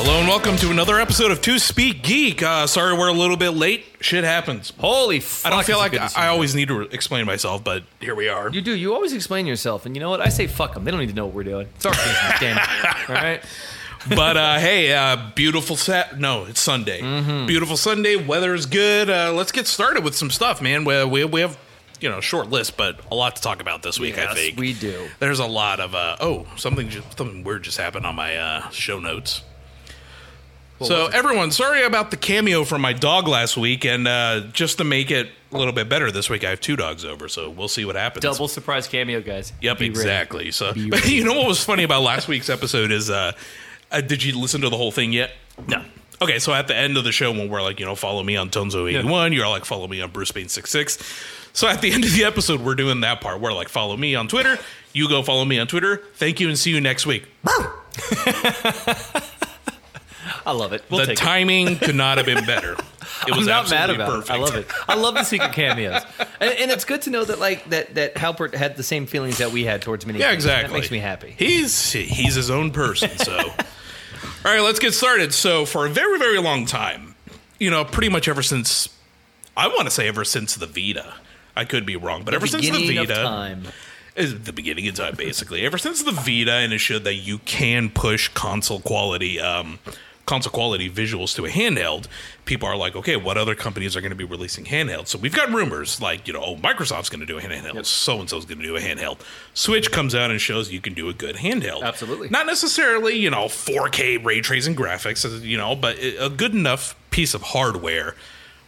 Hello and welcome to another episode of Two Speak Geek. Uh, sorry we're a little bit late. Shit happens. Holy fuck. I don't feel it's like good to I, see I you. always need to re- explain myself, but here we are. You do. You always explain yourself. And you know what? I say fuck them. They don't need to know what we're doing. It's our business, damn it. All right? But uh, hey, uh, beautiful set. No, it's Sunday. Mm-hmm. Beautiful Sunday. Weather's good. Uh, let's get started with some stuff, man. We, we, we have you know short list, but a lot to talk about this week. I Yes, think we do. There's a lot of uh, oh something just, something weird just happened on my uh, show notes. so everyone, sorry about the cameo from my dog last week, and uh, just to make it a little bit better this week, I have two dogs over, so we'll see what happens. Double surprise cameo, guys. Yep, Be ready. exactly. So, but you know what was funny about last week's episode is, uh, uh, did you listen to the whole thing yet? No. Okay, so at the end of the show, when we're like, you know, follow me on Tonzo81, you're all like, follow me on Bruce Payne 66. So at the end of the episode, we're doing that part. We're like, follow me on Twitter. You go follow me on Twitter. Thank you and see you next week. I love it. We'll the take it. timing could not have been better. It was I'm not mad absolutely about perfect. it. I love it. I love the secret cameos, and, and it's good to know that like that that Halpert had the same feelings that we had towards Minnie. Yeah, Kaling. exactly. That makes me happy. He's he's his own person. So, all right, let's get started. So, for a very very long time, you know, pretty much ever since I want to say ever since the Vita. I could be wrong, but ever since the Beginning of Vita, time. is the beginning of time, basically. ever since the Vita, and it showed that you can push console quality, um, console quality visuals to a handheld. People are like, okay, what other companies are going to be releasing handhelds? So we've got rumors like, you know, oh, Microsoft's going to do a handheld, so and so's going to do a handheld. Switch comes out and shows you can do a good handheld. Absolutely. Not necessarily, you know, 4K ray tracing graphics, uh, you know, but a good enough piece of hardware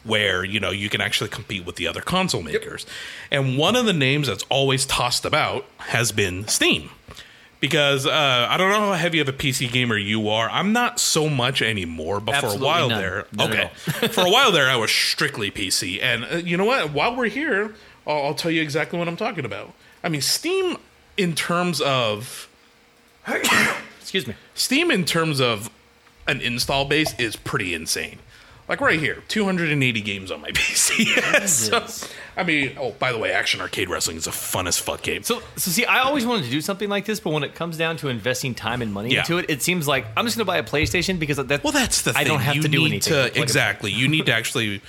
where, you know, you can actually compete with the other console makers. And one of the names that's always tossed about has been Steam. Because uh, I don't know how heavy of a PC gamer you are. I'm not so much anymore, but for a Absolutely while none. there, None at okay, all. for a while there, I was strictly PC. And uh, you know what? While we're here, I'll, I'll tell you exactly what I'm talking about. I mean, Steam, in terms of Excuse me. Steam, in terms of an install base, is pretty insane. Like right here, 280 games on my PC. so, Jesus. I mean, oh, by the way, Action Arcade Wrestling is a fun as fuck game. So, so see, I always wanted to do something like this, but when it comes down to investing time and money Yeah. into it, it seems like I'm just going to buy a PlayStation because that. Well, that's the I thing. don't have You to do need anything. to- Like, exactly. you need to actually.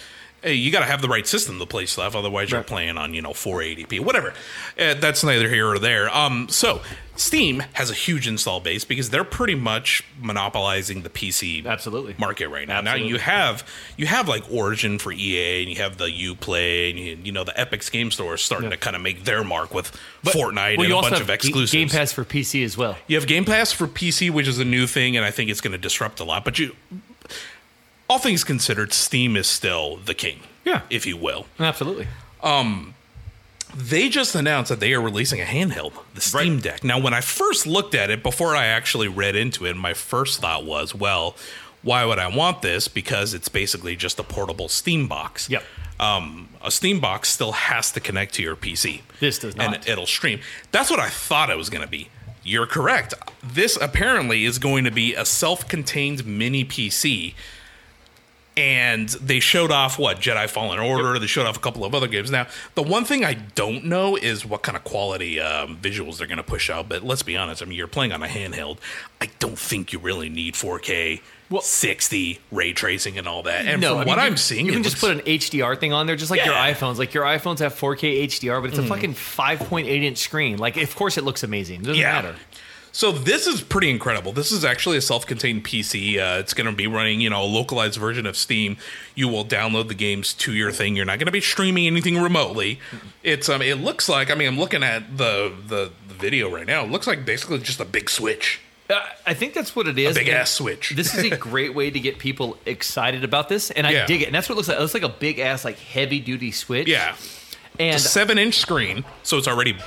hey, you got to have the right system to play stuff. Otherwise, you're Right. playing on you know 480p, whatever. Uh, that's neither here or there. Um, so Steam has a huge install base because they're pretty much monopolizing the PC Absolutely. market right now. Now Absolutely. you have you have like Origin for EA, and you have the UPlay, and you, you know the Epic's Game Store is starting to kind of make their mark with Fortnite well, and you a also bunch have of Ga- exclusives. Game Pass for PC as well. You have Game Pass for PC, which is a new thing, and I think it's going to disrupt a lot. But you, all things considered, Steam is still the king, Yeah. if you will. Absolutely. They just announced that they are releasing a handheld, the Steam Deck. Now, when I first looked at it, before I actually read into it, my first thought was, well, why would I want this? Because it's basically just a portable Steam box. Yep. Um, a Steam box still has to connect to your PC. This does And not. it'll stream. That's what I thought it was going to be. You're correct. This apparently is going to be a self contained mini PC and they showed off what Jedi Fallen Order. They showed off a couple of other games. Now, the one thing I don't know is what kind of quality um, visuals they're going to push out. But let's be honest, I mean, you're playing on a handheld. I don't think you really need 4K, 60 ray tracing, and all that. And no, from I mean, what you- I'm seeing, you it can just looks- put an HDR thing on there, just like your Yeah. Mm. iPhones. Like your iPhones have 4K HDR, but it's a fucking 5.8 inch screen. Like, of course, it looks amazing. It doesn't matter. So this is pretty incredible. This is actually a self-contained PC. Uh, it's going to be running, you know, a localized version of Steam. You will download the games to your thing. You're not going to be streaming anything remotely. It's um, it looks like. I mean, I'm looking at the the, the video right now. It looks like basically just a big switch, Uh, I think that's what it is. big and ass switch. this is a great way to get people excited about this, and I Yeah. dig it. And that's what it looks like. It looks like a big ass, like heavy duty switch. yeah, and seven inch screen. So it's already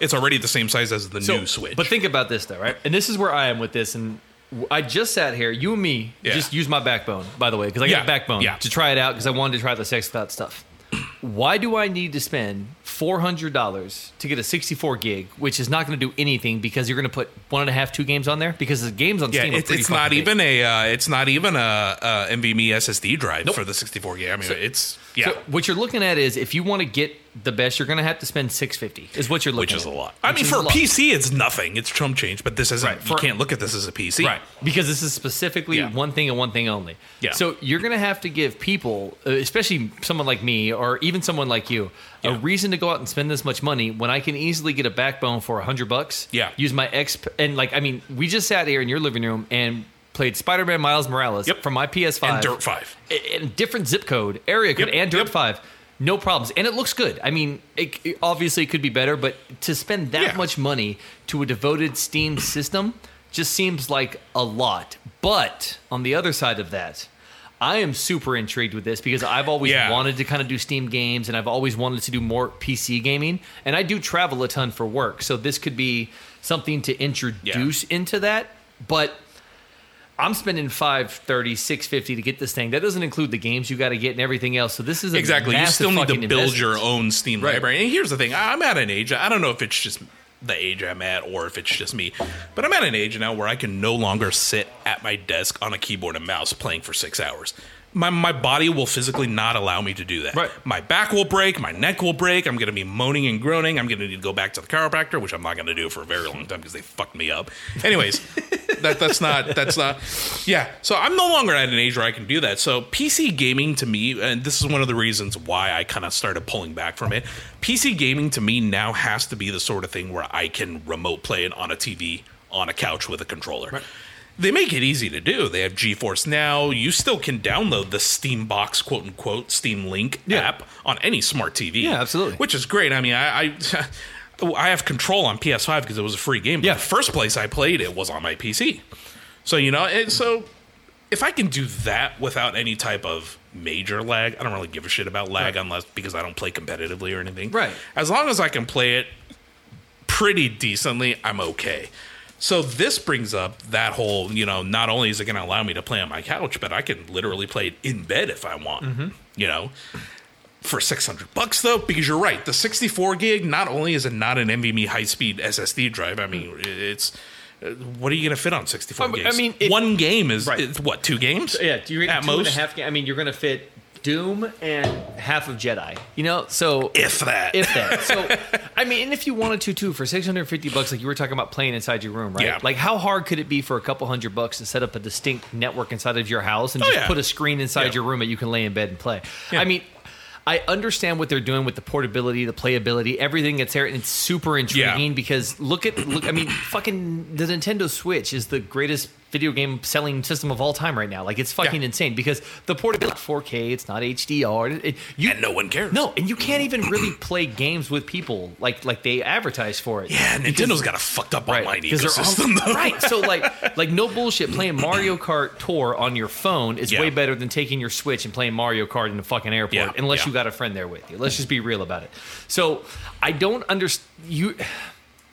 it's already the same size as the So- new Switch. But think about this though, right? And this is where I am with this. And w- I just sat here. You and me Yeah. just use my backbone, by the way, because I Yeah, got backbone yeah. to try it out because I wanted to try the sex without stuff. Why do I need to spend four hundred dollars to get a sixty-four gig, which is not going to do anything because you're going to put one and a half, two games on there because the games on yeah, Steam. are it's, pretty it's fucking not big. even a uh, it's not even a, E uh NVMe SSD drive for the 64 gig. I mean, it's yeah. So what you're looking at is if you want to get the best you're going to have to spend 650 is what you're looking which at. is a lot. I Which mean, is for a a lot. PC, it's nothing. It's chump change, but this isn't. Right, you for- can't look at this as a PC. Right. Because this is specifically Yeah. one thing and one thing only. Yeah. So you're going to have to give people, uh, especially someone like me or even someone like you, a Yeah. reason to go out and spend this much money when I can easily get a backbone for 100 bucks. Yeah. Use my X. And like, I mean, we just sat here in your living room and played Spider Man Miles Morales Yep. from my PS5. And Dirt 5. A- and different zip code, area code, Yep, and Dirt yep. 5. No problems. And it looks good. I mean, it, it- obviously it could be better, but to spend that Yeah. much money to a devoted Steam system just seems like a lot. But on the other side of that, I am super intrigued with this because I've always Yeah. wanted to kind of do Steam games and I've always wanted to do more PC gaming. And I do travel a ton for work. So this could be something to introduce into that. But I'm spending 530, 650 to get this thing. That doesn't include the games you got to get and everything else. So this is a Exactly. You massive still need to fucking build your investment. own Steam Right. library. And here's the thing I'm at an age, I don't know if it's just the age I'm at or if it's just me, but I'm at an age now where I can no longer sit at my desk on a keyboard and mouse playing for six hours. My, my body will physically not allow me to do that. Right. My back will break. My neck will break. I'm going to be moaning and groaning. I'm going to need to go back to the chiropractor, which I'm not going to do for a very long time because they fucked me up. Anyways, that, that's not, that's not, yeah. So I'm no longer at an age where I can do that. So PC gaming to me, and this is one of the reasons why I kind of started pulling back from it. PC gaming to me now has to be the sort of thing where I can remote play it on a TV, on a couch with a controller they make it easy to do. They have GeForce Now. You still can download the Steam Box, quote unquote, Steam Link Yeah. app on any smart TV. Yeah, absolutely. Which is great. I mean, I. I I have control on PS5 because it was a free game. But Yeah. The first place I played it was on my PC. So, you know, and so if I can do that without any type of major lag, I don't really give a shit about lag unless because I don't play competitively or anything. Right. As long as I can play it pretty decently, I'm okay. So this brings up that whole, you know, not only is it going to allow me to play on my couch, but I can literally play it in bed if I want. Mm-hmm. You know, for 600 bucks though because you're right the 64 gig not only is it not an nvme E high-speed ssd drive i mean it's uh, what are you going to fit on 64 Um, I gigs mean, it- one game is Right. it's what two games Yeah, do you at at two and a most half ga- I mean, you're going to fit Doom and half of Jedi. You know, so if that if that. So, I mean, and if you wanted to too, for six hundred fifty bucks, like you were talking about playing inside your room, right? Yeah. Like, how hard could it be for a couple hundred bucks to set up a distinct network inside of your house and Oh, just yeah. put a screen inside Yeah. your room that you can lay in bed and play? Yeah. I mean. I understand what they're doing with the portability, the playability, everything that's there, and it's super intriguing because look at look. I mean, fucking the Nintendo Switch is the greatest video game selling system of all time right now. Like it's fucking Yeah. insane because the portability, 4K, it's not HDR. It, it- you and no one cares no, and you can't even really play games with people like like they advertise for it. yeah nintendo's got a fucked up online because they're ecosystem all- though right. So like like no bullshit. Playing Mario Kart Tour on your phone is Yeah. way better than taking your Switch and playing Mario Kart in a fucking airport, Yeah, unless yeah. you got a friend there with you. Let's just be real about it. So I don't understand you.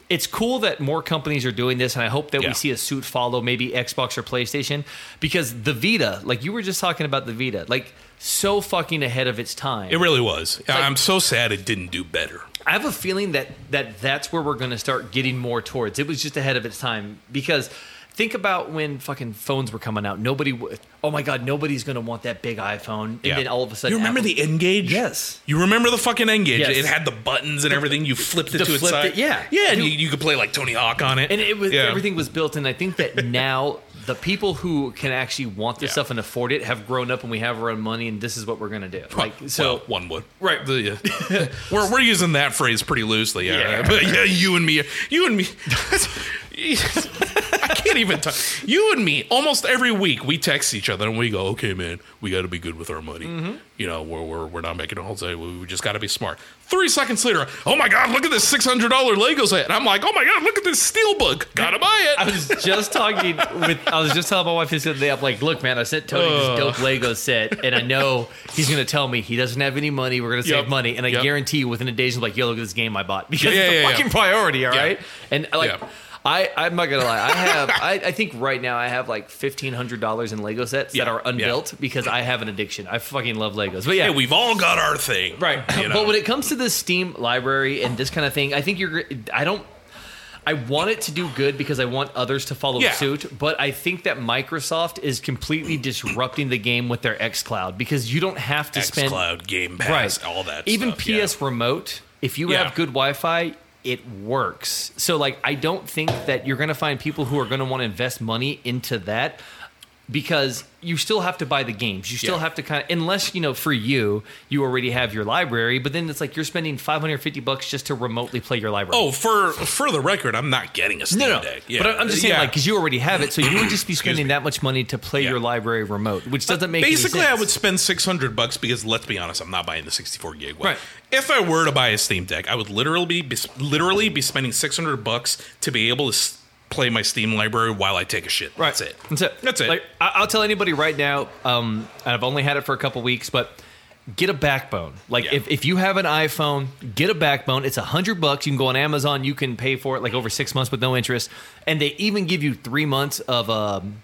It's cool that more companies are doing this, and I hope that Yeah. we see a suit follow maybe Xbox or PlayStation because the Vita, like you were just talking about the Vita, like so fucking ahead of its time. it really was i'm so sad it didn't do better I have a feeling that that that's where we're going to start getting more towards. It was just ahead of its time because think about when fucking phones were coming out. Nobody would. Oh my god, nobody's going to want that big iPhone. And yeah. then all of a sudden, you remember Apple- the Engage? Yes. You remember the fucking Engage? Yes. It had the buttons and everything. You flipped it the to its flipped side. it, yeah. yeah, and you, Dude. you could play like Tony Hawk on it. and it was Yeah. everything was built in. I think that now the people who can actually want this Yeah. stuff and afford it have grown up, and we have our own money, and this is what we're going to do. Like so. Well, one would. Right. The, uh, we're we're using that phrase pretty loosely. Yeah. Yeah. But yeah, you and me, you and me. I can't even talk. You and me, almost every week, we text each other and we go, "Okay, man, we got to be good with our money. Mm-hmm. You know, we're, we're we're not making all day. We we just got to be smart." Three seconds later, oh my god, look at this six hundred dollar Lego set, and I'm like, "Oh my god, look at this steelbook. Gotta buy I it." was just talking with. I was just telling my wife this the other day. I'm like, look, man, I sent Tony Ugh. this dope Lego set, and I know he's gonna tell me he doesn't have any money. We're gonna save Yep. money, and I Yep. guarantee you, within a day, he's like, yo, look at this game I bought because Yeah, it's yeah, a yeah, fucking yeah. priority, all Yeah. right. And I, like, Yeah. I, I'm not gonna lie. I have. I, I think right now I have like fifteen hundred dollars in Lego sets Yeah, that are yeah. unbuilt because I have an addiction. I fucking love Legos, but yeah, Hey, we've all got our thing, Right. You know? But when it comes to this Steam library and this kind of thing, I think you're. I don't. I want it to do good because I want others to follow Yeah. suit, but I think that Microsoft is completely disrupting the game with their xCloud because you don't have to spend xCloud, Game Pass, all that. Even stuff, PS yeah. Remote, if you Yeah. have good Wi-Fi, it works. So like I don't think that you're going to find people who are going to want to invest money into that because you still have to buy the games. You still Yeah. have to kind of unless you know for you, you already have your library, but then it's like you're spending 550 bucks just to remotely play your library. Oh, for for the record, I'm not getting a Steam No, no, Deck. Yeah. but I'm just saying, Yeah. like, because you already have it, so you would just be me. spending that much money to play Yeah. your library remote, which doesn't make basically Any I sense. would spend 600 bucks because let's be honest, I'm not buying the 64 gig one. Right. If I were to buy a Steam Deck, I would literally be literally be spending 600 bucks to be able to s- play my Steam library while I take a shit. That's it. That's it. That's it. Like, I- I'll tell anybody right now, um, and I've only had it for a couple weeks, but get a backbone. Like Yeah. if, if you have an iPhone, get a backbone. It's a hundred bucks. You can go on Amazon. You can pay for it like over six months with no interest, and they even give you three months of um,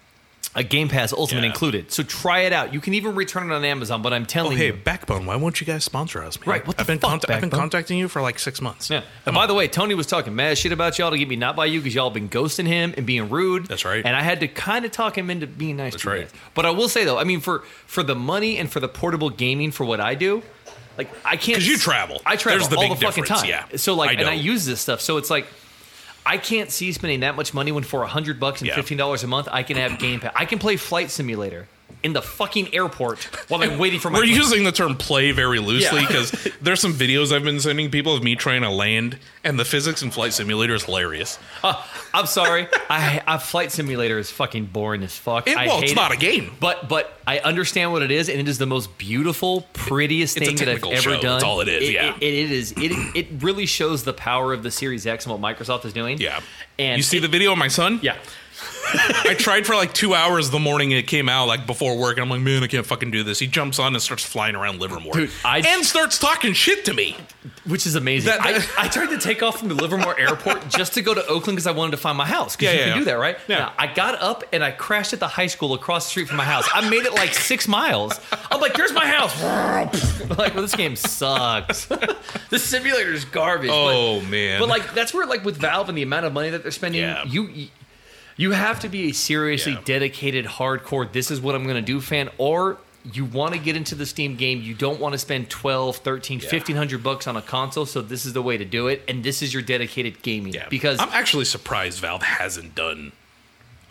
a Game Pass Ultimate Yeah. included. So try it out. You can even return it on Amazon. But I'm telling Oh, Hey, you, Backbone, why won't you guys sponsor us, man? Right, what the I've been fuck, I've been Backbone? contacting you for like 6 months. Yeah. And by the way, Tony was talking mad shit about y'all to get me not by you because y'all been ghosting him and being rude. That's right. And I had to kind of talk him into being nice. That's to you right. guys. But I will say though, I mean, for for the money and for the portable gaming for what I do, like I can't 'Cause you travel. I travel There's the all big the fucking difference, time. yeah. So like, I and I don't. use this stuff. So it's like. I can't see spending that much money when for hundred bucks and Yeah. fifteen dollars a month I can have Game Pass. I can play Flight Simulator in the fucking airport while I'm waiting for my. We're plane. using the term play very loosely Yeah. because there's some videos I've been sending people of me trying to land, and the physics in Flight Simulator is hilarious. I'm sorry. I, I flight simulator is fucking boring as fuck. It- I well, hate it's it. not a game. But but I understand what it is, and it is the most beautiful, prettiest It's a thing that I've technical ever show. done. That's all it is, yeah. it, it is. It it really shows the power of the Series X and what Microsoft is doing. Yeah. And you see it- the video of my son? yeah. I tried for like two hours the morning it came out, like before work, and I'm like, man, I can't fucking do this. He jumps on and starts flying around Livermore. Dude, I- and starts talking shit to me. which is amazing. That- that- I, I tried to take off from the Livermore Airport just to go to Oakland because I wanted to find my house. Yeah, Because you yeah, can yeah. do that, right? Yeah. Now, I got up and I crashed at the high school across the street from my house. I made it like six miles. I'm like, "There's my house." like, well, this game sucks. this simulator is garbage. but- Oh, man. But like, that's where like with Valve and the amount of money that they're spending, Yeah. you. You have to be a seriously Yeah. dedicated, hardcore, this is what I'm going to do fan, or you want to get into the Steam game. You don't want to spend 12, 13, 1500 bucks on a console. So this is the way to do it. And this is your dedicated gaming. Yeah. Because I'm actually surprised Valve hasn't done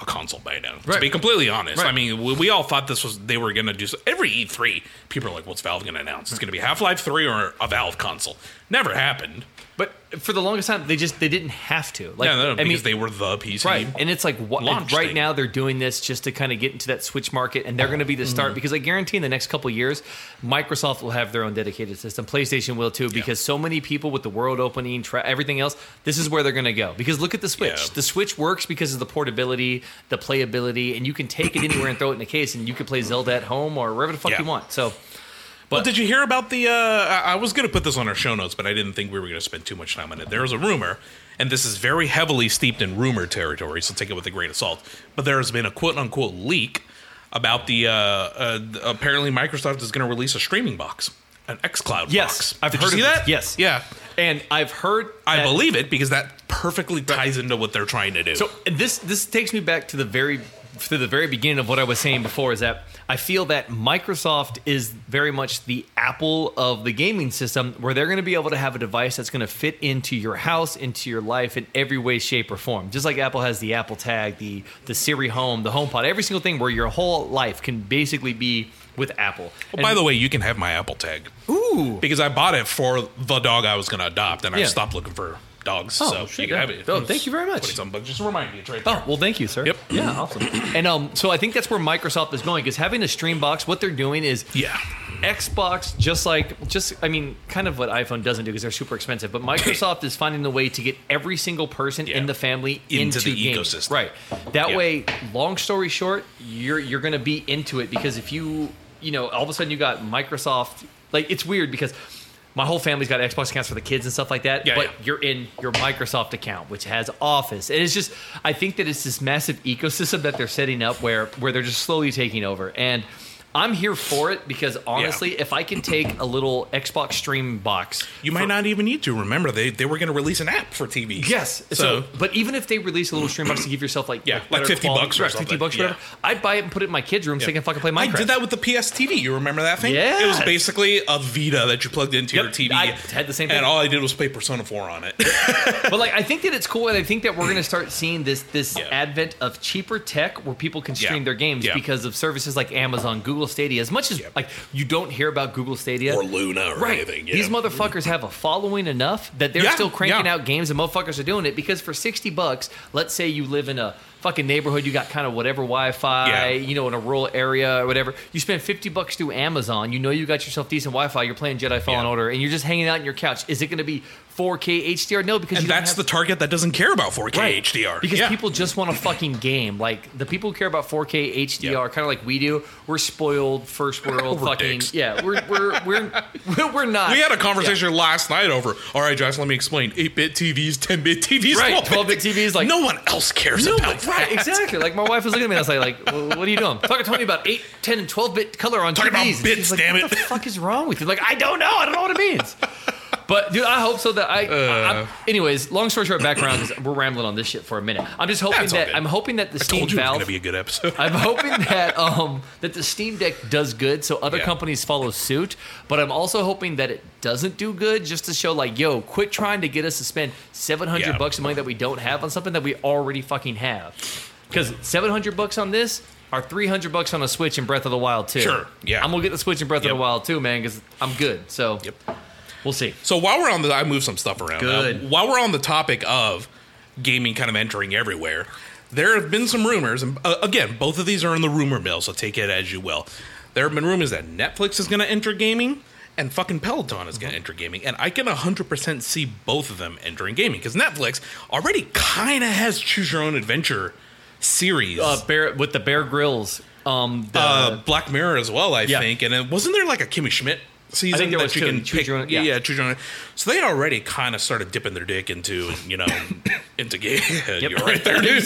a console by now. To Right. be completely honest, Right. I mean, we, we all thought this was they were going to do so, every E3. People are like, "What's Valve going to announce? It's going to be Half Life Three or a Valve console." Never happened. but for the longest time, they just, they didn't have to. Like, yeah, no, no, I because mean, they were the PC. Right, and it's like what, launch right thing. now they're doing this just to kind of get into that Switch market, and they're going to be the Mm. start because I guarantee in the next couple years, Microsoft will have their own dedicated system. PlayStation will too because so many people with the world opening, tra- everything else, this is where they're going to go. Because look at the Switch. Yeah. The Switch works because of the portability, the playability, and you can take it anywhere and throw it in a case, and you can play Zelda at home or wherever the fuck Yeah. you want. So Well, did you hear about the? Uh, I I was going to put this on our show notes, but I didn't think we were going to spend too much time on it. There was a rumor, and this is very heavily steeped in rumor territory, so take it with a grain of salt. But there has been a quote unquote leak about the. Uh, uh, th- apparently, Microsoft is going to release a streaming box, an XCloud Yes, box. I've did heard you see of this. that. Yes. yeah, and I've heard I that- believe it because that perfectly ties into what they're trying to do. So and this this takes me back to the very to the very beginning of what I was saying before is that I feel that Microsoft is very much the Apple of the gaming system where they're going to be able to have a device that's going to fit into your house, into your life in every way shape or form. Just like Apple has the Apple Tag, the the Siri Home, the HomePod, every single thing where your whole life can basically be with Apple. Well, Oh, by the way, you can have my Apple tag ooh, because I bought it for the dog I was going to adopt, and I Yeah. stopped looking for dogs. Oh, so shit, you can yeah. have it. Oh, thank you very much. Put it some- but just remind you, it's right there. Oh well, thank you, sir. Yep. Yeah, awesome. And um, so I think that's where Microsoft is going because having a stream box, what they're doing is Yeah. Xbox, just like just I mean, kind of what iPhone doesn't do because they're super expensive, but Microsoft is finding the way to get every single person Yeah. in the family Into into, the gaming. ecosystem. Right. That Yeah. way, long story short, you're you're gonna be into it because if you you know all of a sudden you got Microsoft, like it's weird because. My whole family's got Xbox accounts for the kids and stuff like that, Yeah, but yeah. you're in your Microsoft account, which has Office. And it's just, I think that it's this massive ecosystem that they're setting up where where they're just slowly taking over. And I'm here for it because honestly, if I can take a little Xbox stream box, You might not even need to. Remember, they, they were going to release an app for TV. Yes. So, So, but even if they release a little stream box to give yourself like Yeah, like, like better 50 quality- bucks or right, something, fifty bucks, yeah. whatever, I'd buy it and put it in my kids' room so they can fucking play I Minecraft. did that with the PS TV. You remember that thing? Yeah. It was basically a Vita that you plugged into Yep, your TV. I had the same thing. And all I did was play Persona 4 on it. but like, I think that it's cool, and I think that we're gonna start seeing this this Yeah. advent of cheaper tech where people can stream Yeah. their games Yeah. because of services like Amazon, Google Stadia. As much as like you don't hear about Google Stadia or Luna or Right. anything. These yeah. motherfuckers have a following enough that they're Yeah, still cranking yeah. out games and motherfuckers are doing it because for 60 bucks, let's say you live in a fucking neighborhood, you got kind of whatever Wi Fi, Yeah. you know, in a rural area or whatever. You spend 50 bucks through Amazon, you know, you got yourself decent Wi Fi, you're playing Jedi Fallen Yeah. Order, and you're just hanging out on your couch. Is it going to be 4K HDR? No, because And you don't that's have the target that doesn't care about 4K Right. HDR. Because Yeah. people just want a fucking game. Like the people who care about 4K HDR, Yeah. kind of like we do. We're spoiled first world We're fucking. dicks. Yeah, we're we're we're we're, we're not. We had a conversation last night over. All right, Josh, let me explain. 8-bit TVs, 10-bit TVs, Right, 12-bit 12-bit TVs, like- no one else cares about but- right, that. exactly. Like my wife was looking at me and I was like, like "Well, what are you doing? Talking to me about 8, 10, and 12 bit color on Talking about TVs. And bits, she's like, damn what it." the fuck is wrong with you? Like, I don't know. I don't know what it means. But dude, I hope so that I, I- Uh. I'm- anyways, long story short background is we're rambling on this shit for a minute. I'm just hoping That's all that good. I'm hoping that the I Steam told you it was going Valve to be a good episode. I'm hoping that um, that the Steam Deck does good, so other Yeah. companies follow suit. But I'm also hoping that it doesn't do good, just to show like, yo, quit trying to get us to spend 700 Yeah. bucks of money that we don't have on something that we already fucking have. Because 700 bucks on this are 300 bucks on a Switch and Breath of the Wild too. Sure, yeah. I'm gonna get the Switch and Breath Yep. of the Wild too, man, because I'm good. So Yep. we'll see. So while we're on the, I moved some stuff around. Good. Uh, while we're on the topic of gaming kind of entering everywhere, there have been some rumors, and uh, again, both of these are in the rumor mill, so take it as you will. There have been rumors that Netflix is going to enter gaming, and fucking Peloton is Mm-hmm. going to enter gaming, and I can 100% see both of them entering gaming because Netflix already kind of has choose your own adventure series. Uh, bear with the Bear Grills. Um, the, Uh, Black Mirror as well, I Yeah. think. And then wasn't there like a Kimmy Schmidt season there that was you too. can Choose pick? your own- yeah. yeah. yeah, choose your own. So they already kind of started dipping their dick into you know into game. You're right there, dude.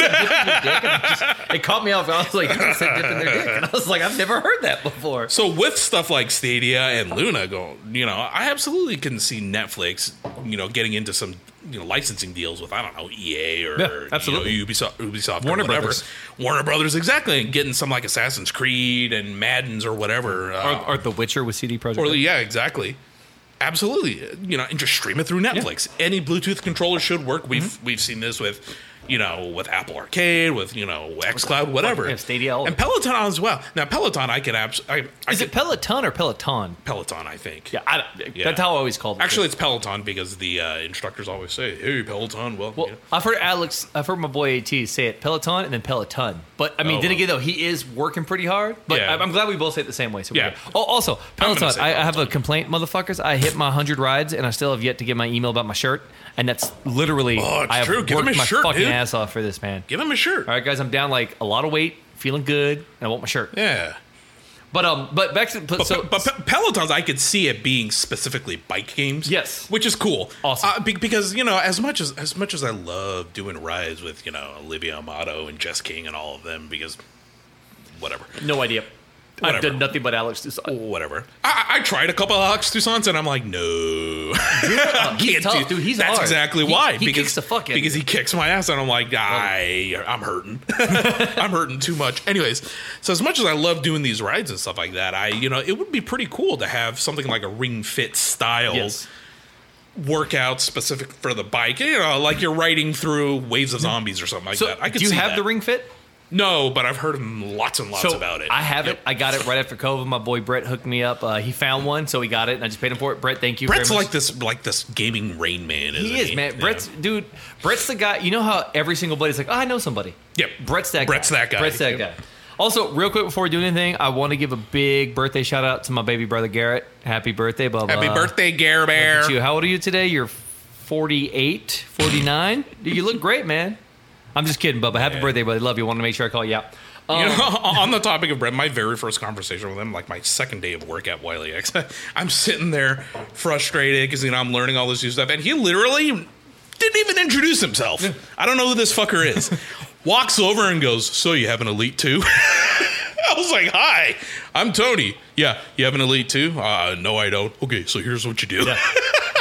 it caught me off. I was like, you said dip in their dick, and I was like, I've never heard that before. So with stuff like Stadia and Luna going, you know, I absolutely can see Netflix, you know, getting into some you know licensing deals with I don't know EA or Yeah, you know, absolutely. Ubisoft, Ubisoft Warner or whatever. Brothers. Warner Brothers, exactly, and getting some like Assassin's Creed and Madden's or whatever. uh, or, or The Witcher with CD Projekt. Or Red. yeah, exactly. Absolutely. You know, and just stream it through Netflix. Any Bluetooth controller should work. We've Mm-hmm. we've seen this with you know, with Apple Arcade, with you know, XCloud, whatever. yeah, Stadia, all and of it. Peloton as well. Now Peloton, I can abs- I, I Is can it Peloton or Peloton? Peloton, I think. I, that's how I always called it. Actually, it's Peloton because the uh, instructors always say, "Hey, Peloton." Well, well, you know. I've heard Alex, I've heard my boy AT say it Peloton and then Peloton. But I mean, Oh, then well. again, though, he is working pretty hard. But Yeah. I- I'm glad we both say it the same way. So Yeah. yeah. Oh, also gonna Peloton. say I, I have a Peloton. complaint, motherfuckers. I hit my hundred rides and I still have yet to get my email about my shirt. And that's literally Oh, it's I have true. Give him his worked my shirt, fucking dude. ass off for this man. give him a shirt. All right, guys, I'm down like a lot of weight, feeling good, and I want my shirt. Yeah. But um, but back to but, But, so but Pe- Pelotons, I could see it being specifically bike games. Yes. which is cool. Awesome. uh, be- because you know, as much as as much as I love doing rides with you know Olivia Amato and Jess King and all of them, because whatever, no idea. I've Whatever. done nothing but Alex. This, whatever. I, I I tried a couple of Alex Toussaint's and I'm like, no, I he's can't tough, do- dude. He's that's hard. exactly He- why he kicks the fuck out of because you. he kicks my ass and I'm like, I I'm hurting, I'm hurting too much. Anyways, so as much as I love doing these rides and stuff like that, I you know it would be pretty cool to have something like a Ring Fit style Yes. workout specific for the bike. You know, like you're riding through waves of zombies or something like So that. I could do you see have that. the Ring Fit? No, but I've heard lots and lots about it. I have it. I got it right after COVID. My boy Brett hooked me up. Uh, he found one, so he got it, and I just paid him for it. Brett, thank you. Brett's very much. like this, like this gaming Rain Man. Isn't He is, man. Yeah. Brett's dude. Brett's the guy. You know how every single buddy's like, oh, I know somebody. Yep. Brett's that. Brett's guy. that guy. Brett's that Yep. guy. Also, real quick before we do anything, I want to give a big birthday shout out to my baby brother Garrett. Happy birthday, blah blah. Happy birthday, Gare Look Bear. at you. How old are you today? You're 48, 49. Dude, you look great, man. I'm just kidding, Bubba. Happy birthday, buddy. Love you. Want to make sure I call you out. Um, You know, on the topic of Brett, my very first conversation with him, like my second day of work at Wiley X, I'm sitting there frustrated because you know I'm learning all this new stuff, and he literally didn't even introduce himself. I don't know who this fucker is. Walks over and goes, "So you have an elite too?" I I was like, "Hi, I'm Tony. Yeah, you have an Elite too? Uh, no, I don't. Okay, so here's what you do. Yeah.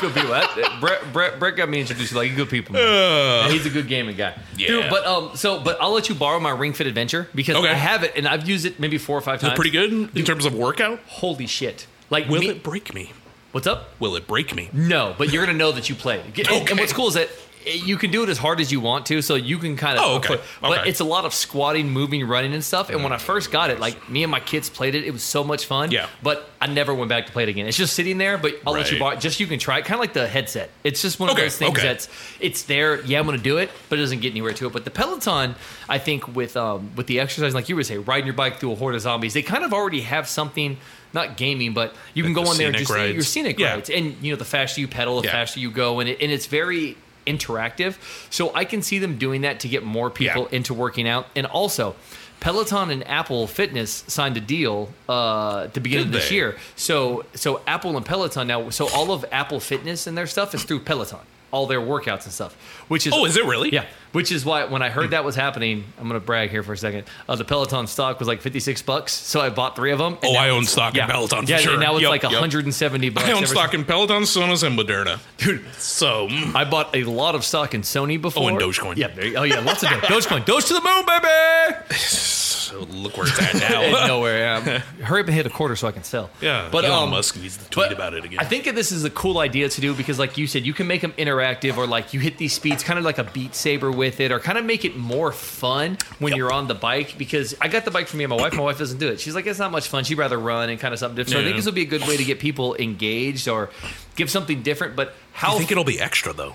good people. That, Brett, Brett, Brett got me introduced to like a good people. Man. Uh, And he's a good gaming guy. Yeah. Dude, but um, so but I'll let you borrow my Ring Fit Adventure because Okay. I have it and I've used it maybe four or five times. pretty good Uh, in terms of workout. Holy shit! Like, Will me- it break me? what's up? Will it break me? No, but you're gonna know that you played. And, and Okay. what's cool is that you can do it as hard as you want to, so you can kind of. Oh, okay. But Okay. Mm. it's a lot of squatting, moving, running, and stuff. And when I first got it, like me and my kids played it, it was so much fun. Yeah. But I never went back to play it again. It's just sitting there. But I'll let you Right. borrow. it. Just you can try it, kind of like the headset. It's just one of Okay, those things okay. that's it's there. Yeah, I'm gonna do it, but it doesn't get anywhere to it. But the Peloton, I think with um with the exercise, like you would say, riding your bike through a horde of zombies, they kind of already have something. Not gaming, but you can Like go the on there and scenic just your rides. scenic Yeah. rides, and you know the faster you pedal, the Yeah. faster you go, and it, and it's very interactive. So I can see them doing that to get more people Yeah. into working out, and also. Peloton and Apple Fitness signed a deal uh, at the beginning Did of this they? year. So, so Apple and Peloton now. So all of Apple Fitness and their stuff is through Peloton. All their workouts and stuff, which is Oh, is it really? yeah, which is why when I heard that was happening, I'm gonna brag here for a second. Uh, the Peloton stock was like 56 bucks, so I bought three of them. Oh, I own stock in Peloton for yeah, sure. And now it's Yep, like yep. 170 bucks. I own ever stock in Peloton, Sonos, and Moderna, dude. So mm, I bought a lot of stock in Sony before. and Dogecoin. Yeah. There you, oh, yeah. Lots of Doge. Dogecoin. Doge to the moon, baby. so look where it's at now. And nowhere. Um, hurry up and hit a quarter so I can sell. yeah, But Elon um, Musk needs to tweet but about it again. I think that this is a cool idea to do because, like you said, you can make them interactive or like you hit these speeds, kind of like a Beat Saber with it, or kind of make it more fun when Yep. you're on the bike. Because I got the bike for me and my wife. My wife doesn't do it. She's like, it's not much fun. She'd rather run and kind of something different. So I think Yeah. this would be a good way to get people engaged or give something different. But Do how? you think it'll be extra though,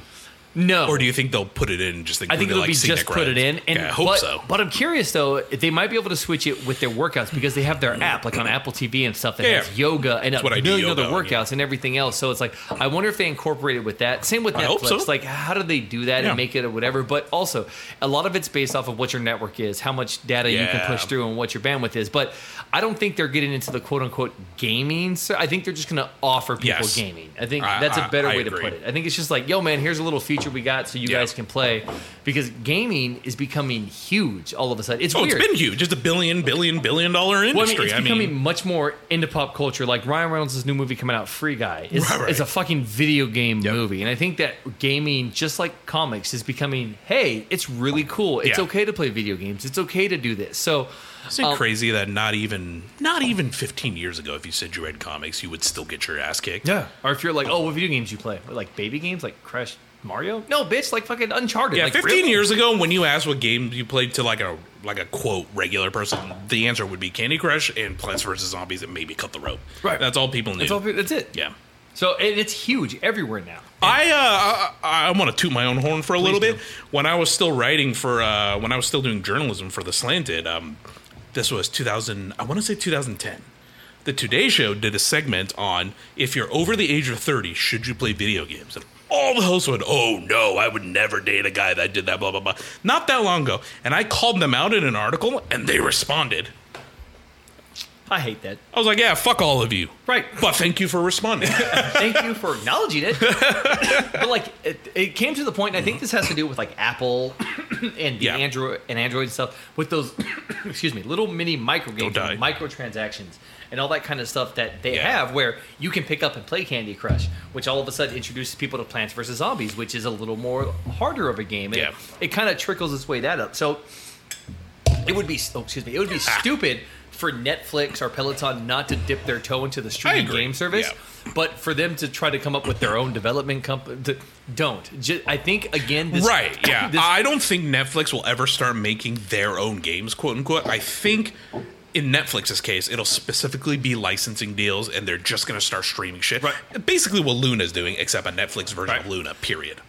no. or do you think they'll put it in and just? I include think it would like be just scenic put it rides? in. And yeah, I hope but, so. But I'm curious though, if they might be able to switch it with their workouts because they have their app, like on Apple TV and stuff, that Mm. Yeah. has yoga and a what I do, million other yoga on, workouts and everything else. So it's like, I wonder if they incorporate it with that. Same with I hope Netflix. so. Like, how do they do that Yeah. and make it or whatever? But also, a lot of it's based off of what your network is, how much data you can Yeah. push through, and what your bandwidth is. But I don't think they're getting into the quote unquote gaming. So I think they're just going to offer people Yes. gaming. I think I- that's a I- better I way to agree. put it. I think it's just like, yo, man, here's a little feature we got so you Yeah. guys can play because gaming is becoming huge all of a sudden. It's Oh, weird. it's been huge. It's a billion, billion, billion dollar Well, I mean, industry. it's I mean, becoming much more into pop culture. Like Ryan Reynolds' new movie coming out, Free Guy, is, Right, right. is a fucking video game movie, and I think that gaming, just like comics, is becoming. Hey, it's really cool. It's Yeah. okay to play video games. It's okay to do this. So, isn't it um, crazy that not even not even 15 years ago, if you said you read comics, you would still get your ass kicked? Or if you're like, oh, what video games you play? Like baby games, like Crash, Mario? No, bitch, like fucking Uncharted. Yeah, like, 15 really? years ago, when you asked what game you played to like a like a quote regular person, the answer would be Candy Crush and Plants vs Zombies and maybe Cut the Rope. Right. That's all people knew. That's, all, that's it. yeah. So and it's huge everywhere now. I uh, I, I want to toot my own horn for a little do. bit. When I was still writing for, uh, when I was still doing journalism for the Slanted, um, this was 2000. I want to say 2010. The Today Show did a segment on if you're over the age of 30, should you play video games? And all the hosts went, "Oh no, I would never date a guy that did that." Blah blah blah. Not that long ago, and I called them out in an article, and they responded. I hate that. I was like, "Yeah, fuck all of you." Right. But thank you for responding. Thank you for acknowledging it. but like, it, it came to the point, and I think this has to do with like Apple and the Mm-hmm. Yeah. Android and Android and stuff with those, excuse me, little mini micro games, Don't die. microtransactions, and all that kind of stuff that they Yeah. have, where you can pick up and play Candy Crush, which all of a sudden introduces people to Plants vs Zombies, which is a little more harder of a game. And Yeah. It, it kind of trickles its way that up. So it would be oh, excuse me it would be Ah. stupid for netflix or peloton not to dip their toe into the streaming agree. game service but for them to try to come up with their own development company don't Ju- i think again this, right yeah this- i don't think netflix will ever start making their own games quote unquote i think in netflix's case it'll specifically be licensing deals and they're just going to start streaming shit Right. basically what luna's doing except a netflix version of Right. luna period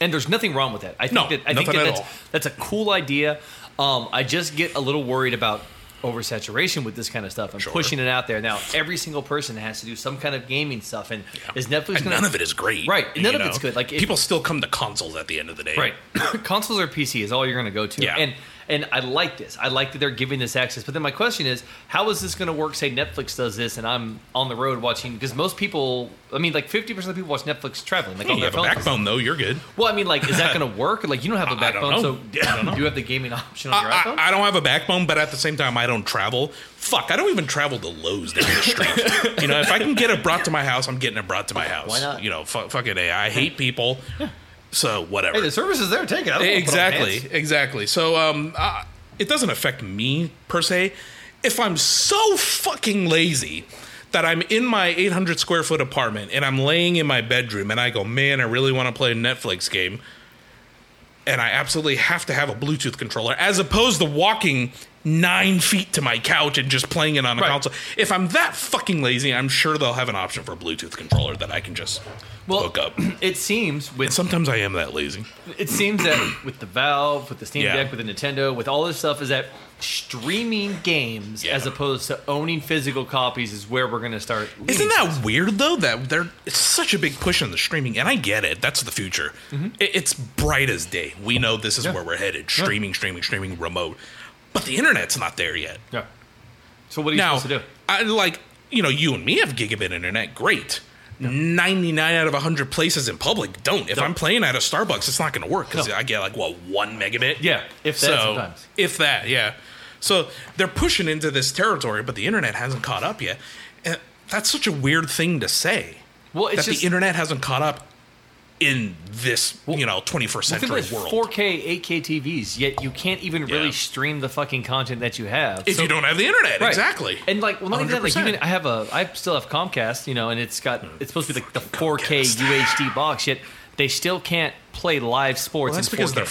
and there's nothing wrong with that i think No, that i think nothing that at that's, all. that's a cool idea um, i just get a little worried about oversaturation with this kind of stuff and Sure. pushing it out there now every single person has to do some kind of gaming stuff and is netflix and going none of it is great Right, you none of it's good, like, it- people still come to consoles at the end of the day Right. Consoles or PC is all you're going to go to. Yeah. And And I like this. I like that they're giving this access. But then my question is, how is this going to work? Say Netflix does this, and I'm on the road watching because most people, I mean, like 50 percent of people watch Netflix traveling, like Hey, on you their have a phone. backbone though. You're good. Well, I mean, like, is that going to work? Like, you don't have a I- I don't backbone, so know. I don't know. do you have the gaming option on your I, iPhone? I, I don't have a backbone, but at the same time, I don't travel. Fuck, I don't even travel to Lowe's down the street. you know, if I can get it brought to my house, I'm getting it brought to my house. Why not? You know, fu- fucking a. I hate people, so whatever. hey, the service is there. Take it. I don't wanna put on exactly, pants. exactly. So, um, uh, it doesn't affect me per se. If I'm so fucking lazy that I'm in my 800 square foot apartment and I'm laying in my bedroom and I go, man, I really want to play a Netflix game and I absolutely have to have a Bluetooth controller as opposed to walking nine feet to my couch and just playing it on a Right. console. If I'm that fucking lazy, I'm sure they'll have an option for a Bluetooth controller that I can just Well, hook up. It seems with Sometimes I am that lazy. it seems that with the Valve, with the Steam Yeah. Deck, with the Nintendo, with all this stuff, is that streaming games Yeah. as opposed to owning physical copies is where we're going to start. Isn't leaning. that weird though? That there, it's such a big push on the streaming, and I get it. That's the future. It, it's bright as day. We know this is Mm-hmm. Yeah. where we're headed: streaming, streaming, streaming, remote. But the internet's not there yet. Yeah. So what are you Now, supposed to do? I like you know, you and me have gigabit internet. Great. Ninety nine out of hundred places in public don't. If I'm playing at a Starbucks, it's not going to work because No. I get like what one megabit. Yeah, if that so sometimes. if that, yeah. So they're pushing into this territory, but the internet hasn't caught up yet. And that's such a weird thing to say. Well, it's that just- the internet hasn't caught up in this, you know, 21st I think century there's world. 4K, 8K TVs, yet you can't even Yeah. really stream the fucking content that you have. if So- you don't have the internet, Right. exactly. And like, well, not even that. Like, 100%. Mm. even I have a, I still have Comcast, you know, and it's got, it's supposed to be like the 4K Comcast. UHD box. Yet they still can't play live sports. well, that's in because 4K. their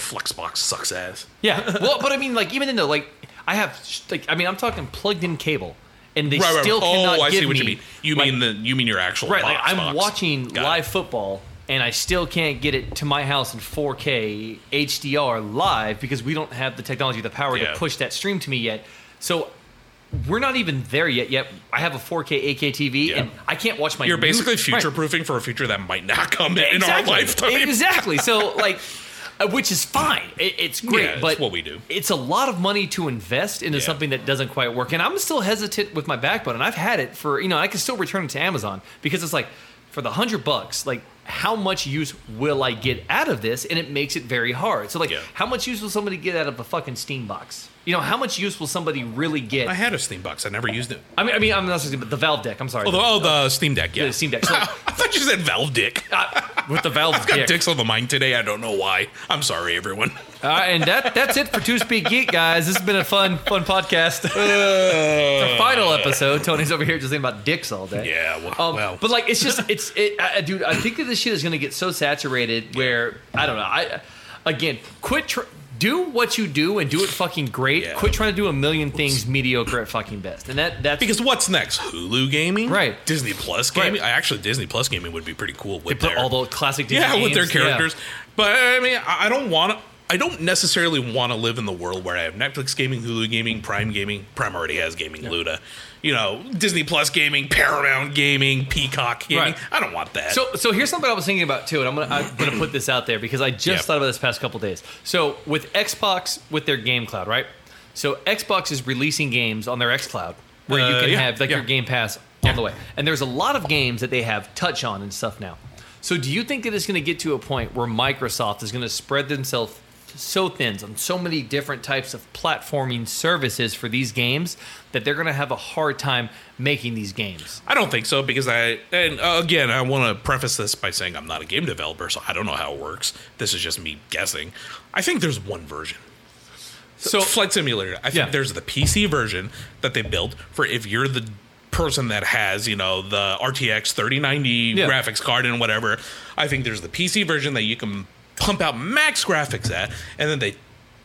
Flexbox sucks ass. Yeah. Well, but I mean, like, even in the like, I have like, I mean, I'm talking plugged-in cable, and they Right, right, still right. cannot Oh, I give see what me. you mean. You like, mean the you mean your actual right? box, like, I'm box. watching Got it. live football, and I still can't get it to my house in 4K HDR live because we don't have the technology, the power Yeah. to push that stream to me yet. So. We're not even there yet. Yet I have a 4K AK TV, Yeah. and I can't watch my. You're new- basically Right. future proofing for a future that might not come in exactly. our lifetime. Exactly. So like, uh, which is fine. It, it's great, Yeah, it's but what we do. It's a lot of money to invest into Yeah. something that doesn't quite work, and I'm still hesitant with my backbone. And I've had it for you know I can still return it to Amazon because it's like for the hundred bucks, like how much use will I get out of this? And it makes it very hard. So like, Yeah. how much use will somebody get out of a fucking Steam box? You know, how much use will somebody really get? I I, had a Steam box. I never used it. mean, I mean, I'm not saying, but the Valve Deck. I'm sorry. Oh, the, oh, the Steam Deck. Yeah, The Steam Deck. So- I thought you said Valve Dick. Uh, with the Valve Got Deck. dicks on the mind today. I don't know why. I'm sorry, everyone. All right, Uh, and that that's it for Two Speak Geek, guys. This has been a fun fun podcast. Uh, Final episode. Tony's over here just thinking about dicks all day. Yeah, well- um, well. but like it's just it's it, I, I- dude. I think that this shit is gonna get so saturated where I don't know. I again, quit. Tr- do what you do and do it fucking great. Yeah. Quit trying to do a million things mediocre at fucking best. And that that's because what's next? Hulu gaming, Right. Disney Plus Right. gaming. I actually Disney Plus gaming would be pretty cool. they With put their- all the classic Disney yeah, with their games. Yeah. characters. But I mean, I I don't want to. I don't necessarily want to live in the world where I have Netflix gaming, Hulu gaming, Prime gaming. Prime already has gaming, Luda. You know, Disney Plus gaming, Paramount gaming, Peacock gaming. Right. I don't want that. So, so here's something I was thinking about too, and I'm gonna I'm gonna put this out there because I just Yeah. thought about this past couple days. So with Xbox with their Game Cloud, right? So Xbox is releasing games on their X Cloud where Uh, you can yeah, have like yeah. your Game Pass on the way, and there's a lot of games that they have touch on and stuff now. So do you think that it's going to get to a point where Microsoft is going to spread themselves so thin on so many different types of platforming services for these games that they're going to have a hard time making these games? I don't think so because I and uh, again I want to preface this by saying I'm not a game developer, so I don't know how it works. This is just me guessing. I think there's one version. So Flight Simulator. I think Yeah. there's the PC version that they built for if you're the person that has you know the RTX 3090 Yeah. graphics card and whatever. I think there's the PC version that you can pump out max graphics at, and then they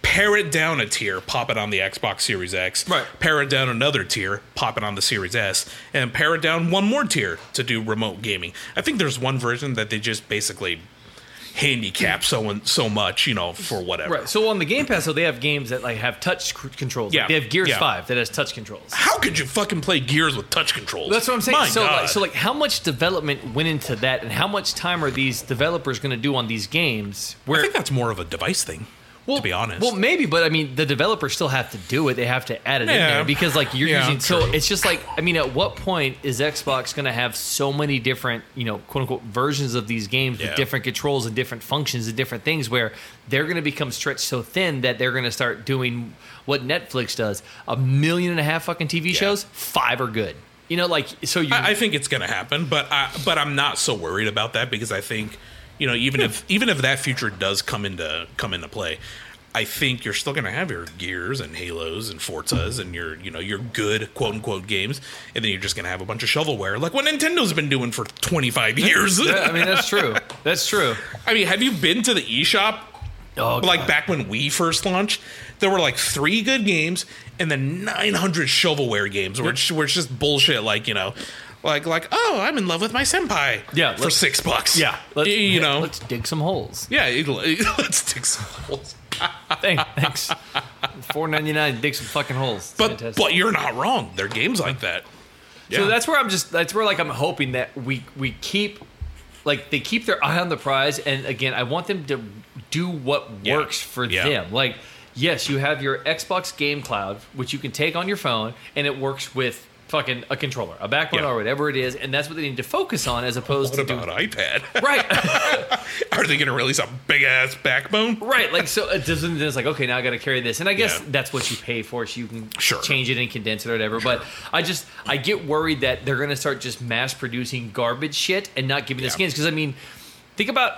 pare it down a tier, pop it on the Xbox Series X, Right. pare it down another tier, pop it on the Series S, and pare it down one more tier to do remote gaming. I think there's one version that they just basically handicap so and so much, you know, for whatever. Right. So on the Game Pass, so they have games that like have touch c- controls. Like, Yeah. they have Gears Yeah. Five that has touch controls. How could you fucking play Gears with touch controls? That's what I'm saying. My so, God. like, so like, how much development went into that, and how much time are these developers going to do on these games? I Where think that's more of a device thing. Well, to be honest. Well, maybe, but I mean, the developers still have to do it. They have to add it in Yeah. there because, like, you're Yeah, using. So true. it's just like, I mean, at what point is Xbox going to have so many different, you know, quote unquote versions of these games Yeah. with different controls and different functions and different things where they're going to become stretched so thin that they're going to start doing what Netflix does a million and a half fucking TV shows, five are good. You know, like, so you. I, I think it's going to happen, but I, but I'm not so worried about that because I think you know even if even if that future does come into come into play, I think you're still going to have your gears and halos and Forzas and your you know your good quote unquote games, and then you're just going to have a bunch of shovelware like what Nintendo's been doing for 25 years. Yeah, I mean, that's true. That's true. I mean, have you been to the eShop? Oh, like back when we first launched, there were like three good games and then 900 shovelware games, where it's, where it's just bullshit. Like you know, like like oh, I'm in love with my senpai. Yeah, for let's- six bucks. Let's- you know. let's dig some holes. yeah, it- let's take some holes. Thanks. Thanks. Four ninety nine. Dig some fucking holes. But but you're not wrong. There are games like that. Yeah. so that's where I'm just. That's where like I'm hoping that we we keep like they keep their eye on the prize. And again, I want them to do what Yeah. works for Yeah. them. Like yes, you have your Xbox Game Cloud, which you can take on your phone, and it works with fucking a controller, a backbone, Yeah. or whatever it is. And that's what they need to focus on as opposed what to about doing. iPad? Right. Are they going to release a big ass backbone? Right, like so it doesn't it's like okay, now I got to carry this. And I guess Yeah. that's what you pay for so you can Sure. change it and condense it or whatever, but I just I get worried that they're going to start just mass producing garbage shit and not giving the Yeah. skins because I mean, think about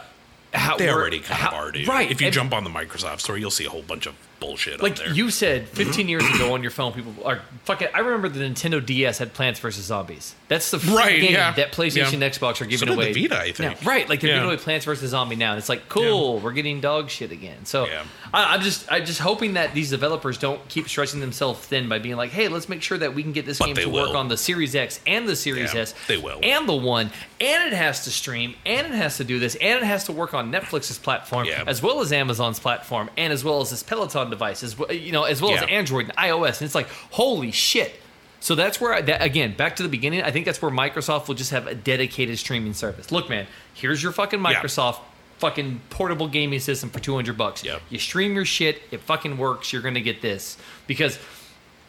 how They we're- already kind how, of are, dude. Right. If you and jump on the Microsoft store, you'll see a whole bunch of bullshit. like on there. Mm-hmm. you said 15 years ago on your phone people are fucking I remember the Nintendo DS had Plants vs Zombies. That's the first Right, game yeah. that PlayStation Yeah. and Xbox are giving So did the away. Vita, I now. think. Right, like they're Yeah. giving away Plants vs Zombie now. And it's like cool, we're getting dog shit again. So Yeah. I, I'm just I'm just hoping that these developers don't keep stretching themselves thin by being like, hey, let's make sure that we can get this But game they to work will. on the Series X and the Series Yeah, S. they will. And the one, and it has to stream, and it has to do this, and it has to work on Netflix's platform Yeah. as well as Amazon's platform, and as well as this Peloton device, as well, you know, as well as Yeah. Android and iOS. And it's like, holy shit. So that's where, I, that, again, back to the beginning, I think that's where Microsoft will just have a dedicated streaming service. Look, man, here's your fucking Yeah. Microsoft fucking portable gaming system for 200 bucks. Yep. You stream your shit, it fucking works, you're going to get this. Because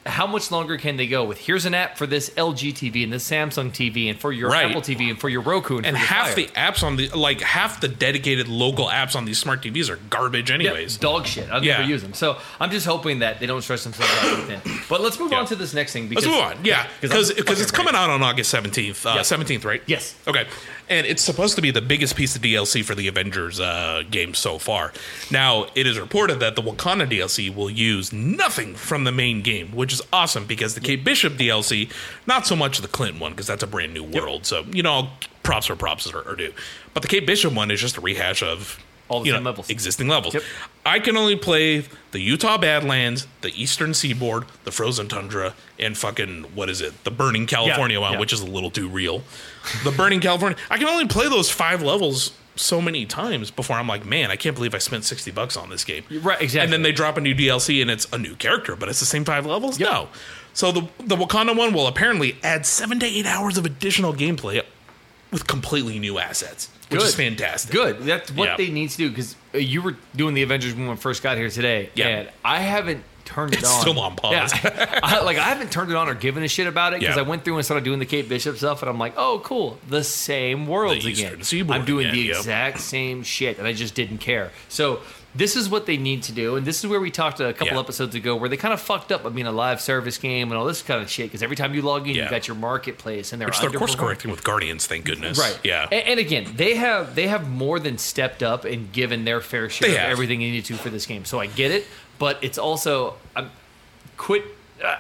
how much longer can they go with here's an app for this LG TV and this Samsung TV and for your Right. Apple TV and for your Roku and, and for your half Fire? the apps on the like half the dedicated local apps on these smart TVs are garbage Yeah, anyways. dog shit. I'll Yeah. never use them. So I'm just hoping that they don't stress themselves out with them. But let's move Yeah. on to this next thing. Because, Let's move on. Yeah, because I'm because it's fucking coming out on August seventeenth. uh, Yeah. Seventeenth, right? Yes. Okay, and it's supposed to be the biggest piece of DLC for the Avengers uh, game so far. Now it is reported that the Wakanda DLC will use nothing from the main game, which is awesome because the Kate Bishop DLC, not so much the Clinton one because that's a brand new world. So you know, props or props are, are due, but the Kate Bishop one is just a rehash of All the you same know, levels. existing levels. Yep. I can only play the Utah Badlands, the Eastern Seaboard, the Frozen Tundra, and fucking what is it? The Burning California one, yeah. which is a little too real. the Burning California. I can only play those five levels so many times before I'm like, man, I can't believe I spent sixty bucks on this game. Right, exactly. And then they drop a new DLC and it's a new character, but it's the same five levels. Yep. No. So the the Wakanda one will apparently add seven to eight hours of additional gameplay with completely new assets, which is Good. fantastic. Good. That's what Yeah. they need to do because uh, you were doing the Avengers when we first got here today. Yeah. And I haven't turned it It's on. still on pause. Yeah. I, like I haven't turned it on or given a shit about it because Yeah. I went through and started doing the Kate Bishop stuff, and I'm like, oh, cool, the same worlds The again. Eastern Seaboard I'm doing again, the yep. exact same shit, and I just didn't care. So. This is what they need to do, and this is where we talked a couple Yeah. episodes ago, where they kind of fucked up. I mean, a live service game and all this kind of shit. Because every time you log in, Yeah. you got your marketplace, and they're Which they're course underperforming. correcting with Guardians, thank goodness. Right. Yeah. A- And, again, they have they have more than stepped up and given their fair share They of have. everything they need to for this game. So I get it, but it's also I'm quit uh,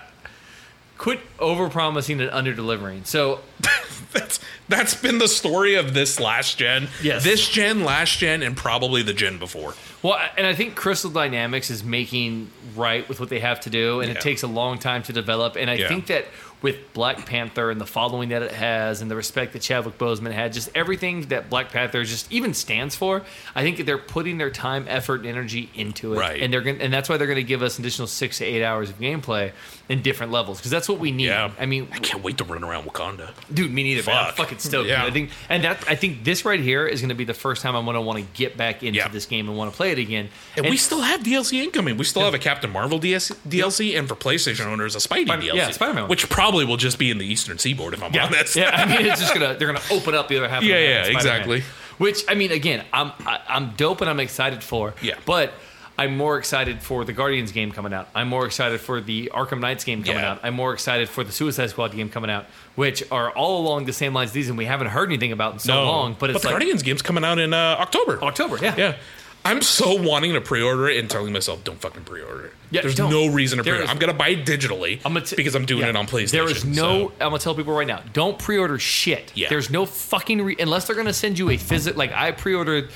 quit over promising and under delivering. So that's that's been the story of this last gen. Yes. This gen, last gen, and probably the gen before. well, and I think Crystal Dynamics is making right with what they have to do, and Yeah. it takes a long time to develop. And I Yeah. think that with Black Panther and the following that it has, and the respect that Chadwick Boseman had, just everything that Black Panther just even stands for, I think that they're putting their time, effort, and energy into it, Right. and they're going and that's why they're going to give us an additional six to eight hours of gameplay in different levels because that's what we need. Yeah. I mean, I can't wait to run around Wakanda. Dude, me neither. Man. I'm Fuck. fucking stoked. Yeah. I think, and that I think this right here is going to be the first time I'm going to want to get back into Yeah. this game and want to play play it again. And, we still have DLC incoming. We still have a Captain Marvel DS, DLC, and for PlayStation owners, a Spidey Spider- DLC. yeah, Spider-Man one. Which probably will just be in the Eastern Seaboard if I'm honest. Yeah, I mean, it's just gonna they're gonna open up the other half. of Yeah, the map yeah, with Spider-Man. exactly. Which I mean, again, I'm I, I'm dope and I'm excited for. Yeah. but. I'm more excited for the Guardians game coming out. I'm more excited for the Arkham Knights game coming Yeah. out. I'm more excited for the Suicide Squad game coming out, which are all along the same lines. These and we haven't heard anything about in so long. But it's the like Guardians game's coming out in uh, October. October. Yeah, Yeah. I'm so wanting to pre-order it and telling myself, "Don't fucking pre-order it." Yeah, There's don't. no reason to There pre-order. is- I'm gonna buy it digitally I'm gonna t- because I'm doing yeah. it on PlayStation. There is no. so- I'm gonna tell people right now: don't pre-order shit. Yeah. There's no fucking re- unless they're gonna send you a physical. Like I pre-ordered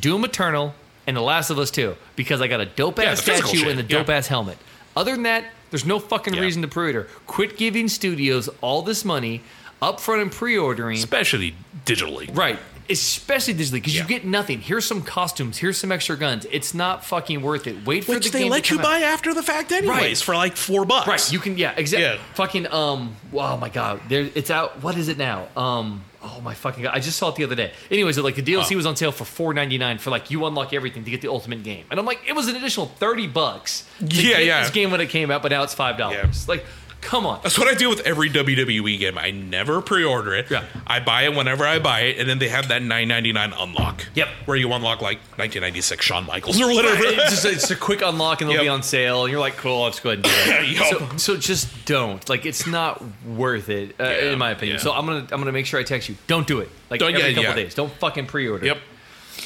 Doom Eternal and The Last of Us Two because I got a dope Yeah, ass the physical statue shit, and the yeah. dope ass helmet. Other than that, there's no fucking Yeah. reason to pre-order. Quit giving studios all this money upfront and pre-ordering. especially digitally. Right. Especially digitally, because Yeah. you get nothing. Here's some costumes. Here's some extra guns. It's not fucking worth it. Wait for Which the they game let to you come out. buy after the fact, anyways, Right. for like four bucks. Right. You can. Yeah. Exactly. Yeah. Fucking. Um. Oh my god. There. It's out. What is it now? Um. Oh my fucking god. I just saw it the other day. Anyways, like the DLC was on sale for four ninety nine for like you unlock everything to get the ultimate game, and I'm like, it was an additional thirty bucks. To Yeah, Get yeah. This game when it came out, but now it's five dollars. Like, come on. That's what I do with every WWE game. I never pre-order it. Yeah. I buy it whenever I buy it, and then they have that 9.99 unlock. Yep. Where you unlock like 1996 Shawn Michaels or whatever. it's just it's a quick unlock and they'll be Yep. on sale and you're like cool i'll just go ahead and do Yup. it so, so just don't like it's not worth it uh, Yeah, in my opinion yeah. so i'm gonna i'm gonna make sure i text you don't do it like Don't- every yeah, couple yeah. days don't fucking pre-order Yep.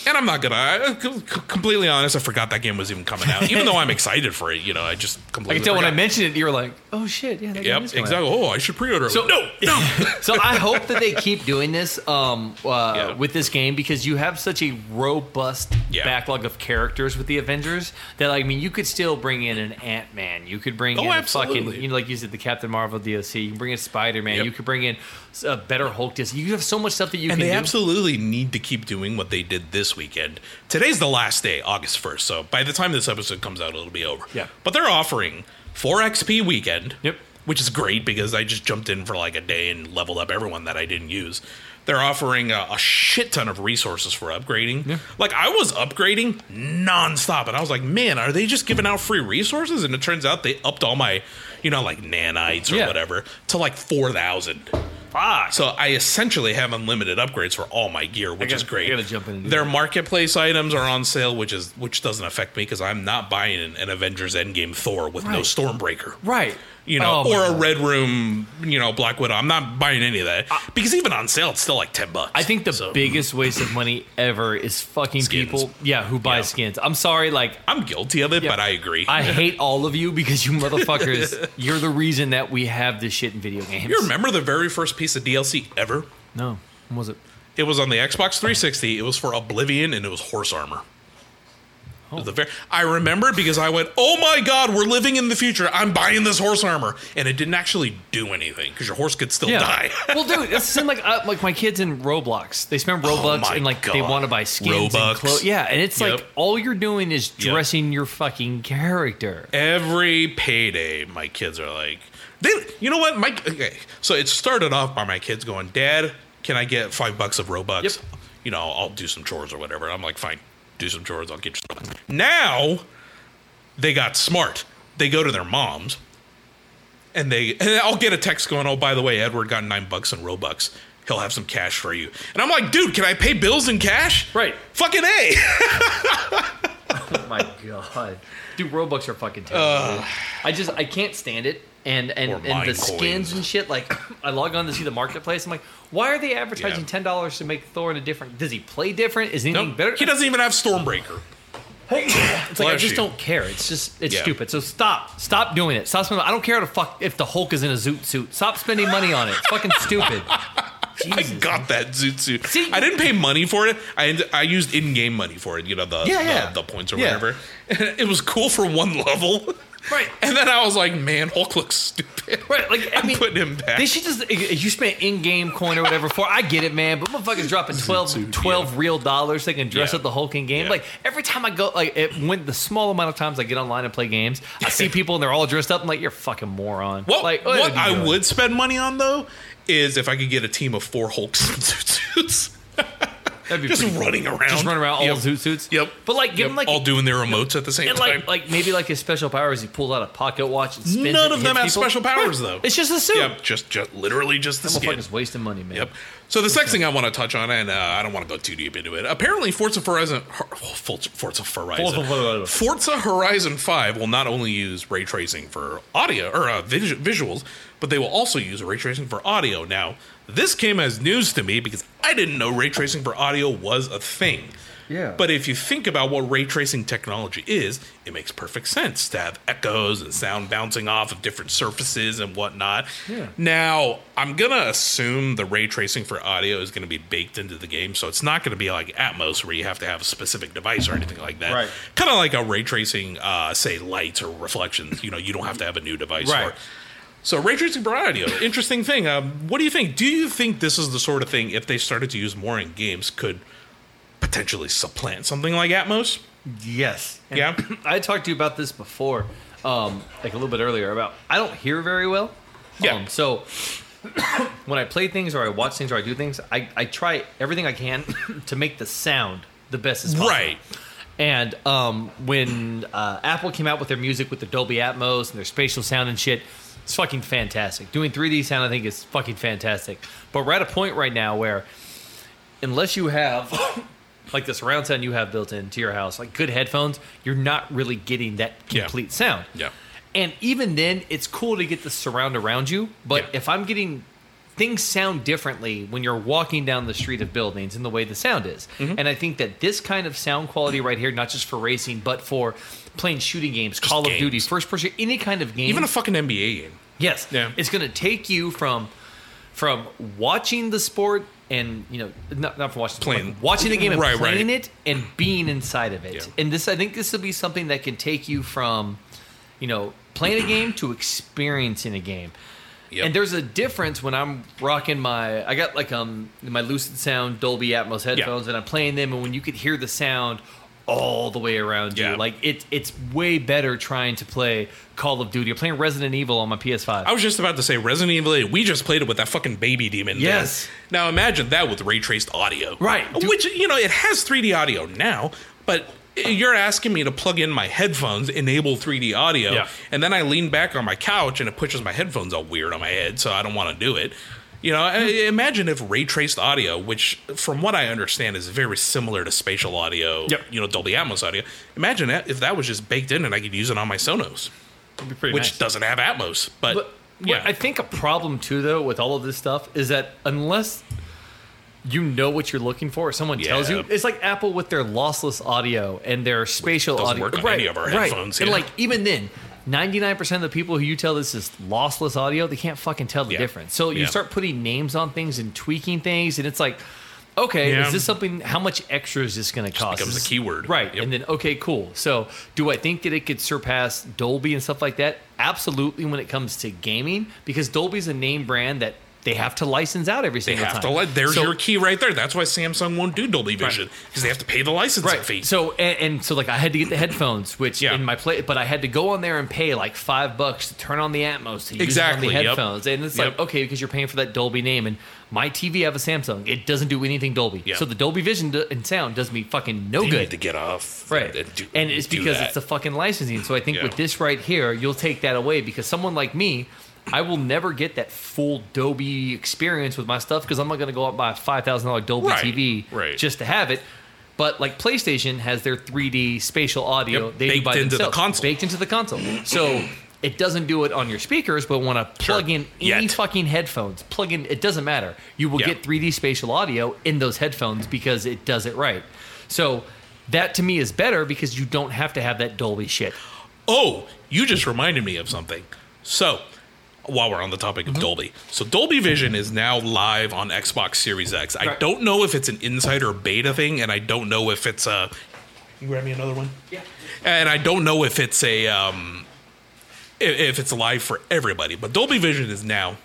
And I'm not gonna. I, uh, c- c- completely honest, I forgot that game was even coming out. even though I'm excited for it, you know, I just I completely. can tell when I forgot. mentioned it, you were like, "Oh shit, yeah, that game Yep, is coming exactly. out." Oh, I should pre-order. it. So- no, no. So I hope that they keep doing this um, uh, Yeah. with this game because you have such a robust Yeah. backlog of characters with the Avengers that I mean, you could still bring in an Ant Man, you could bring Oh, in a absolutely. fucking, you know, like you said, the Captain Marvel DLC, you can bring in Spider Man, Yep. you could bring in a better Hulk DLC. You have so much stuff that you and can they do. absolutely need to keep doing what they did this weekend. Today's the last day, August 1st. So by the time this episode comes out, it'll be over. Yeah. But they're offering 4XP weekend. Yep. Which is great because I just jumped in for like a day and leveled up everyone that I didn't use. They're offering a, a shit ton of resources for upgrading. Yeah. Like I was upgrading nonstop, and I was like, "Man, are they just giving out free resources?" And it turns out they upped all my, you know, like nanites or Yeah. whatever to like four thousand. Fuck. So I essentially have unlimited upgrades for all my gear, which gotta- is great. I gotta jump in and do Their that. marketplace items are on sale, which is which doesn't affect me because I'm not buying an, an Avengers Endgame Thor with no Right. Stormbreaker. right, You know, Oh, my or a God. Red Room, you know, Black Widow. I'm not buying any of that because even on sale, it's still like ten bucks. I think the biggest waste of money ever is fucking Skins. people. Yeah, who buy Yeah. skins. I'm sorry, like I'm guilty of it, but I agree. I hate all of you because you motherfuckers, you're the reason that we have this shit in video games. you remember the very first piece of DLC ever? No, when was it? It was on the Xbox 360. It was for Oblivion, and it was horse armor. It was The very, I remember it because I went, "Oh my god, we're living in the future. I'm buying this horse armor," and it didn't actually do anything because your horse could still die. well, dude, it's the same like uh, like my kids in Roblox. They spend Robux Oh my and like they God. want to buy skins Robux. and clothes. Yeah, and it's like Yep. all you're doing is Yep. dressing your fucking character. Every payday, my kids are like, "They, you know what, Mike?" Okay, so it started off by my kids going, "Dad, can I get five bucks of Robux? Yep. You know, I'll do some chores or whatever." And I'm like, "Fine, do some chores. I'll get you." Some. bucks." Now they got smart. They go to their moms, and they and I'll get a text going, "Oh, by the way, Edward got nine bucks in Robux." He'll have some cash for you. And I'm like, dude, can I pay bills in cash? Right. Fucking A. Oh my god, dude, Robux are fucking terrible. dude. I just I can't stand it. And and, Or mine and the skins coins. and shit. Like I log on to see the marketplace. I'm like, why are they advertising Yeah. ten dollars to make Thor in a different? Does he play different? Is anything Nope. better? He doesn't even have Stormbreaker. It's like I Bless just you. don't care. It's just it's Yeah. stupid. So stop, stop doing it. Stop spending. I don't care to fuck if the Hulk is in a zoot suit. Stop spending money on it. It's fucking stupid. I Jesus. got that zoot suit. See- I didn't pay money for it. I I used in game money for it. You know the Yeah, the, yeah. the points or Yeah. whatever. it was cool for one level, Right. And then I was like, man, Hulk looks stupid. Right, like I I'm mean, putting him back. They should just if you spent in-game coin or whatever for. I get it, man. But motherfuckers dropping 12, suit, 12 real dollars. They can dress Yeah. up the Hulk in game. Yeah. Like every time I go, like it, when the small amount of times I get online and play games, I see people and they're all dressed up. I'm like, you're a fucking moron. What, like oh, what, are you I doing? would spend money on though is if I could get a team of four Hulks in zoot suits. That'd be just pretty cool. running around, Just running around all Yep. zoot suits. Yep. But like, give Yep. him like all doing their remotes at the same And time. like, like maybe like his special power is he pulls out a pocket watch and spins. None it of and them have hits people. special powers though. It's just a suit. Yep, just just literally just the skin. Motherfuckers wasting money, man. Yep. So the next thing I want to touch on, and uh, I don't want to go too deep into it. Apparently, Forza Horizon, Forza, Forza Horizon, Forza Horizon Five will not only use ray tracing for audio or uh, vis- visuals, but they will also use ray tracing for audio. Now, this came as news to me because I didn't know ray tracing for audio was a thing. Yeah. But if you think about what ray tracing technology is, it makes perfect sense to have echoes and sound bouncing off of different surfaces and whatnot. Yeah. Now, I'm going to assume the ray tracing for audio is going to be baked into the game, so it's not going to be like Atmos where you have to have a specific device or anything like that. Right. Kind of like a ray tracing, uh, say, lights or reflections. You know, you don't have to have a new device Right. for it. So ray tracing for audio, interesting thing. Um, what do you think? Do you think this is the sort of thing if they started to use more in games could potentially supplant something like Atmos? Yes. And Yeah. I talked to you about this before, um, like a little bit earlier about I don't hear very well. Yeah. Um, so when I play things or I watch things or I do things, I, I try everything I can to make the sound the best as possible. Right. And um, when uh, Apple came out with their music with the Dolby Atmos and their spatial sound and shit, it's fucking fantastic. Doing 3D sound, I think, is fucking fantastic. But we're at a point right now where, unless you have like the surround sound you have built into your house, like good headphones, you're not really getting that Yeah. complete sound. Yeah. And even then, it's cool to get the surround around you. But Yeah. if I'm getting things sound differently when you're walking down the street of buildings and the way the sound is. Mm-hmm. And I think that this kind of sound quality right here, not just for racing, but for playing shooting games, Call of Duty, games. first person, any kind of game. Even a fucking NBA game. Yes. Yeah. It's going to take you from from watching the sport and you know not, not from watching Playing. the sport, watching the game and Right, playing right. it and being inside of it. Yeah. And this I think this will be something that can take you from you know playing a game to experiencing a game. Yep. And there's a difference when I'm rocking my I got like um my Lucid Sound Dolby Atmos headphones and I'm playing them and when you could hear the sound all the way around Yeah. you like it it's way better trying to play Call of Duty or playing Resident Evil on my PS5. I was just about to say Resident Evil 8. We just played it with that fucking baby demon. Yes. thing. Now imagine that with ray traced audio. Uh, Right. Dude. Which, you know, it has 3D audio now, but you're asking me to plug in my headphones, enable 3D audio, Yeah. and then I lean back on my couch and it pushes my headphones all weird on my head, so I don't want to do it. You know, I- Hmm. imagine if ray traced audio, which from what I understand is very similar to spatial audio, Yep. you know, Dolby Atmos audio. Imagine that if that was just baked in and I could use it on my Sonos, which doesn't have Atmos, but, But what yeah. I think a problem too, though, with all of this stuff is that unless you know what you're looking for, or someone tells Yeah. you, it's like Apple with their lossless audio and their spatial doesn't audio. work on any of our headphones, And yeah. like even then. 99% of the people who you tell this is lossless audio, they can't fucking tell the Yeah. difference. So you Yeah. start putting names on things and tweaking things, and it's like, okay, Yeah. is this something, how much extra is this going to cost? becomes Is a this- keyword. Right. Yep. And then, okay, cool. So, do I think that it could surpass Dolby and stuff like that? Absolutely, when it comes to gaming, because Dolby's a name brand that they have to license out every They single have to time. let. There's So- your key right there. That's why Samsung won't do Dolby Vision because they have to pay the licensing Right. fee. So and, and so, like I had to get the headphones, which Yeah. in my play, but I had to go on there and pay like five bucks to turn on the Atmos to use Exactly, it on yep. the headphones, and it's Yep. like okay because you're paying for that Dolby name, and my TV I have a Samsung, it doesn't do anything Dolby, Yeah. so the Dolby Vision do- and sound does me fucking no you good. need to get off. Right. And, do- it's do because that. it's the fucking licensing. So I think Yeah. with this right here, you'll take that away because someone like me, I will never get that full Dolby experience with my stuff because I'm not going to go out and buy a $5,000 Dolby Right. TV Right. just to have it. But like PlayStation has their 3D spatial audio Yep. they do Baked by into the themselves, console. baked into the console. So it doesn't do it on your speakers, but when I plug in any Yet. fucking headphones, plug in it doesn't matter. You will Yeah. get 3D spatial audio in those headphones because it does it right. So that to me is better because you don't have to have that Dolby shit. Oh, you just reminded me of something. So, while we're on the topic Mm-hmm. of Dolby, so Dolby Vision is now live on Xbox Series X. I Right. don't know if it's an insider beta thing, and I don't know if it's a. You grab me another one. Yeah. and I don't know if it's a um, i- if it's live for everybody, but Dolby Vision is now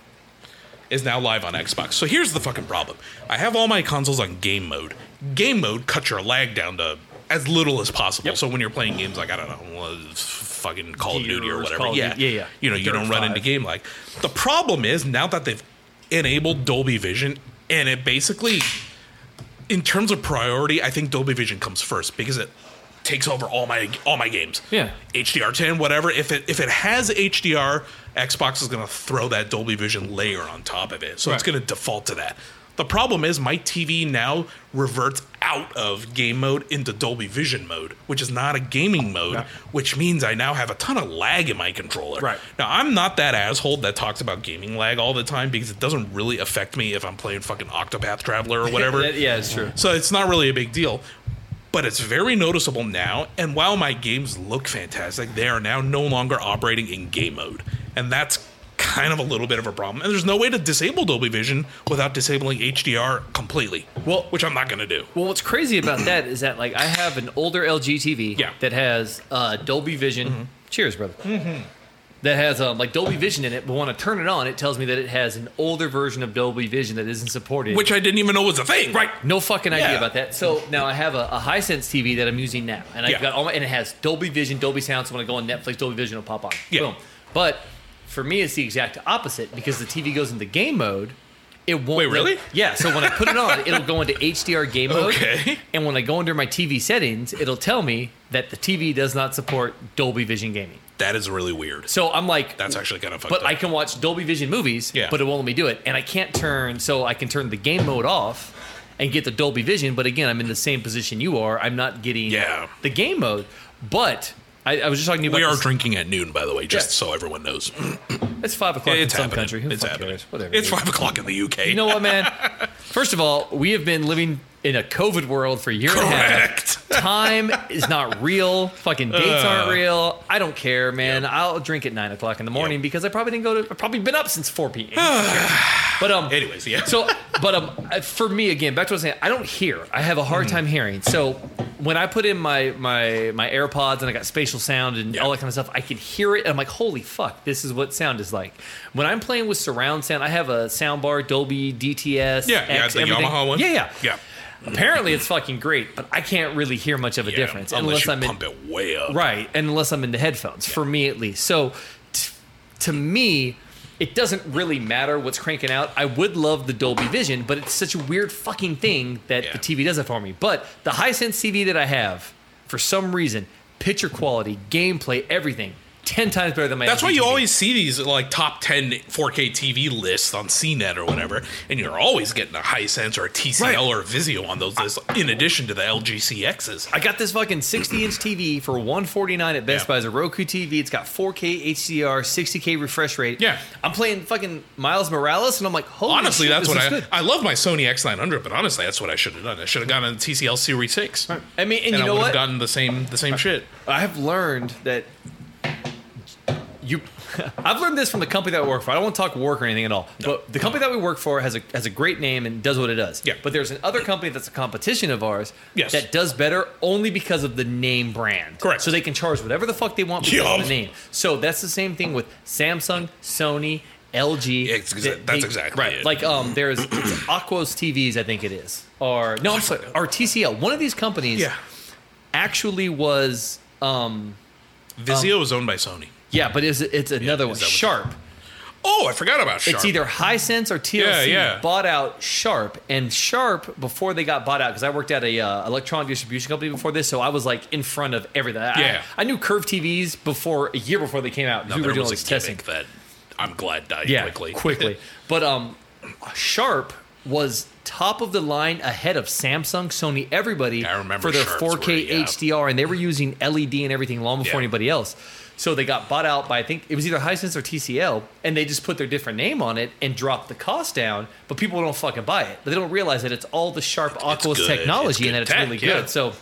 is now live on Xbox. So here's the fucking problem: I have all my consoles on game mode. Game mode cuts your lag down to as little as possible. So when you're playing games like I don't know, uh, f- fucking Call of Duty or Gears, whatever, Call of yeah, Duty- yeah, yeah. you know, you Dirt don't run five. into game lag. The problem is now that they've enabled Dolby Vision and it basically in terms of priority, I think Dolby Vision comes first because it takes over all my all my games. Yeah. HDR 10, whatever. If it if it has HDR, Xbox is going to throw that Dolby Vision layer on top of it. So it's Right. going to default to that. The problem is my TV now reverts out of game mode into Dolby Vision mode, which is not a gaming mode, Yeah. which means I now have a ton of lag in my controller. Right. Now, I'm not that asshole that talks about gaming lag all the time because it doesn't really affect me if I'm playing fucking Octopath Traveler or whatever. That- yeah, it's true. So it's not really a big deal, but it's very noticeable now. And while my games look fantastic, they are now no longer operating in game mode. And that's kind of a little bit of a problem. And there's no way to disable Dolby Vision without disabling HDR completely. Well, which I'm not going to do. Well, what's crazy about that is that like I have an older LG TV Yeah. that has uh, Dolby Vision. Cheers, brother. That has um, like Dolby Vision in it, but when I turn it on, it tells me that it has an older version of Dolby Vision that isn't supported. Which I didn't even know was a thing. Right. no fucking idea Yeah. about that. So now I have a, a Hisense TV that I'm using now, and I Yeah. have got all my, and it has Dolby Vision, Dolby Sound. So when I go on Netflix, Dolby Vision will pop on. Yeah. Boom. But for me, it's the exact opposite because the TV goes into game mode. It won't. Wait, let- really? yeah. So when I put it on, it'll go into HDR game mode. Okay. And when I go under my TV settings, it'll tell me that the TV does not support Dolby Vision gaming. That is really weird. So I'm like, That's actually kind of fucked but up. I can watch Dolby Vision movies, Yeah. but it won't let me do it. And I can't turn, so I can turn the game mode off and get the Dolby Vision. But again, I'm in the same position you are. I'm not getting Yeah. the game mode. But I, I was just talking to you about we are this- drinking at noon, by the way, just Yeah. so everyone knows. It's five o'clock in It's some happening. country. Who the it's fuck happening. cares? Whatever. It's dude. five o'clock in the UK. You know what, man? First of all, we have been living in a COVID world for a year and a Correct. half. Time is not real. Fucking dates aren't real. I don't care, man. I'll drink at nine o'clock in the morning Yep. because I probably didn't go to. I've probably been up since four p.m. but um, Anyways, yeah. So, but um, I- for me again, back to what I was saying, I don't hear. I have a hard Mm-hmm. time hearing. So when I put in my my my AirPods and I got spatial sound and Yeah. all that kind of stuff, I can hear it. And I'm like, holy fuck, this is what sound is like. When I'm playing with surround sound, I have a sound bar, Dolby DTS. Yeah, yeah, X, the everything. Yamaha one. Yeah, yeah, Yeah. Apparently, it's fucking great, but I can't really hear much of a Yeah, difference unless, unless, you I'm in pump it way up. Right, and unless I'm in the headphones, for me at least. So, t- to me, it doesn't really matter what's cranking out. I would love the Dolby Vision, but it's such a weird fucking thing that Yeah. the TV does it for me. But the Hisense TV that I have, for some reason, picture quality, gameplay, everything, ten times better than my. That's why LG you TV. always see these like top 10 4K TV lists on CNET or whatever, and you're always getting a Hisense or a TCL Right. or a Vizio on those lists, in addition to the LG CXs. I got this fucking 60 inch TV for 149 at Best Yeah. Buy. It's a Roku TV. It's got 4K HDR, 60K refresh rate. Yeah. I'm playing fucking Miles Morales, and I'm like, holy Honestly, shit, that's this what I looks good. I love my Sony X900, but honestly, that's what I should have done. I should have gotten a TCL Series 6. I mean, And and, you I know would what? have gotten the same the same shit. I've learned that you. I've learned this from the company that I work for. I don't want to talk work or anything at all, but the company that we work for has a has a great name and does what it does. Yeah. But there's another company that's a competition of ours Yes. that does better only because of the name brand. Correct. So they can charge whatever the fuck they want because Yeah. of the name. So that's the same thing with Samsung, Sony. LG. Yeah, it's exa- They- that's they- exactly right. it. Like um, there's it's Aquos TVs, I think it is, or no, I'm sorry, or TCL. One of these companies Yeah. actually was um Vizio is owned by Sony. yeah, but it's it's another is one. that what- Sharp. Oh, I forgot about Sharp. It's either Hisense or TLC Yeah, yeah. bought out Sharp, and Sharp before they got bought out because I worked at a uh, electronic distribution company before this, so I was like in front of everything. I- Yeah. I, knew Curve TVs before a year before they came out. 'cause Now, we there were doing all was a this testing. gimmick that I'm glad died yeah, quickly. quickly. But um, Sharp was top of the line ahead of Samsung, Sony, everybody I remember for their Sharps 4K were, yeah. HDR, and they were using LED and everything long before Yeah. anybody else. So they got bought out by I think it was either Hisense or TCL, and they just put their different name on it and dropped the cost down. But people don't fucking buy it. They don't realize that it's all the Sharp Oculus good. technology and that It's it's good really tech, yeah. good. So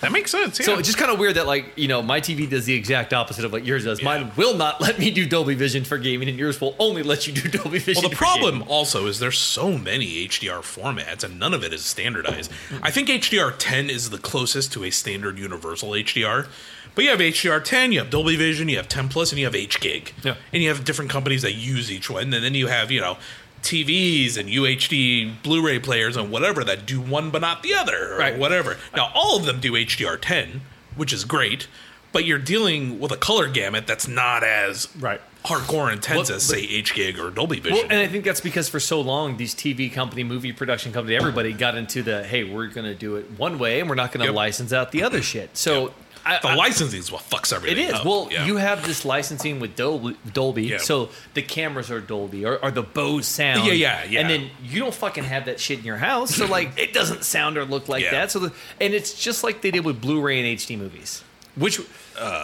that makes sense. Yeah. so it's just kind of weird that like you know my TV does the exact opposite of what yours does. Mine will not let me do Dolby Vision for gaming, and yours will only let you do Dolby Vision. Well, the for problem gaming. also is there's so many HDR formats, and none of it is standardized. Mm-hmm. I think HDR 10 is the closest to a standard universal HDR. But you have HDR 10, you have Dolby Vision, you have 10 Plus, and you have HGig. Yeah. And you have different companies that use each one, and then you have you know TVs and UHD Blu-ray players and whatever that do one but not the other, or Right. Whatever. Now all of them do HDR 10, which is great. But you're dealing with a color gamut that's not as Right. hardcore intent to say H gig or Dolby Vision. Well, and I think that's because for so long, these TV company, movie production company, everybody got into the hey, we're going to do it one way and we're not going to Yep. license out the other shit. So I, the I- licensing is what fucks it everything. is. up. Well, Oh, Yeah. you have this licensing with Dolby, Dolby Yeah. so the cameras are Dolby or, or the Bose sound. Yeah, yeah, yeah. And then you don't fucking have that shit in your house, so like it doesn't sound or look like Yeah. that. So the, and it's just like they did with Blu-ray and HD movies, which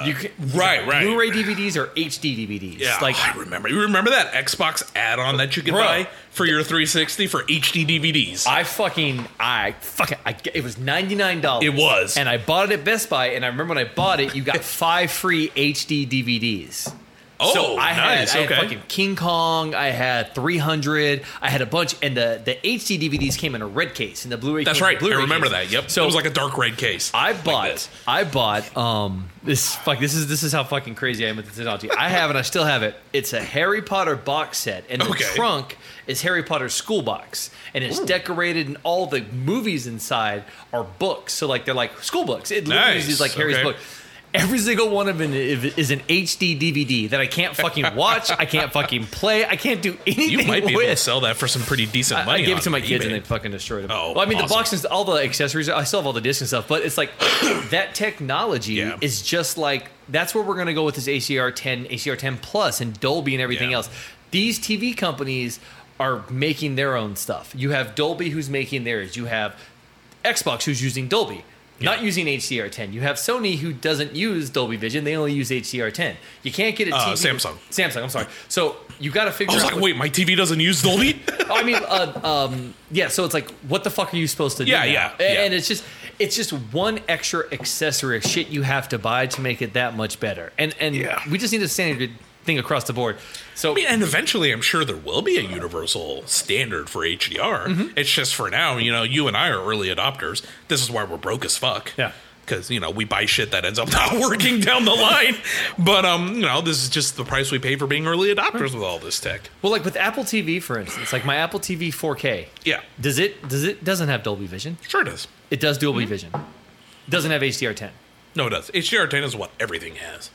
you can, right, right. Blu-ray DVDs or HD DVDs. uh, Yeah, like I remember. You remember that Xbox add-on that you could Bruh. buy for your 360 for HD DVDs? I fucking I fucking I, it was ninety nine dollars. It was. and I bought it at Best Buy, and I remember when I bought it, you got five free HD DVDs. oh, so I nice. had, I okay. had fucking King Kong. I had 300. I had a bunch, and the the HD DVDs came in a red case, and the Blu-ray. That's came in right. a Blu-ray I remember case. that. Yep. So it was like a dark red case. I bought. this. I bought. Um. This fuck. This is this is how fucking crazy I am with the technology. I have and I still have it. It's a Harry Potter box set, and the Okay. trunk is Harry Potter's school box, and it's decorated, and all the movies inside are books. So like they're like school books. It literally Nice. is like Harry's Okay. book. Every single one of them is an HD DVD that I can't fucking watch. I can't fucking play. I can't do anything you might be able to with. sell that for some pretty decent I- money. I gave it on to my kids and eBay. they fucking destroyed it. Oh, well, I mean the awesome. box and all the accessories. I still have all the discs and stuff, but it's like that technology Yeah. is just like that's where we're gonna go with this ACR 10, ACR 10 Plus, and Dolby and everything Yeah. else. These TV companies are making their own stuff. You have Dolby who's making theirs. You have Xbox who's using Dolby. Not Yeah. using HDR 10. You have Sony who doesn't use Dolby Vision; they only use HDR 10. You can't get a Uh, TV. Samsung. Samsung. I'm sorry. So you got to figure I was out. like, what- wait, my TV doesn't use Dolby. Oh, I mean, uh, um, yeah. So it's like, what the fuck are you supposed to do? Yeah, now? yeah, A- yeah. And it's just, it's just one extra accessory of shit you have to buy to make it that much better. And and Yeah. we just need a standard thing across the board. So I mean, and eventually, I'm sure there will be a universal standard for HDR. Mm-hmm. It's just for now, you know, you and I are early adopters. This is why we're broke as fuck. Yeah. Because you know we buy shit that ends up not working down the line, but um, you know this is just the price we pay for being early adopters Mm-hmm. with all this tech. well, like with Apple TV, for instance, like my Apple TV 4K. Yeah. Does it? Does it? Doesn't have Dolby Vision. Sure it does. It does Dolby Mm-hmm. Vision. Doesn't have HDR 10. No, it does. HDR 10 is what everything has.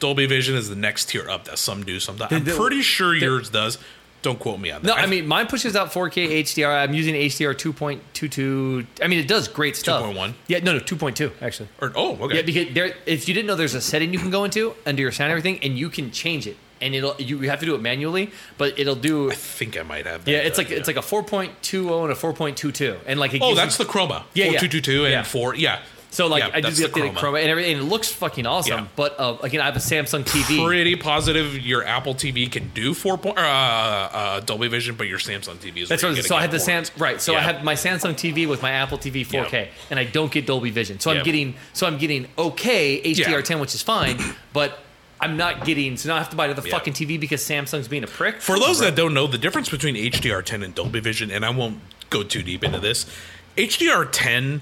Dolby Vision is the next tier up that some do, some don't. I'm They- they- pretty sure they- yours does. Don't quote me on that. No, I mean mine pushes out 4K HDR. I'm using HDR 2.22. I mean it does great stuff. 2.1? Yeah, no, no, 2.2 actually. or, oh, okay. Yeah, because there, if you didn't know, there's a setting you can go into under your sound and everything, and you can change it. And it'll you have to do it manually, but it'll do. I think I might have. That Yeah, it's done, like it's like a 4.20 and a 4.22, and like it Oh, gives that's you, the chroma. Yeah, yeah. 4222 and Yeah. 4. Yeah. so like Yeah, I did that's the updated chroma. and everything. And it looks fucking awesome. Yeah. But uh, again, I have a Samsung TV. Pretty positive your Apple TV can do 4 point, uh, uh, Dolby Vision, but your Samsung TV is That's where what. you're So I gonna had the get more. Sam. Right. So I Yeah. have my Samsung TV with my Apple TV 4K, Yeah. and I don't get Dolby Vision. So I'm Yeah. getting. So I'm getting okay HDR 10, which is fine, but. I'm not getting, so now I have to buy another Yeah. fucking TV because Samsung's being a prick. For those that don't know, the difference between HDR 10 and Dolby Vision, and I won't go too deep into this, HDR 10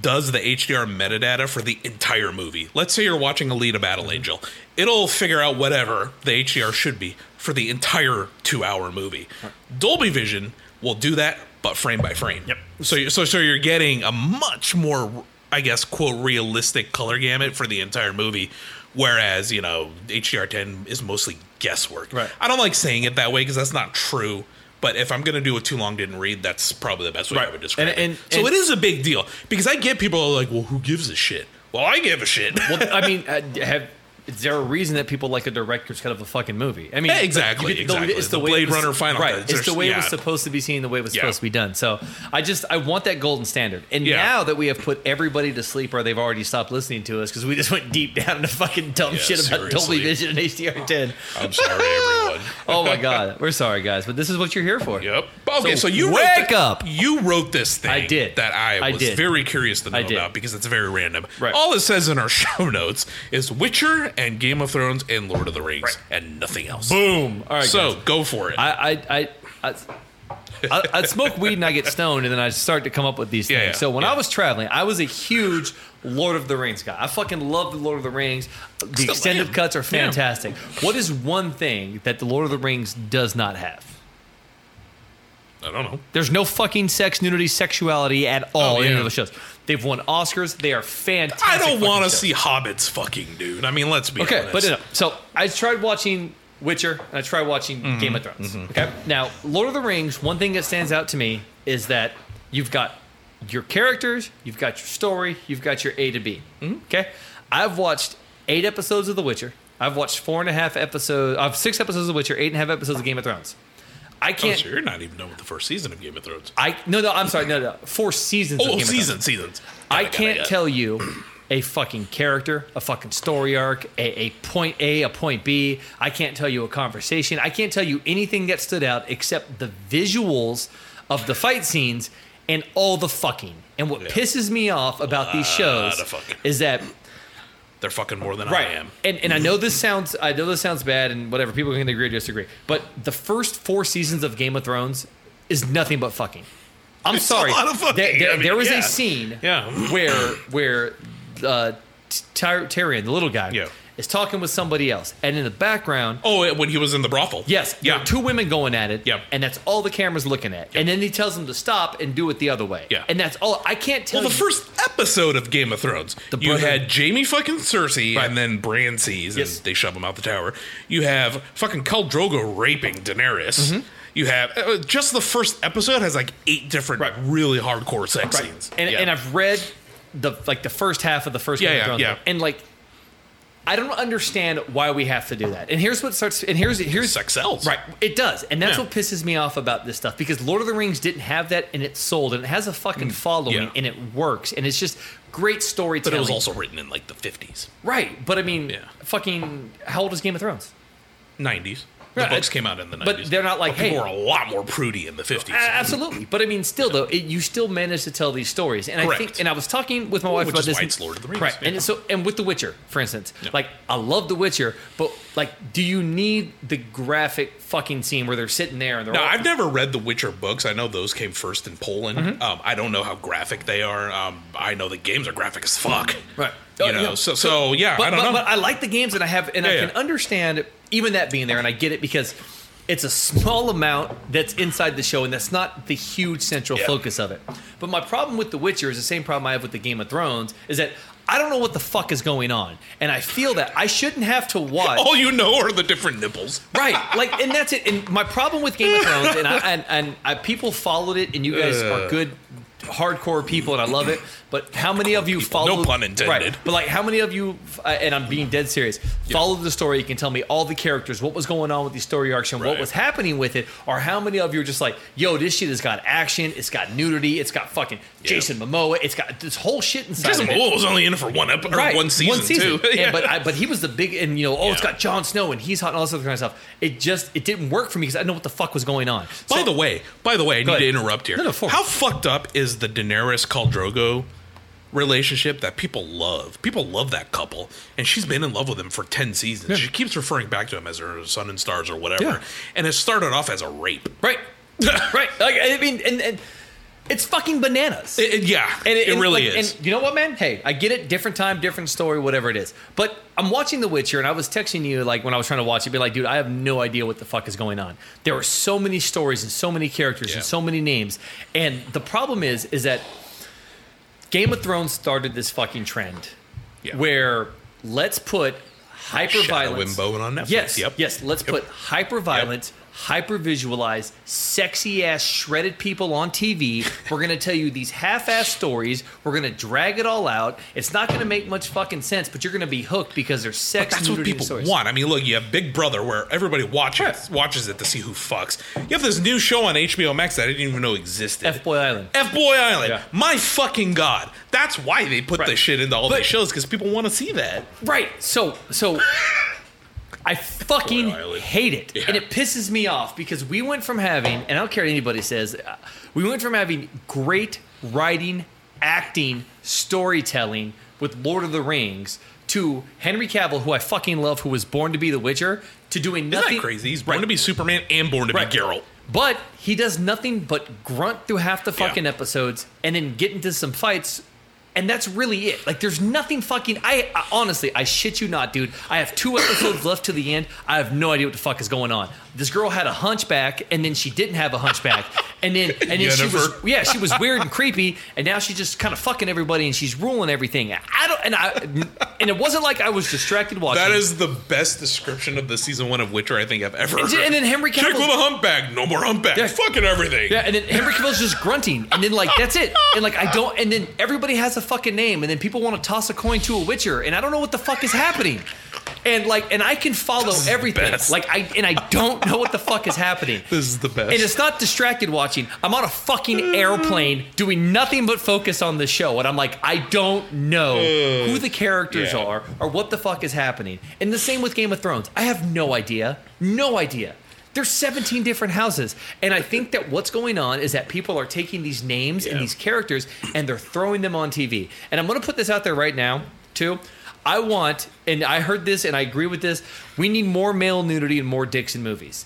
does the HDR metadata for the entire movie. Let's say you're watching Elite a Battle Angel, it'll figure out whatever the HDR should be for the entire two hour movie. Dolby Vision will do that, but frame by frame. Yep. So, you- so, so you're getting a much more, I guess, quote, realistic color gamut for the entire movie. Whereas, you know, HDR 10 is mostly guesswork. Right. I don't like saying it that way because that's not true. But if I'm going to do a too long didn't read, that's probably the best way I Right. would describe And- it. and- so and- it is a big deal because I get people are like, well, who gives a shit? Well, I give a shit. Well, I mean, uh, have is there a reason that people like a director's cut of a fucking movie? I mean, Yeah, exactly, you the- exactly. It's the, The way it Blade was- Runner final right? cuts It's are- the way it was yeah. supposed to be seen, the way it was Yeah. supposed to be done. So I just I want that golden standard. And Yeah. now that we have put everybody to sleep, or they've already stopped listening to us because we just went deep down into fucking dumb Yeah, shit about seriously. Dolby Vision and HDR ten. I'm sorry, everyone. oh my god, we're sorry guys, but this is what you're here for. Yep. Okay, so, So you wrote wake thi- up. You wrote this thing. I did. That I I was did. very curious to know I did. about because it's very random. Right. All it says in our show notes is Witcher and Game of Thrones and Lord of the Rings and nothing else. Boom. All right, so guys. go for it. I I I. I I, I'd smoke weed and I get stoned, and then I start to come up with these Yeah, things. yeah, so when yeah. I was traveling, I was a huge Lord of the Rings guy. I fucking love the Lord of the Rings. The Still extended am. cuts are Yeah. fantastic. What is one thing that the Lord of the Rings does not have? I don't know. There's no fucking sex, nudity, sexuality at all Oh, in any yeah. of the shows. They've won Oscars. They are fantastic. I don't fucking want to shows. see hobbits fucking, dude. I mean, let's be Okay, honest. but no, so I tried watching Witcher, and I try watching Mm-hmm. Game of Thrones. Okay. Now, Lord of the Rings, one thing that stands out to me is that you've got your characters, you've got your story, you've got your A to B. Mm-hmm. Okay. I've watched eight episodes of The Witcher. I've watched four and a half episodes, I've six episodes of The Witcher, eight and a half episodes of Game of Thrones. I Oh, can't. so you're not even done with the first season of Game of Thrones. I no no. I'm sorry. No no. Four seasons. of Oh, Game of Thrones. season, seasons. Got it, got I it, can't got it. tell you a fucking character, a fucking story arc, a, a point A, a point B. I can't tell you a conversation. I can't tell you anything that stood out except the visuals of the fight scenes and all the fucking. And what Yeah. pisses me off about these Lot shows of fucking. is that They're fucking more than I am. and and I know this sounds I know this sounds bad and whatever people can agree or disagree, but the first four seasons of Game of Thrones is nothing but fucking. I'm It's a sorry, lot of fucking, There, there- I mean, there was yeah. a scene Yeah. where where uh, Ty- Tyrion, the little guy, Yeah. is talking with somebody else, and in the background Oh, when he was in the brothel. Yes, there Yeah. are two women going at it, Yep. and that's all the camera's looking at. And then he tells them to stop and do it the other way. Yeah. And that's all. I can't tell Well, the you- first episode of Game of Thrones, The you brother- had Jamie fucking Cersei and then Bran sees Yes. and they shove him out the tower. You have fucking Khal Drogo raping Daenerys. You have uh, just the first episode has like eight different really hardcore sex scenes. And, Yeah. and I've read the like the first half of the first Yeah, Game of yeah, Thrones, yeah. and like I don't understand why we have to do that. And here's what starts. And here's here's sex sells. right. It does, and that's Yeah. what pisses me off about this stuff because Lord of the Rings didn't have that, and it sold, and it has a fucking following, Mm. yeah. and it works, and it's just great But storytelling. it was also written in like the 50s, right. But I mean, Yeah. fucking how old is Game of Thrones? 90s. The Right, books I- came out in the 90s. but they're not like, But people hey- were a lot more prudy in the 50s. A- Absolutely, but I mean, still though, it, you still manage to tell these stories, and I Correct. think, and I was talking with my wife Which about is this. why it's Lord of the Rings, right? yeah. And so, and with The Witcher, for instance, like I love The Witcher, but like, do you need the graphic fucking scene where they're sitting there and they're Now, all, I've never read the Witcher books. I know those came first in Poland. Mm-hmm. Um, I don't know how graphic they are. Um, I know the games are graphic as fuck. Right. You Oh, know, yeah. so, so yeah, but, I don't but, know. but I like the games and I have, and I Yeah, can yeah. understand even that being there, and I get it because it's a small amount that's inside the show, and that's not the huge central Yeah. focus of it. But my problem with The Witcher is the same problem I have with the Game of Thrones is that I don't know what the fuck is going on, and I feel that I shouldn't have to watch. All you know are the different nipples. Right, like, and that's it. And my problem with Game of Thrones, and I, and, and I, people followed it, and you guys are Ugh. good, hardcore people, and I love it. But how many of you people, no followed? pun intended. Right, but like, how many of you? uh, And I'm being dead serious. Followed the story. You can tell me all the characters, what was going on with the story arcs, and what Right. was happening with it. Or how many of you are just like, yo, this shit has got action, it's got nudity, it's got fucking Jason Momoa, it's got this whole shit inside. Jason of it. Momoa oh, was only in it for one ep- or one season, too. And- Yeah. but I, but he was the big, and you know, oh, it's Yeah. got Jon Snow, and he's hot, and all this other kind of stuff. It just it didn't work for me because I didn't know what the fuck was going on. by So- the way, by the way, I need Go to ahead. interrupt here. No, no, of course. How fucked up is the Daenerys Caldrogo relationship that people love? People love that couple, and she's been in love with him for ten seasons. She keeps referring back to him as her son and stars or whatever, Yeah. and it started off as a rape. right, right. Like I mean, and, and it's fucking bananas. It- it- yeah, and it, and, really like, is. And you know what, man? Hey, I get it. Different time, different story, whatever it is. But I'm watching The Witcher, and I was texting you like when I was trying to watch it, be like, dude, I have no idea what the fuck is going on. There are so many stories and so many characters Yeah. and so many names, and the problem is, is that Game of Thrones started this fucking trend Yeah. where let's put hyper violence. Shadow and Bone on Netflix. Yes. Yep. Yes. Let's put hyper violent, hyper visualized, sexy ass shredded people on TV. We're gonna tell you these half ass stories. We're gonna drag it all out. It's not gonna make much fucking sense, but you're gonna be hooked because there's sex. That's what nudity, and people stories. want. I mean, look, you have Big Brother where everybody watches Right. watches it to see who fucks. You have this new show on HBO Max that I didn't even know existed. F Boy Island. F Boy Island. Yeah. My fucking god. That's why they put Right. this shit into all But- these shows because people want to see that. Right. So so I fucking Boy, Island. hate it. Yeah. And it pisses me off because we went from having, and I don't care what anybody says, uh, we went from having great writing, acting, storytelling with Lord of the Rings to Henry Cavill, who I fucking love, who was born to be the Witcher, to doing Isn't nothing. that crazy? He's born to be Superman and born to Right. be Geralt. But he does nothing but grunt through half the fucking episodes and then get into some fights And that's really it. Like, there's nothing fucking. I, I honestly, I shit you not, dude. I have two episodes left to the end. I have no idea what the fuck is going on. This girl had a hunchback, and then she didn't have a hunchback, and then and then she was Yennefer. yeah, she was weird and creepy, and now she's just kind of fucking everybody, and she's ruling everything. I don't, and I, and it wasn't like I was distracted watching. That is the best description of the season one of Witcher I think I've ever. And heard. then- and then Henry Chick Cavill- with a humpback, no more humpback. Yeah. Fucking everything. Yeah, and then Henry Cavill's just grunting, and then like that's it, and like I don't, and then everybody has a fucking name, and then people want to toss a coin to a Witcher, and I don't know what the fuck is happening, and like, and I can follow everything, best. like I, and I don't know what the fuck is happening. This is the best. And it's not distracted watching. I'm on a fucking airplane Mm. doing nothing but focus on the show. And I'm like, I don't know who the characters Yeah. are or what the fuck is happening. And the same with Game of Thrones. I have no idea. No idea. There's 17 different houses. And I think that what's going on is that people are taking these names Yeah. and these characters and they're throwing them on TV. And I'm going to put this out there right now, too. I want, and I heard this and I agree with this, we need more male nudity and more dicks in movies.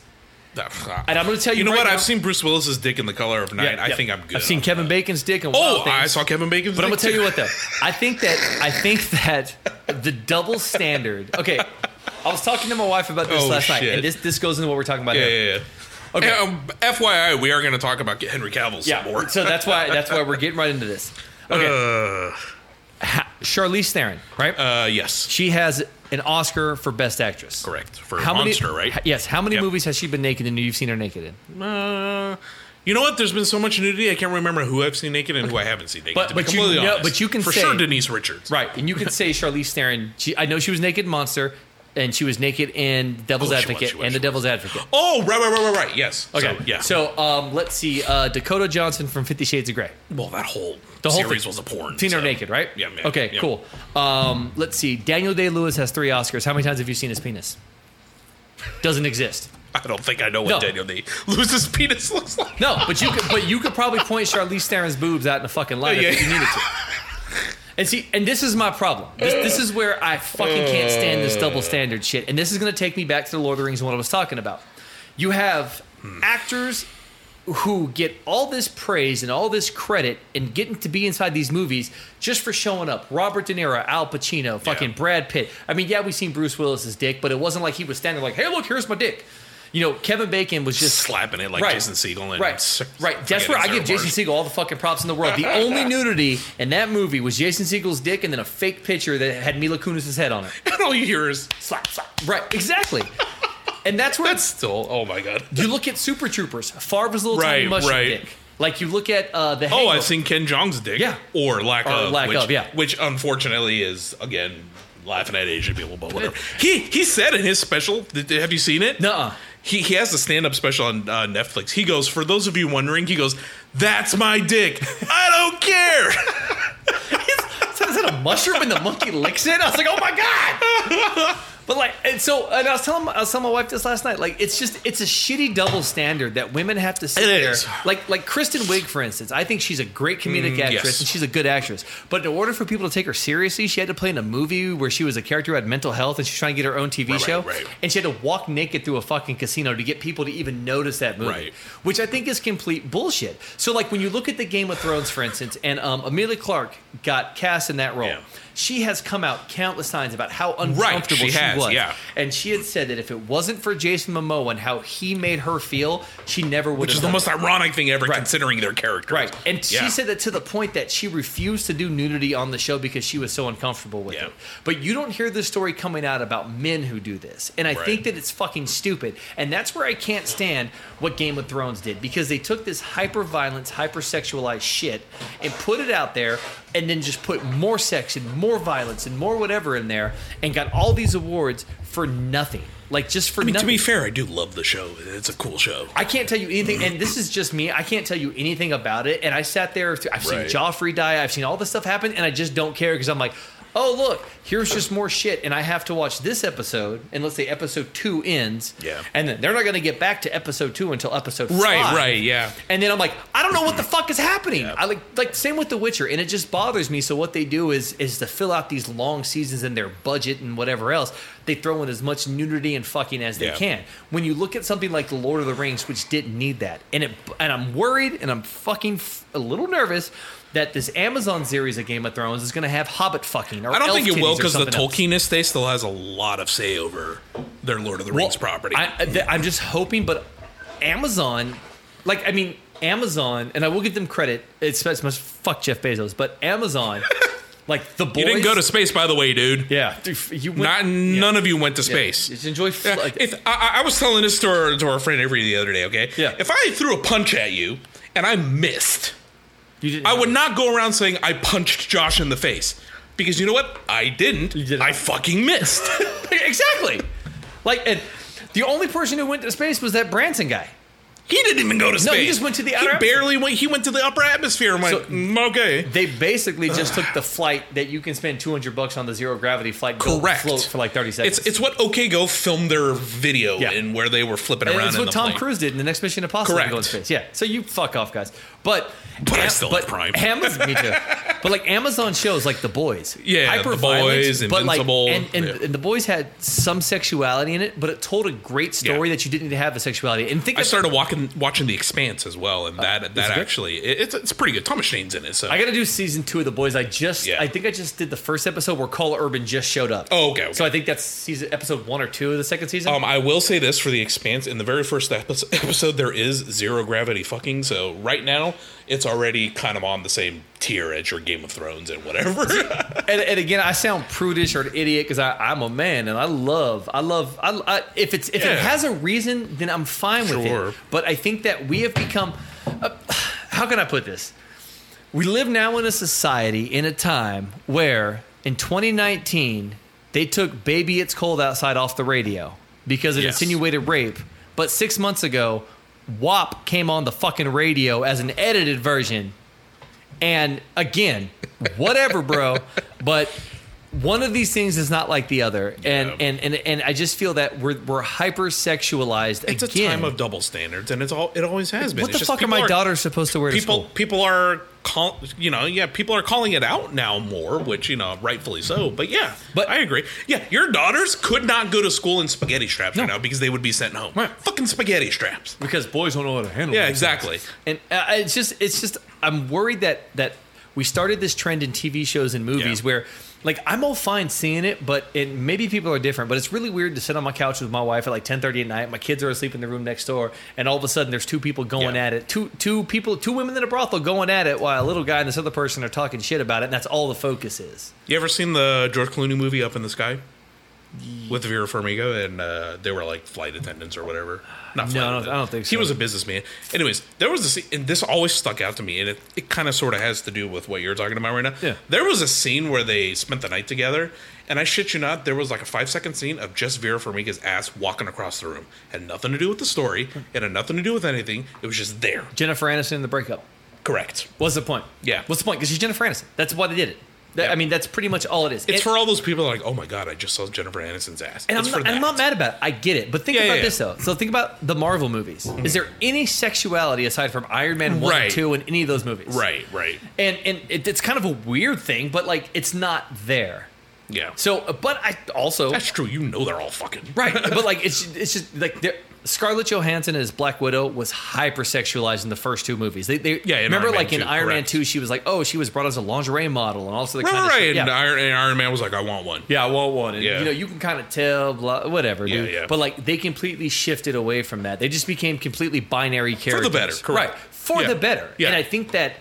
And I'm gonna tell you You know right what? now- I've seen Bruce Willis's dick in The Color of Night. Yeah, I yeah. think I'm good. I've seen on Kevin that. Bacon's dick and Oh, Wild Things. I saw Kevin Bacon's. But I'm gonna dick tell you too. what though. I think that I think that the double standard. Okay, I was talking to my wife about this Oh, last night, shit. and this this goes into what we're talking about Yeah, here. yeah, yeah. Okay. And, um, FYI, we are going to talk about Henry Cavill some more. So that's why that's why we're getting right into this. Okay, ha Charlize Theron, right? Uh, yes, she has an Oscar for Best Actress. correct for How Monster, many, right? ha- Yes. How many Yep. movies has she been naked in? and You've seen her naked in. Uh, you know what? There's been so much nudity, I can't remember who I've seen naked and who I haven't seen naked. But- to be but you- completely no, honest. but you can for say- sure Denise Richards. Right, and you could say Charlize Theron. She, I know she was naked in Monster, and she was naked in Devil's Oh, she was, Advocate she was, and she The Devil's Advocate. Oh, right, right, right, right, right. Yes. Okay, So, yeah. So um, let's see, uh, Dakota Johnson from Fifty Shades of Grey. well, that whole The whole series thing. was a porn. Seen her so- naked, right? Yeah. yeah, okay, yeah. cool. Um, let's see. Daniel Day Lewis has three Oscars. How many times have you seen his penis? Doesn't exist. I don't think I know what No. Daniel Day Lewis's penis looks like. No, but you could, but you could probably point Charlize Theron's boobs out in a fucking lineup Yeah. if you needed to. And see, and this is my problem. This, this is where I fucking can't stand this double standard shit. And this is going to take me back to the Lord of the Rings and what I was talking about. You have actors who get all this praise and all this credit and getting to be inside these movies just for showing up. Robert De Niro, Al Pacino, fucking Yeah. Brad Pitt. I mean, yeah, we've seen Bruce Willis's dick, but it wasn't like he was standing like, "Hey, look, here's my dick." You know, Kevin Bacon was just Just slapping it like Jason Segel and right, right. That's where I give Jason Segel all the fucking props in the world. The only nudity in that movie was Jason Segel's dick and then a fake picture that had Mila Kunis's head on it. Segel. And all you hear is slap, slap. Right, exactly. And that's where That's still. Oh my god. you look at Super Troopers, Favre's little tiny Right, mushroom right. dick. Like you look at uh, the Oh, Hangover. I've seen Ken Jong's dick. Yeah. Or lack Or of. lack which, of, yeah. Which unfortunately is again laughing at Asian people, but whatever. he he said in his special. th- th- Have you seen it? Nuh-uh. He, he has a stand up special on uh, Netflix. He goes, for those of you wondering, he goes, that's my dick. I don't care. Is that- is that a mushroom and the monkey licks it? I was like, oh my god! But like, and so, and I was telling, I was telling my wife this last night. Like, it's just, it's a shitty double standard that women have to sit It there. is. Mm, Like, like Kristen Wiig, for instance. I think she's a great comedic actress yes. and she's a good actress. But in order for people to take her seriously, she had to play in a movie where she was a character who had mental health and she's trying to get her own TV Right, right, show, right. and she had to walk naked through a fucking casino to get people to even notice that movie Right. which I think is complete bullshit. So, like when you look at the Game of Thrones, for instance, and um, Amelia Clark got cast in that role, Yeah. she has come out countless times about how uncomfortable she she, has, was, yeah. and she had said that if it wasn't for Jason Momoa and how he made her feel, she never would. Which have is the done most it. ironic thing ever, considering their character. Right. And Yeah. she said that to the point that she refused to do nudity on the show because she was so uncomfortable with Yeah. it. But you don't hear this story coming out about men who do this. And I Right. think that it's fucking stupid. And that's where I can't stand what Game of Thrones did because they took this hyper violence, hyper sexualized shit and put it out there and then just put more sex and more violence and more whatever in there and got all these awards for nothing. Like just for I mean, nothing. to be fair, I do love the show. It's a cool show. I can't tell you anything, and this is just me. I can't tell you anything about it. And I sat there. Through, I've seen Right. Joffrey die. I've seen all this stuff happen, and I just don't care because I'm like, oh look, here's just more shit, and I have to watch this episode. And let's say episode two ends. Yeah. And then they're not going to get back to episode two until episode Right, five. right, yeah. And then I'm like, I don't know what the fuck is happening. I like like same with The Witcher, and it just bothers me. So what they do is is to fill out these long seasons and their budget and whatever else. they throw in as much nudity and fucking as they Yeah. can. When you look at something like The Lord of the Rings, which didn't need that, and it and I'm worried and I'm fucking f- a little nervous that this Amazon series of Game of Thrones is going to have Hobbit fucking. Or I don't elf think it will titties or because the something else. Tolkien estate still has a lot of say over their Lord of the Rings property. I, I- th- I'm just hoping, but Amazon, like, I mean, Amazon, and I will give them credit. It's as much fuck Jeff Bezos, but Amazon, like the boys. you didn't go to space, by the way, dude. yeah. dude, f- You went, Not none of you went to space. Just enjoy. Fl- Yeah, like, if I- I, I was telling this to our, to our friend Avery the other day, okay? Yeah. If I threw a punch at you and I missed, you didn't. I would not go around saying I punched Josh in the face. Because you know what? I didn't. didn't. I fucking missed. exactly. Like, and the only person who went to space was that Branson guy. he didn't even go to space. he just went to the He outer barely went. He went to the upper atmosphere. I'm like, So- "Mm, okay. They basically just took the flight that you can spend 200 bucks on the zero gravity flight. go Correct. Float for like 30 seconds. It's it's what OK Go filmed their video Yeah. in where they were flipping And around. it's in what the Tom plane. Cruise did in the next Mission Impossible. Correct. Go in space. Yeah. So you fuck off, guys. But But I still have Prime. Amazon, me too. But like Amazon shows like The Boys. Yeah, The Hyper-violence, Boys, but, like, Invincible, and, and, yeah. and The Boys had some sexuality in it, but it told a great story Yeah. that you didn't need to have the sexuality. And think I of- started walking, watching The Expanse as well, and that that Uh, it good? actually it, it's it's pretty good. Thomas Shane's in it, so I got to do season two of The Boys. I just, Yeah. I think I just did the first episode where Call Urban just showed up. Oh, okay, okay. So I think that's season episode one or two of the second season. Um, I will say this for the Expanse: in the very first epi- episode, there is zero gravity fucking. So right now, it's already kind of on the same tier as your Game of Thrones and whatever. and, and again, I sound prudish or an idiot because I'm a man and I love, I love, I, I- if it's if it Yeah. has a reason, then I'm fine with Sure. it. But I think that we have become, uh, how can I put this? We live now in a society in a time where in 2019 they took "Baby It's Cold Outside" off the radio because it Yes. insinuated rape, but six months ago, WAP came on the fucking radio as an edited version and again, whatever, bro. but one of these things is not like the other, and Yeah. and and and I just feel that we're we're hyper sexualized again. it's a time of double standards, and it's all it always has been. what the It's just fuck are people my daughters supposed to wear to People school? people are call, you know yeah people are calling it out now more, which you know rightfully so. But yeah, But- I agree. Yeah, your daughters could not go to school in spaghetti straps right No. now because they would be sent home. Right. Fucking spaghetti straps. Because boys don't know how to handle. Yeah, themselves. exactly. And uh, it's just, it's just, I'm worried that that we started this trend in TV shows and movies Yeah. where, like, I'm all fine seeing it, but it, maybe people are different. But it's really weird to sit on my couch with my wife at like 10:30 at night. My kids are asleep in the room next door, and all of a sudden there's two people going Yeah. at it, two two people, two women in a brothel going at it, while a little guy and this other person are talking shit about it, and that's all the focus is. You ever seen the George Clooney movie Up in the Sky? With Vera Farmiga, and uh, they were like flight attendants or whatever. Not flight No, I don't- attendants. I don't think He so. was a businessman. Anyways, there was this, and this always stuck out to me, and it, it kind of sort of has to do with what you're talking about right now. Yeah. There was a scene where they spent the night together, and I shit you not, there was like a five second scene of just Vera Farmiga's ass walking across the room. Had nothing to do with the story, it had nothing to do with anything. It was just there. Jennifer Aniston in the breakup. Correct. What's the point? Yeah. What's the point? Because she's Jennifer Aniston. That's why they did it. That- Yeah. I mean, that's pretty much all it is. It's It- for all those people like, oh my god, I just saw Jennifer Aniston's ass. And it's I'm, not, for and I'm that. not mad about it. I get it. But think Yeah, about yeah, Mm-hmm. this, though. So think about the Marvel movies. Is there any sexuality aside from Iron Man 1 Right. and 2 in any of those movies? Right, right. And, and it, it's kind of a weird thing, but like it's not there. Yeah. So, uh, but I also. That's true. You know they're all fucking right. But like it's, it's just like there. Scarlett Johansson as Black Widow was hypersexualized in the first two movies. They, they Yeah, in remember Iron Man like in 2, Iron Man correct. 2, she was like, oh, she was brought as a lingerie model and also the Right, kind of right. shit. And, uh, Yeah. Iron, and Iron Man was like, I want one. Yeah, I want one. And, Yeah. You know, you can kind of tell, blah, whatever, Yeah, dude. yeah. But like, they completely shifted away from that. They just became completely binary characters. better, correct. Right. For Yeah. the better. Yeah. And I think that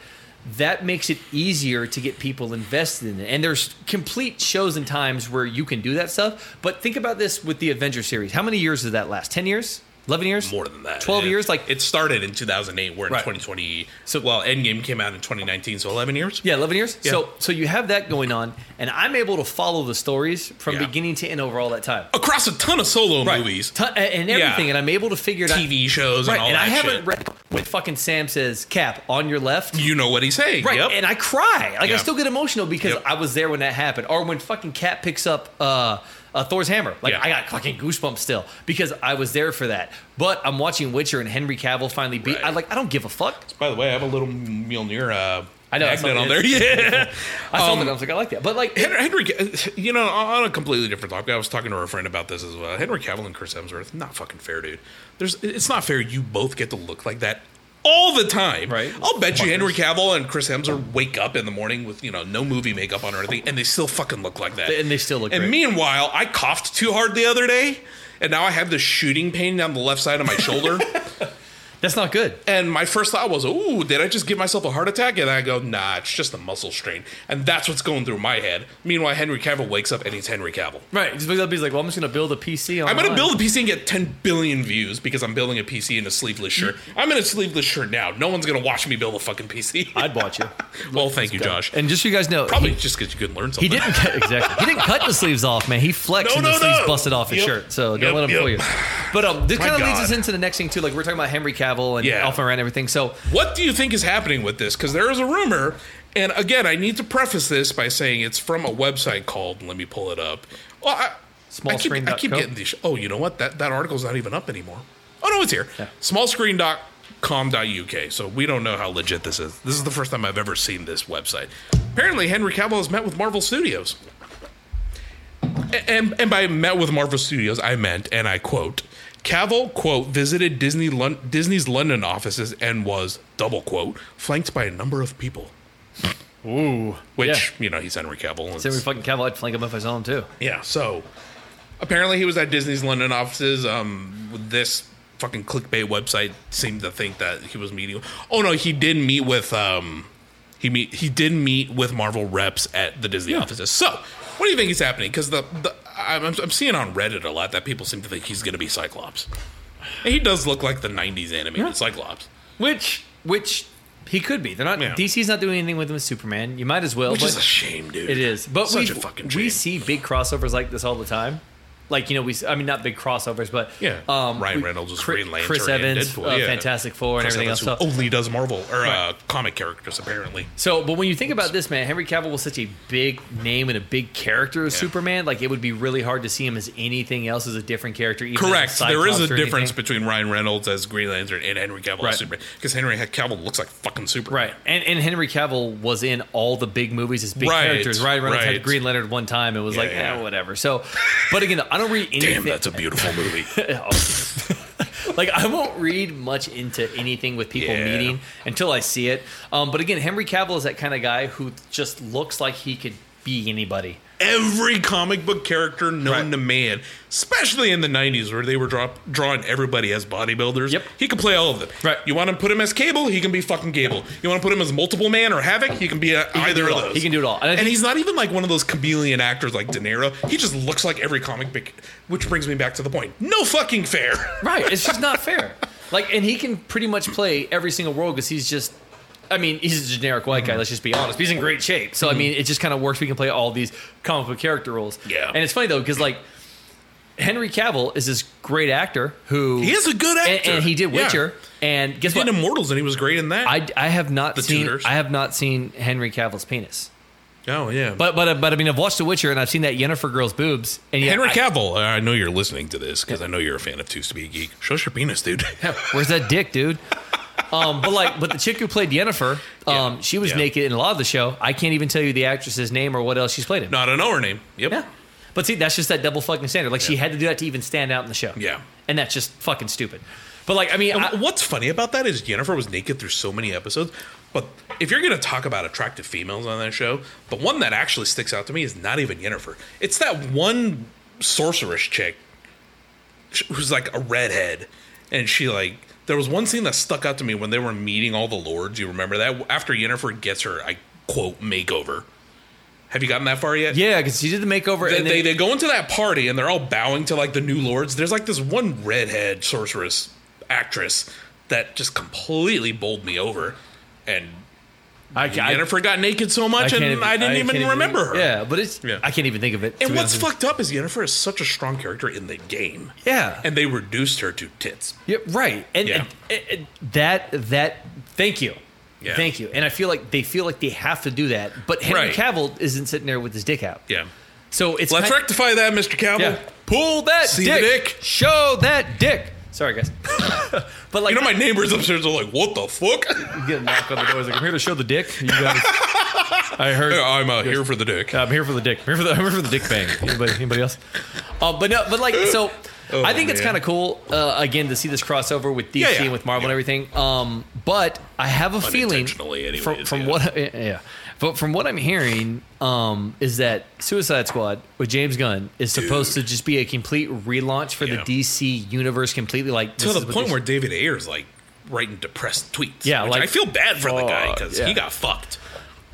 that makes it easier to get people invested in it. And there's complete shows and times where you can do that stuff. But think about this with the Avengers series. How many years does that last? 10 years? 11 years? More than that. 12 It- years? Like, it started in 2008. We're in Right. 2020. So well, Endgame came out in 2019. So 11 years. Yeah, eleven years. Yeah. So, so you have that going on, and I'm able to follow the stories from Yeah. beginning to end over all that time. Across a ton of solo movies, Ton- and everything, and I'm able to figure it out. TV shows, Right, and all and that I haven't shit. read when fucking Sam says Cap on your left. you know what he's saying. Right, Yep. and I cry. Like Yeah. I still get emotional because Yep. I was there when that happened, or when fucking Cap picks up uh, uh, Thor's hammer. Like Yeah. I got fucking goosebumps still because I was there for that. But I'm watching Witcher and Henry Cavill finally beat. Right. I like I don't give a fuck. By the way, I have a little Mjolnir uh, I know, I magnet saw- on there. Yeah. I saw Um, that. I was like, I like that. But like, Henry, Henry, you know, on a completely different topic, I was talking to a friend about this as well. Henry Cavill and Chris Hemsworth, not fucking fair, dude. There's, it's not fair. You both get to look like that all the time. Right. I'll bet you Henry Cavill and Chris Hemsworth wake up in the morning with you know no movie makeup on or anything, and they still fucking look like that. And they still look And great. meanwhile, I coughed too hard the other day, and now I have this shooting pain down the left side of my shoulder. that's not good. And my first thought was, ooh, did I just give myself a heart attack? And I go, nah, it's just a muscle strain. And that's what's going through my head. Meanwhile, Henry Cavill wakes up and he's Henry Cavill. Right. Just because he's like, well, I'm just gonna build a PC. I'm going to online. build a PC and get 10 billion views because I'm building a PC in a sleeveless shirt. I'm in a sleeveless shirt now. No one's going to watch me build a fucking PC. I'd watch you. well, thank you, Josh. And just so you guys know, Probably just because you could learn He something. didn't cut, exactly. He didn't cut the sleeves off, man. He flexed No, and no, the sleeves no. busted off his Yep. shirt. So Yep, don't let him fool you. yep. But um, this My kind of leads God. us into the next thing too. Like we're talking about Henry Cavill and Yeah. Alpha and everything. So What do you think is happening with this? Because there is a rumor, and again, I need to preface this by saying it's from a website called. Let me pull it up. Well, I, I keep, I keep Smallscreen.co? getting these. Oh, you know what? That that article's not even up anymore. Oh no, it's here. Smallscreen.com.uk. So we don't know how legit this is. This is the first time I've ever seen this website. Apparently, Henry Cavill has met with Marvel Studios. A- And, and by met with Marvel Studios, I meant, and I quote, Cavill, quote, visited Disney Lon- Disney's London offices and was, double quote, flanked by a number of people. Ooh. Which, you know, he's Henry Cavill. and then we fucking Cavill, I'd flank him if I saw him too. yeah, so apparently he was at Disney's London offices. Um, this fucking clickbait website seemed to think that he was meeting. Oh no, he did meet with um, he meet he did meet with Marvel reps at the Disney offices. So what do you think is happening? Because the, the I'm, I'm seeing on Reddit a lot that people seem to think he's going to be Cyclops. And he does look like the '90s animated Cyclops, Which which he could be. They're not Yeah. DC's not doing anything with him as Superman. You might as well. which Oh, but is a shame, dude. It is. But such we, a fucking we shame. see big crossovers like this all the time. Like you know, we s- I mean not big crossovers, but Yeah. um, Ryan we- Reynolds was Chris, Green Lantern Chris and Evans, Deadpool, uh, yeah. Fantastic Four, and Chris everything else. Evans, So- who only does Marvel or uh, comic characters, apparently. So, but when you think about this, man, Henry Cavill was such a big name and a big character as Yeah. Superman. Like, it would be really hard to see him as anything else as a different character. Even as Correct. There is Cyclops a or difference anything. between Ryan Reynolds as Green Lantern and Henry Cavill Right. as Superman because Henry Cavill looks like fucking Superman. right? And and Henry Cavill was in all the big movies as big Right, characters. Ryan Reynolds right. had Green Lantern one time. It was Yeah, like, yeah. eh, whatever. So, but again, I don't read anything. Oh. Damn, that's a beautiful movie. like I won't read much into anything with people Yeah. meeting until I see it. Um, but again, Henry Cavill is that kind of guy who just looks like he could be anybody. Every comic book character known Right. to man, especially in the '90s where they were draw- drawing everybody as bodybuilders. Yep. He could play all of them. Right. You want to put him as Cable? He can be fucking Cable. You want to put him as Multiple Man or Havoc? He can be a, either do it of all. those. He can do it all. And I And, think- he's not even like one of those chameleon actors like De Niro. He just looks like every comic book. Which brings me back to the point. No fucking fair. Right. It's just not fair. Like, and he can pretty much play every single role because he's just. I mean, he's a generic white Mm-hmm. guy. Let's just be honest. But he's in great shape, so I mean, it just kind of works. We can play all these comic book character roles. Yeah. And it's funny though because like Henry Cavill is this great actor who He is a good and- actor. and, he did Yeah. Witcher. And guess He what? did Immortals and he was great in that. I, I have not The seen Tudors. I have not seen Henry Cavill's penis. oh yeah, but But but but I mean, I've watched The Witcher and I've seen that Yennefer girl's boobs. And yet Henry I- Cavill. uh, I know you're listening to this because I know you're a fan of Too to Be a Geek. Show us your penis, dude. Where's that dick, dude? Um, but like, but the chick who played Yennefer, um, Yeah. she was Yeah. naked in a lot of the show. I can't even tell you the actress's name or what else she's played in. Not an her name. Yep. Yeah. But see, that's just that double fucking standard. Like she had to do that to even stand out in the show. Yeah. And that's just fucking stupid. But like, I mean, I, And What's funny about that is Jennifer was naked through so many episodes. But if you're gonna talk about attractive females on that show, the one that actually sticks out to me is not even Jennifer. It's that one sorceress chick sh- who's like a redhead, and she like there was one scene that stuck out to me when they were meeting all the lords. You remember that after Jennifer gets her I quote makeover. Have you gotten that far yet? yeah, because she did the makeover. They, and then, they, they go into that party and they're all bowing to like the new lords. There's like this one redhead sorceress actress that just completely bowled me over, and I, I- Jennifer got naked so much, can't and I didn't I even can't remember her. Yeah, but it's Yeah. I can't even think of it. to And be what's honest with fucked up is Jennifer is such a strong character in the game. you. Yeah. And they reduced her to tits. Yeah, right. And, Yeah. and- and that that thank you. Yeah. Thank you. And I feel like they feel like they have to do that, but Henry Right. Cavill isn't sitting there with his dick out. Yeah. So it's Let's kind- rectify that, Mr. Cavill. yeah. Pull that See the dick. dick? Show that dick. Sorry, guys. but like, You know, my neighbors upstairs are like, "What the fuck?" you get a knock on the door. It's like, I'm here to show the dick. You guys. I heard. I'm uh, here for the dick. I'm here for the dick. I'm here for the, I'm here for the dick bang. Anybody, anybody else? Uh, but no, but like, so Oh, I think it's man. kind of cool, uh, again, to see this crossover with DC Yeah, yeah. and with Marvel Yeah. and everything. Um, but I have a feeling Unintentionally anyways, from, from yeah. what, yeah, yeah. But from what I'm hearing, um, is that Suicide Squad with James Gunn is supposed to just be a complete relaunch for Yeah. the DC universe completely. Like to this the is what point this- where David Ayer's like writing depressed tweets. Yeah, which like- I feel bad for the guy Fuck, because yeah. he got fucked.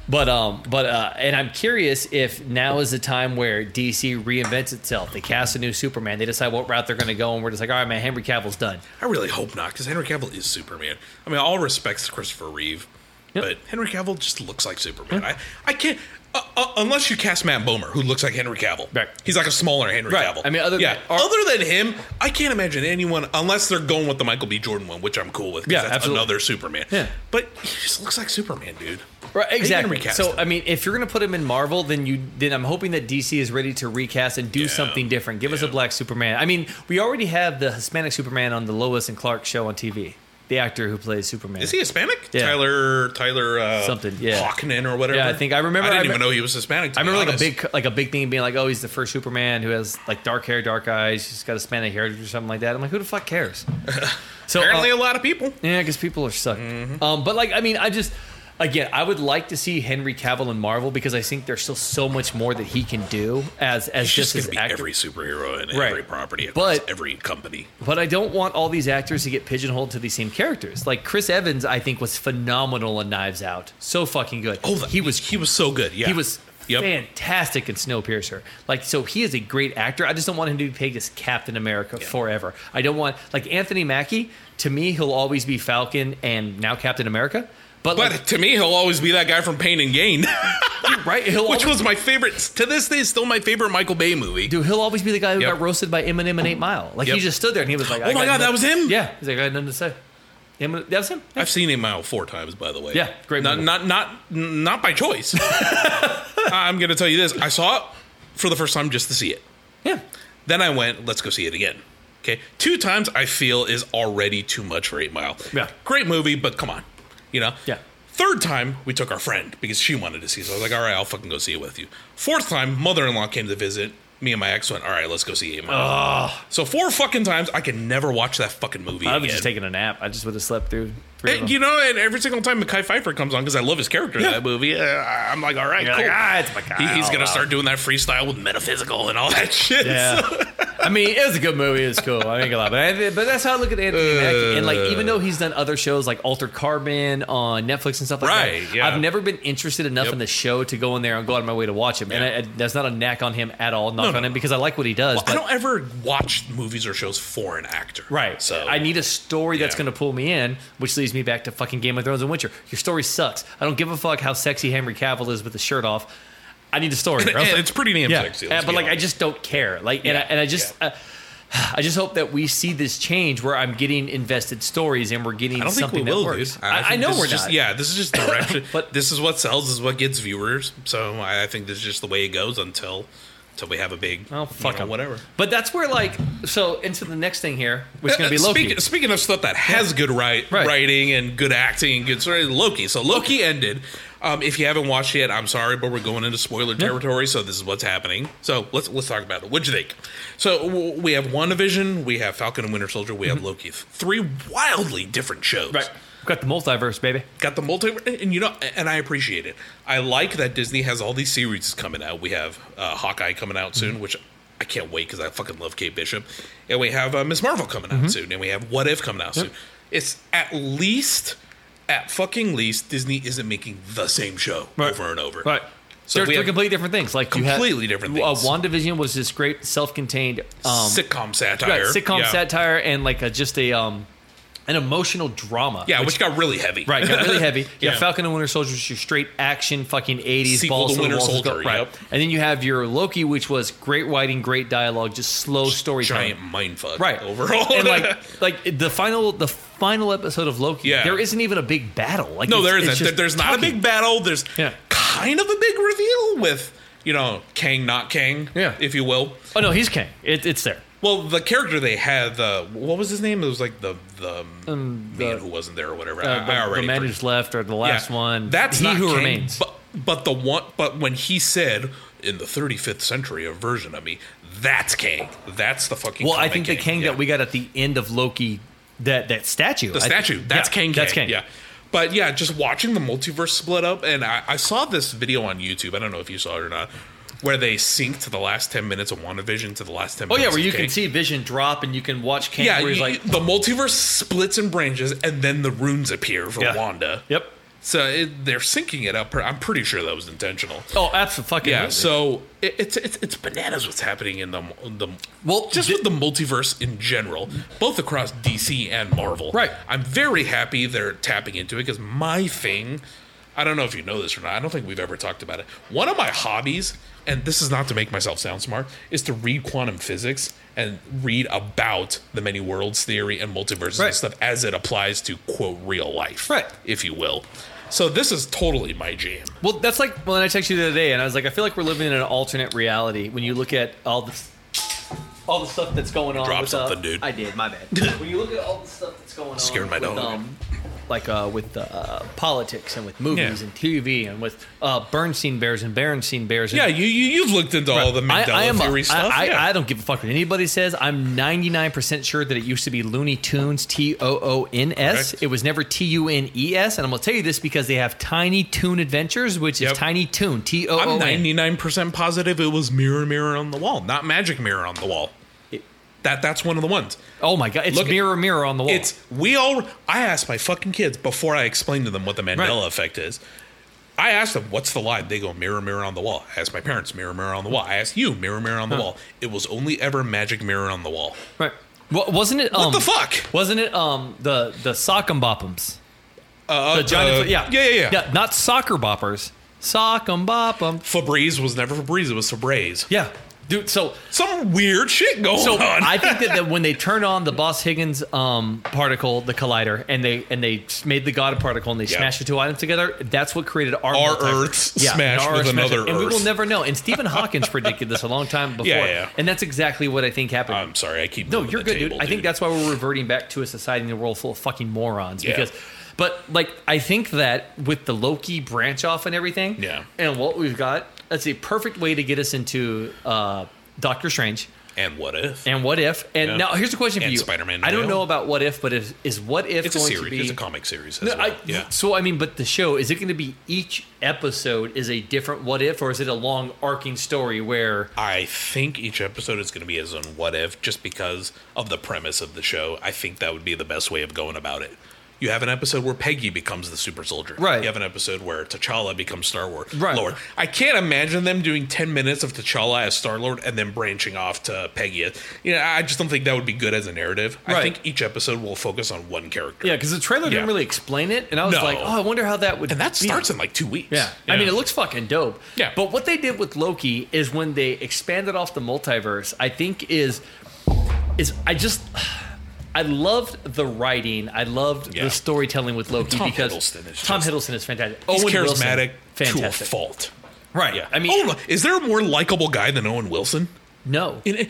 But um, but uh, and I'm curious if now is the time where DC reinvents itself. They cast a new Superman. They decide what route they're going to go, and we're just like, all right, man, Henry Cavill's done. I really hope not because Henry Cavill is Superman. I mean, all respects to Christopher Reeve, Yep. but Henry Cavill just looks like Superman. I I can't. Uh, uh, unless you cast Matt Bomer, who looks like Henry Cavill, Right. he's like a smaller Henry Right. Cavill. I mean, other than- yeah, or- other than him, I can't imagine anyone unless they're going with the Michael B. Jordan one, which I'm cool with. 'cause Yeah, that's absolutely. another Superman. Yeah. but he just looks like Superman, dude. you Right, gonna exactly. recast So him? I mean, if you're going to put him in Marvel, then you then I'm hoping that DC is ready to recast and do Yeah. something different. Give us a Yeah. black Superman. I mean, we already have the Hispanic Superman on the Lois and Clark show on TV. The actor who plays Superman. Is he Hispanic? Yeah. Tyler Tyler uh, Something, yeah. Hawkinen or whatever. Yeah, I think- I remember- I I didn't rem- even know he was Hispanic. to I be remember like a honest. big uh, like a big thing being like, oh, he's the first Superman who has like dark hair, dark eyes. He's got Hispanic heritage or something like that. I'm like, who the fuck cares? So uh, Apparently, a lot of people. Yeah, because people are sucked. Mm-hmm. Um, but like, I mean, I just again, I would like to see Henry Cavill in Marvel because I think there's still so much more that he can do as as It's just going just, as to be actor. every superhero and Right. every property across But- every company. But I don't want all these actors to get pigeonholed to these same characters. Like Chris Evans, I think was phenomenal in Knives Out. So fucking good. Oh, he was he was so good. Yeah, He was Yep. fantastic in Snowpiercer. Like, so he is a great actor. I just don't want him to be pegged as Captain America forever. I don't want like Anthony Mackie. To me, he'll always be Falcon and now Captain America. But, like, But to me, he'll always be that guy from Pain and Gain, right, he'll which always, was my favorite. To this day, still my favorite Michael Bay movie. dude, he'll always be the guy who Yep. got roasted by Eminem and Eight Mile. Like Yep. he just stood there and he was like, Oh my I got God, that nothing- was him? Yeah, he's like, I got nothing to say. Eminem, that was him. I've seen him out four times, by the way. Yeah, great Not movie. not not not by choice. I'm going to tell you this: I saw it for the first time just to see it. Yeah, Then I went, let's go see it again. Okay. Two times I feel is already too much for Eight Mile. Yeah. Great movie, but come on. You know? Yeah. Third time we took our friend because she wanted to see it. So I was like, all right, I'll fucking go see it with you. Fourth time, mother in law came to visit. Me and my ex went, all right, let's go see Eight Mile. So four fucking times I can never watch that fucking movie. I was again. just taking a nap. I just would have slept through. Three And, you know, and every single time Mackay Pfeiffer comes on, because I love his character in that movie, uh, I'm like, all right, You're cool. like, "Ah, it's Mackay, He- he's oh, gonna wow." start doing that freestyle with metaphysical and all that shit. Yeah. I mean, it was a good movie. It was cool. I ain't gonna lie, but, I, but that's how I look at Anthony Mackie. And like, even Uh. though he's done other shows like Altered Carbon on Netflix and stuff like Right, that, yeah. I've never been interested enough Yep. in the show to go in there and go out of my way to watch him. And Yeah. I, I- that's not a knack on him at all. Knock no, on him no. because I like what he does. I but- don't ever watch movies or shows for an actor. Right. So I need a story that's Yeah. going to pull me in, which leads me back to fucking Game of Thrones and Witcher. Your story sucks. I don't give a fuck how sexy Henry Cavill is with the shirt off. I need a story. bro. and it's pretty damn sexy, Yeah, Uh, let's but be like I honest. just don't care. Like, and I, Yeah, and I just. yeah. Uh, I just hope that we see this change where I'm getting invested stories and we're getting I don't think something we will, that works. dude. I, I, think know this we're is just, not. Yeah, this is just direction. but But- this is what sells. This is what gets viewers. So I, I think this is just the way it goes until until we have a big. Oh fuck you know, 'em. whatever. But that's where like so into the next thing here, which is gonna be Uh, Loki. Speaking, speaking of stuff that has good write, Right. writing and good acting and good story, Loki. So Loki ended. Um, if you haven't watched it, yet, I'm sorry, but we're going into spoiler territory, so this is what's happening. So let's let's talk about it. What'd you think? So w- we have WandaVision, we have Falcon and Winter Soldier, we have Loki. Three wildly different shows. Mm-hmm. right. We've got the multiverse, baby. Got the multi, and you know, and I appreciate it. I like that Disney has all these series coming out. We have uh, Hawkeye coming out soon, Mm-hmm. which I can't wait because I fucking love Kate Bishop, and we have uh, Miss Marvel coming out Mm-hmm. soon, and we have What If coming out soon. It's at least, at fucking least, Disney isn't making the same show over and over. Right. So So we they're, have- they're completely different things. Like you have- Completely different things. Uh, WandaVision was this great self-contained um, sitcom satire. right, sitcom yeah. satire and like a, just a um, an emotional drama. Yeah, which, got really heavy. right got really heavy. Yeah, Yeah. Falcon and Winter Soldier was your straight action fucking eighties Sequel balls to to the Winter walls, let's go. Soldier, right? yep. And then you have your Loki, which was great writing, great dialogue, just slow storytelling Giant mindfuck. right Overall, and like like the final the final episode of loki Yeah. there isn't even a big battle like No, it's- there it's isn't. There- just There's not a talking. big battle. There's Yeah. kind of a big reveal with, you know, Kang not Kang, Yeah. if you will. oh no he's king it, it's there Well, the character they had, the what was his name? It was like the the Um, man the- who wasn't there or whatever. Uh, the, I, I the already man forget- who's left or the last Yeah. one. That's he not who Kane, remains. But, but the one, but when he said in the 35th century, a version of me, that's Kang. That's the fucking. well, I comic think the Kang Yeah. that we got at the end of Loki, that that statue, the statue. that's Kang. Kang. That's Kang. Yeah. But yeah, just watching the multiverse split up, and I, I saw this video on YouTube. I don't know if you saw it or not, where they synced the last ten minutes of WandaVision to the last ten. Oh yeah, minutes where of you Kang. can see Vision drop and you can watch Kang. Yeah, where he's you- like, the multiverse splits and branches, and then the runes appear for Yeah. Wanda. yep. So it, they're syncing it up. I'm pretty sure that was intentional. Oh, absolutely. Yeah, so it, it's it's it's bananas what's happening in the the Well, just thi- with the multiverse in general, both across DC and Marvel. Right. I'm very happy they're tapping into it because my thing, I don't know if you know this or not. I don't think we've ever talked about it. One of my hobbies, and this is not to make myself sound smart, is to read quantum physics and read about the many worlds theory and multiverses Right. and stuff as it applies to quote real life, Right. If you will. So this is totally my jam. Well, that's like when I texted you the other day, and I was like, I feel like we're living in an alternate reality when you look at all the all the stuff that's going on. dropped with, something, uh, dude. I did. My bad. when you look at all the stuff that's going on, Scared my with, dog. Um, like uh, with uh, politics and with movies Yeah. and TV and with uh, Bernstein Bears and Berenstein Bears. And Yeah, you, you you've looked into all the Mandela I, I am a- theory stuff. I, I- yeah. I don't give a fuck what anybody says. I'm 99% sure that it used to be Looney Tunes, T O O N S. Correct. It was never T U N E S. And I'm going to tell you this because they have Tiny Toon Adventures, which Yep. is Tiny Toon, T O I'm O N. 99% positive it was Mirror Mirror on the Wall, not Magic Mirror on the Wall. That that's one of the ones. Oh my God. It's Look at- Mirror, Mirror on the Wall. It's we all I asked my fucking kids before I explained to them what the Mandela Right. effect is. I asked them, "What's the line?" They go, "Mirror, mirror on the wall." I asked my parents, "Mirror, mirror on the wall." I asked you, "Mirror, mirror on the wall." It was only ever magic mirror on the wall. Right. Wa- wasn't it. Um, What the fuck? Wasn't it um, the, the Sock'em Boppums? Uh, the Johnny. uh, Fl- yeah. yeah, yeah, yeah. Not Soccer Boppers. Sock'em Boppum. Febreze was never Febreze; it was Febreze. Yeah. Dude, so Some weird shit going So on. I think that, that when they turned on the Boss Higgins um, particle, the collider, and they and they s- made the God particle and they Yeah. smashed the two items together, that's what created our Our multiverse. Earths smashed our with Earths smashed. another and we will Earth. never know. And Stephen Hawkins predicted this a long time before, Yeah, yeah. and that's exactly what I think happened. I'm sorry, I keep no, moving you're the good, dude. table, I think that's why we're reverting back to a society in the world full of fucking morons. Yeah. Because, but like, I think that with the Loki branch off and everything, Yeah. and what we've got, that's a perfect way to get us into uh, Doctor Strange. and what if? And what if? And Yeah. now here's the question for And you. Spider-Man I don't Noel. know about what if, but is, is what if it's a going series. to be? It's a comic series. As No, well. I- yeah. So I mean, but the show is it going to be each episode is a different what if, or is it a long arcing story where? I think each episode is going to be as on what if, just because of the premise of the show. I think that would be the best way of going about it. You have an episode where Peggy becomes the super soldier. Right. You have an episode where T'Challa becomes Star Lord. Right. Lord. I can't imagine them doing ten minutes of T'Challa as Star Lord and then branching off to Peggy. You know, I just don't think that would be good as a narrative. I Right. think each episode will focus on one character. Yeah, because the trailer Yeah. didn't really explain it, and I was No. like, oh, I wonder how that would. And that be. starts in like two weeks. Yeah. I mean, it looks fucking dope. Yeah. But what they did with Loki is when they expanded off the multiverse, I think is is I just I loved the writing. I loved Yeah. the storytelling with Loki Tom because Hiddleston is Tom just- Hiddleston is fantastic. He's Owen Wilson, charismatic to a fantastic. fault. Right. Yeah. I mean, oh, is there a more likable guy than Owen Wilson? no. In, in-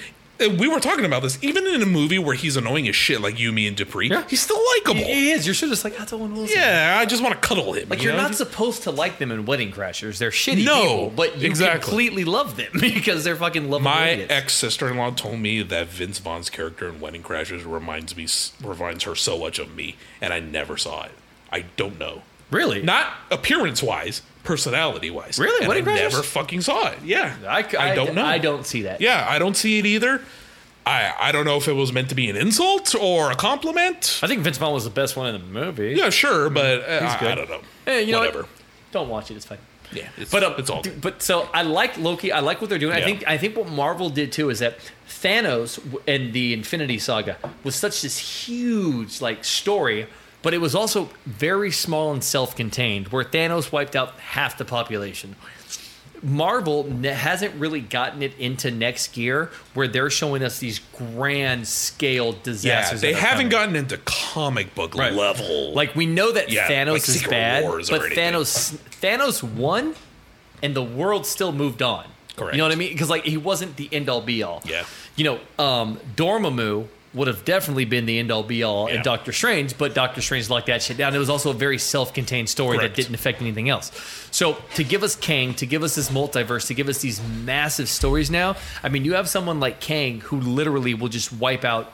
we were talking about this. Even in a movie where he's annoying as shit, like Yumi and Dupree, Yeah. he's still likable. He is. You're sure just like that's Owen Wilson. yeah, I just want to cuddle him. Like you you're know? not supposed to like them in Wedding Crashers. They're shitty No, people, but you exactly. completely love them because they're fucking lovable My idiots. ex sister in law told me that Vince Vaughn's character in Wedding Crashers reminds me reminds her so much of me, and I never saw it. I don't know. Really? Not appearance wise, personality wise. Really? And Wedding I Crashers? never fucking saw it. Yeah, I, c- I don't know. I don't see that. Yeah, I don't see it either. I I don't know if it was meant to be an insult or a compliment. I think Vince Vaughn was the best one in the movie. Yeah, sure, but uh, I- I, Mm-hmm. good. don't know. Hey, you know Whatever. What? Don't watch it. It's fine. Yeah, it's, But but uh, um, it's all. d- But so I like Loki. I like what they're doing. Yeah. I think I think what Marvel did too is that Thanos w- and the Infinity Saga was such this huge like story, but it was also very small and self-contained. Where Thanos wiped out half the population. Marvel n- hasn't really gotten it into next gear where they're showing us these grand scale yeah, disasters. they that are haven't coming. gotten into comic book Right. level. Like we know that Yeah, Thanos like is Secret bad, Wars or but anything. Thanos Thanos won, and the world still moved on. Correct. You know what I mean? Because like he wasn't the end all be all. Yeah. You know, um, Dormammu would have definitely been the end all be all Yeah. and Doctor Strange, but Doctor Strange locked that shit down. It was also a very self contained story Correct. that didn't affect anything else. So to give us Kang, to give us this multiverse, to give us these massive stories now, I mean, you have someone like Kang who literally will just wipe out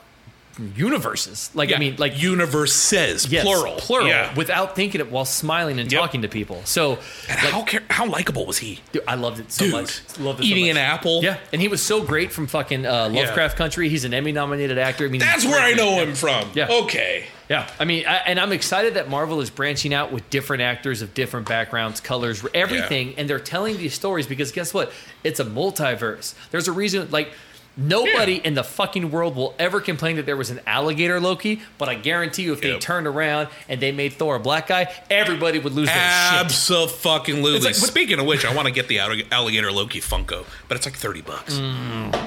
universes. Like I Yeah. mean, like universe says yes, plural, plural, Yeah. without thinking it while smiling and Yep. talking to people. So And how char- how likable was he? Dude, I loved it so Dude, much. Loved it so eating much. an apple. Yeah, and he was so great from fucking uh, Lovecraft Country. He's an Emmy-nominated actor. I mean, That's he's where I great. know him from. Yeah. Okay. Yeah, I mean, I, and I'm excited that Marvel is branching out with different actors of different backgrounds, colors, everything, and they're telling these stories because guess what? It's a multiverse. There's a reason, like. Nobody Yeah. in the fucking world will ever complain that there was an alligator Loki, but I guarantee you, if they Yep. turned around and they made Thor a black guy, everybody would lose their shit. Absolutely. It's like- Speaking of which, I want to get the allig- alligator Loki Funko, but it's like thirty bucks. Mm.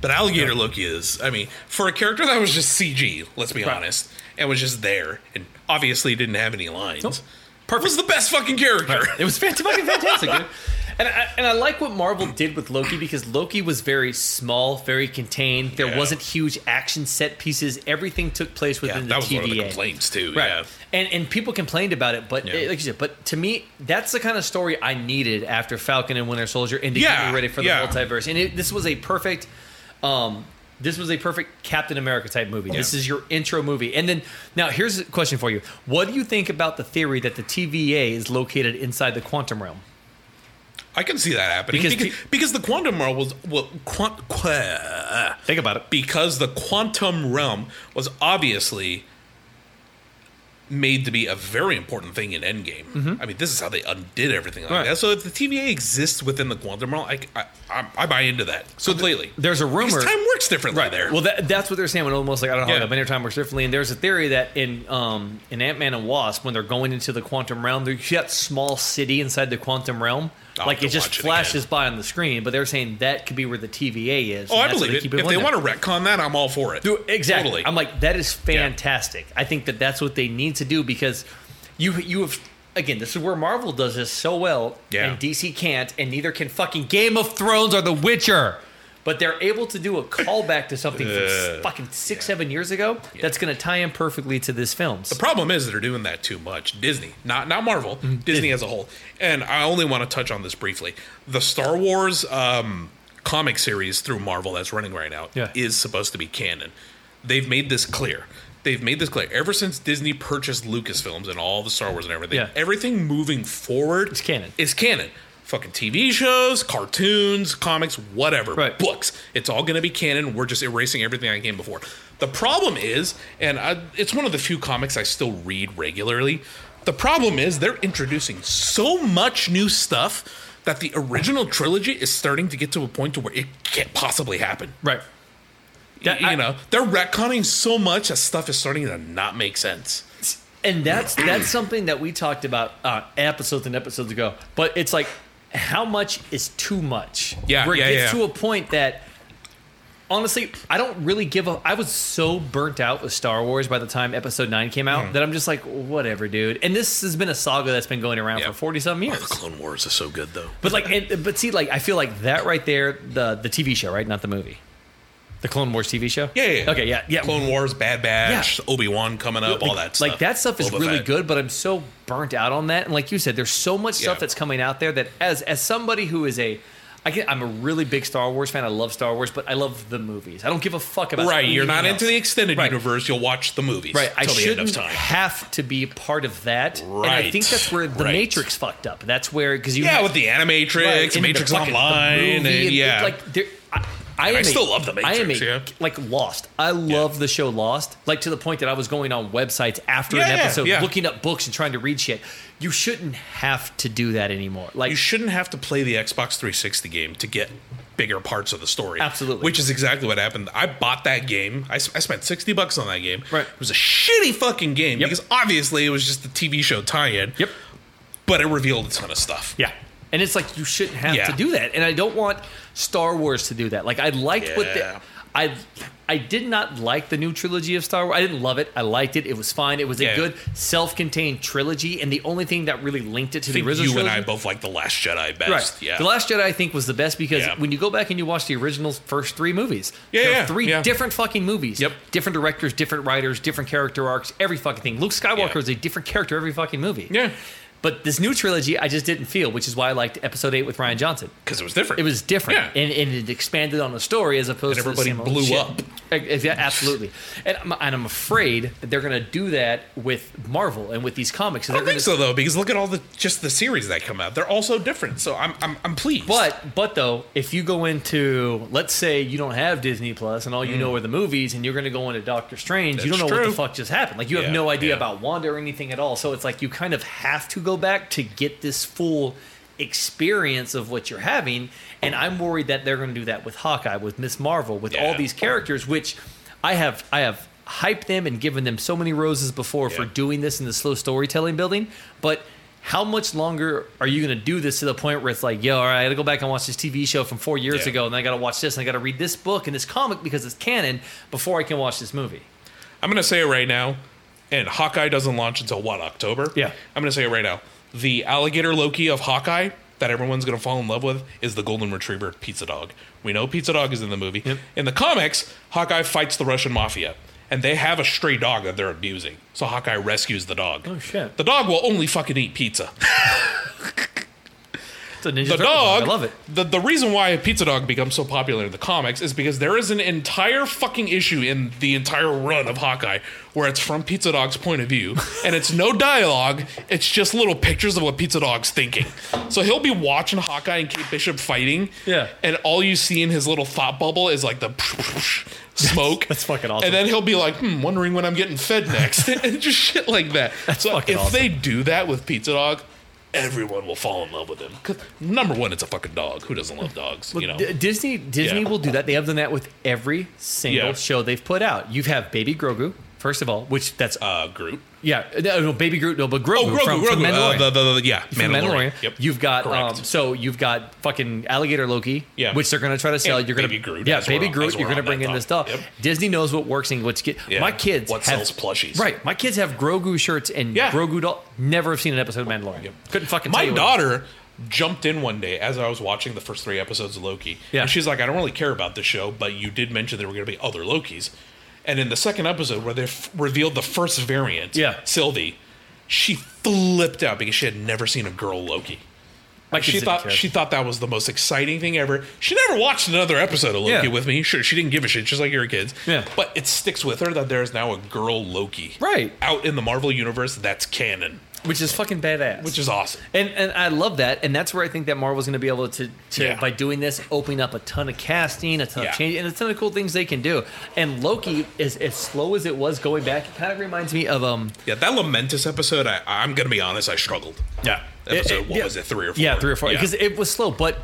But alligator Loki is, I mean, for a character that was just CG, let's be Right. honest, and was just there, and obviously didn't have any lines. Nope. Perfect. Was the best fucking character. It was fant- fucking fantastic, dude. And I, and I like what Marvel did with Loki because Loki was very small, very contained. There Yeah. wasn't huge action set pieces. Everything took place yeah, within that the was TVA. one of the complaints too. Right. Yeah. And and people complained about it, but Yeah. eh, like you said, but to me, that's the kind of story I needed after Falcon and Winter Soldier and to get Yeah, me ready for the yeah. multiverse. And it, this was a perfect um this was a perfect Captain America type movie. This Yeah. is your intro movie. And then now here's a question for you. What do you think about the theory that the TVA is located inside the quantum realm? I can see that happening Because because because, pe- the quantum realm was well, quant, qua- Think about it. because the quantum realm was obviously made to be a very important thing in Endgame. I mean, this is how they undid everything like Mm-hmm. Right. that. So if the TVA exists within the quantum realm, I I, I, I buy into that completely. There's a rumor because time works differently there. Well, that, that's what they're saying. When almost like I don't know, Yeah. how but time works differently. And there's a theory that in um, in Ant Man and Wasp, when they're going into the quantum realm, there's that small city inside the quantum realm. I'll like have it to just watch it flashes by on the screen, but they're saying that could be where the TVA is. oh, I believe it. If they want to. to retcon that, I'm all for it. Dude, exactly. Totally. I'm like, that is fantastic. I think that that's what they need to do because you you have again. This is where Marvel does this so well, Yeah. and DC can't, and neither can fucking Game of Thrones or The Witcher. But they're able to do a callback to something from s- Uh, fucking six, seven years ago that's going to tie in perfectly to this film. The problem is they're doing that too much. Disney, not not Marvel, Mm-hmm. Disney as a whole. And I only want to touch on this briefly. The Star Wars um, comic series through Marvel that's running right now Yeah. is supposed to be canon. They've made this clear. They've made this clear ever since Disney purchased Lucasfilms and all the Star Wars and everything. Yeah. Everything moving forward is canon. Is canon. Fucking TV shows, cartoons, comics, whatever Right. books. It's all going to be canon. We're just erasing everything that came before. The problem is, and I, it's one of the few comics I still read regularly. The problem is they're introducing so much new stuff that the original trilogy is starting to get to a point to where it can't possibly happen. right. That- you I- know, they're retconning so much that stuff is starting to not make sense. and that's that's something that we talked about uh, episodes and episodes ago. But it's like how much is too much? Yeah, where it yeah, gets yeah. to a point that honestly, I don't really give a. I was so burnt out with Star Wars by the time Episode Nine came Hmm. out that I'm just like, whatever, dude. And this has been a saga that's been going around Yeah. for forty some years. Oh, The Clone Wars is so good though. But like, and, but see, like, I feel like that right there, the the TV show, right, not the movie, the Clone Wars TV show. Yeah, yeah, yeah. okay, yeah, yeah. Clone Wars, Bad Batch, Obi Wan coming up, all that stuff. Like that stuff is Boba really Fett. good, but I'm so burnt out on that. And like you said, there's so much stuff Yeah. that's coming out there that as as somebody who is a I get, I'm a really big Star Wars fan. I love Star Wars, but I love the movies. I don't give a fuck about Right, you're anything not into else. the extended Right. universe. You'll watch the movies. Right, I till the end shouldn't of time. have to be part of that. And I Right. think that's where the Right. Matrix fucked up. That's where because you Yeah, have- with the Animatrix, Right, and Matrix the fucking- the Online, movie, and and yeah, it's like there- I, I, am I a- still love The I am Matrix, a- yeah. like Lost. I love the show Lost, like to the point that I was going on websites after Yeah, an yeah, episode, yeah. looking up books and trying to read shit. You shouldn't have to do that anymore. Like, you shouldn't have to play the Xbox 360 game to get bigger parts of the story. Absolutely. which is exactly what happened. I bought that game. I, s- I spent 60 bucks on that game. Right. it was a shitty fucking game Yep. because obviously it was just a TV show tie-in. yep, but it revealed a ton of stuff. yeah. And it's like you shouldn't have Yeah. to do that. And I don't want Star Wars to do that. Like I liked what the Yeah. I I did not like the new trilogy of Star Wars. I didn't love it. I liked it. It was fine. It was a Yeah. good self-contained trilogy, and the only thing that really linked it to I the think original you and trilogy, I both like the Last Jedi best. Right. Yeah. The Last Jedi, I think, was the best because Yeah. when you go back and you watch the original first three movies, Yeah, they're yeah, three yeah. different fucking movies. Yep. Different directors, different writers, different character arcs, every fucking thing. Luke Skywalker Yeah. is a different character every fucking movie. yeah. But this new trilogy, I just didn't feel, which is why I liked Episode Eight with Ryan Johnson. Because it was different. It was different, Yeah. and, and it expanded on the story as opposed And to everybody the same old blew shit. up. Ex- Yeah, absolutely, and I'm, and I'm afraid that they're going to do that with Marvel and with these comics. I don't think so though, because look at all the just the series that come out. They're all so different. So I'm I'm, I'm pleased. But but though, if you go into let's say you don't have Disney Plus and all you know are the movies, and you're going to go into Doctor Strange, Mm. you That's don't know what true. the fuck just happened. Like you have Yeah, no idea yeah. about Wanda or anything at all. So it's like you kind of have to go back to get this full experience of what you're having. And I'm worried that they're going to do that with Hawkeye, with Miss Marvel, with all Yeah. these characters, which I have I have hyped them and given them so many roses before for Yeah. doing this in the slow storytelling building, but how much longer are you going to do this to the point where it's like, yo, all right, I got to go back and watch this TV show from four years Yeah. ago, and I got to watch this, and I got to read this book and this comic because it's canon before I can watch this movie. I'm gonna say it right now, and Hawkeye doesn't launch until what October. Yeah. I'm gonna say it right now. The alligator Loki of Hawkeye that everyone's gonna fall in love with is the golden retriever Pizza Dog. We know Pizza Dog is in the movie. Yep. In the comics, Hawkeye fights the Russian mafia, and they have a stray dog that they're abusing. So Hawkeye rescues the dog. Oh, shit. The dog will only fucking eat pizza. It's a Ninja the Turtle dog. movie. I love it. The, the reason why Pizza Dog becomes so popular in the comics is because there is an entire fucking issue in the entire run of Hawkeye where it's from Pizza Dog's point of view and it's no dialogue. It's just little pictures of what Pizza Dog's thinking. So he'll be watching Hawkeye and Kate Bishop fighting. Yeah. And all you see in his little thought bubble is like the smoke. That's fucking awesome. And then he'll be like, hmm, wondering when I'm getting fed next and just shit like that. so fucking if awesome. they do that with Pizza Dog, everyone will fall in love with him. 'Cause number one, it's a fucking dog. Who doesn't love dogs? you know. D- Disney Disney Yeah. will do that. They have done that with every single Yeah. show they've put out. You have Baby Grogu, first of all, which that's uh, Groot. yeah, no, no, Baby Groot, no, but Grogu, Oh, Grogu. from, Grogu. from uh, Mandalorian. the, the, the, yeah, from Mandalorian. Mandalorian. Yep. You've got um, Correct. so you've got fucking alligator Loki, Yeah. which they're gonna try to sell. And you're gonna Baby Groot, yeah, as we're baby on- as Groot. we're You're gonna on that bring in this stuff. topic. Yep. Disney knows what works and what's get. Yeah. My kids What have, sells plushies. Right, my kids have Grogu shirts and Yeah. Grogu doll. Never have seen an episode of Mandalorian. Couldn't fucking. tell My you what- daughter jumped in one day as I was watching the first three episodes of Loki. Yeah. And she's like, I don't really care about this show, but you did mention there were going to be other Lokis. And in the second episode, where they f- revealed the first variant, Yeah. Sylvie, she flipped out because she had never seen a girl Loki. My kids She didn't thought care. she thought that was the most exciting thing ever. She never watched another episode of Loki Yeah. with me. Sure, she didn't give a shit, just like your kids. Yeah. But it sticks with her that there is now a girl Loki. Right. Out in the Marvel universe, that's canon. which is fucking badass. Which is awesome. And and I love that, and that's where I think that Marvel's going to be able to, to Yeah. by doing this, open up a ton of casting, a ton Yeah. of change, and a ton of cool things they can do. And Loki, is as slow as it was going back, it kind of reminds me of um Yeah, that lamentous episode. I, I'm gonna be honest. I struggled. yeah Episode, what was it, three or four? yeah three or four Yeah. because it was slow, but.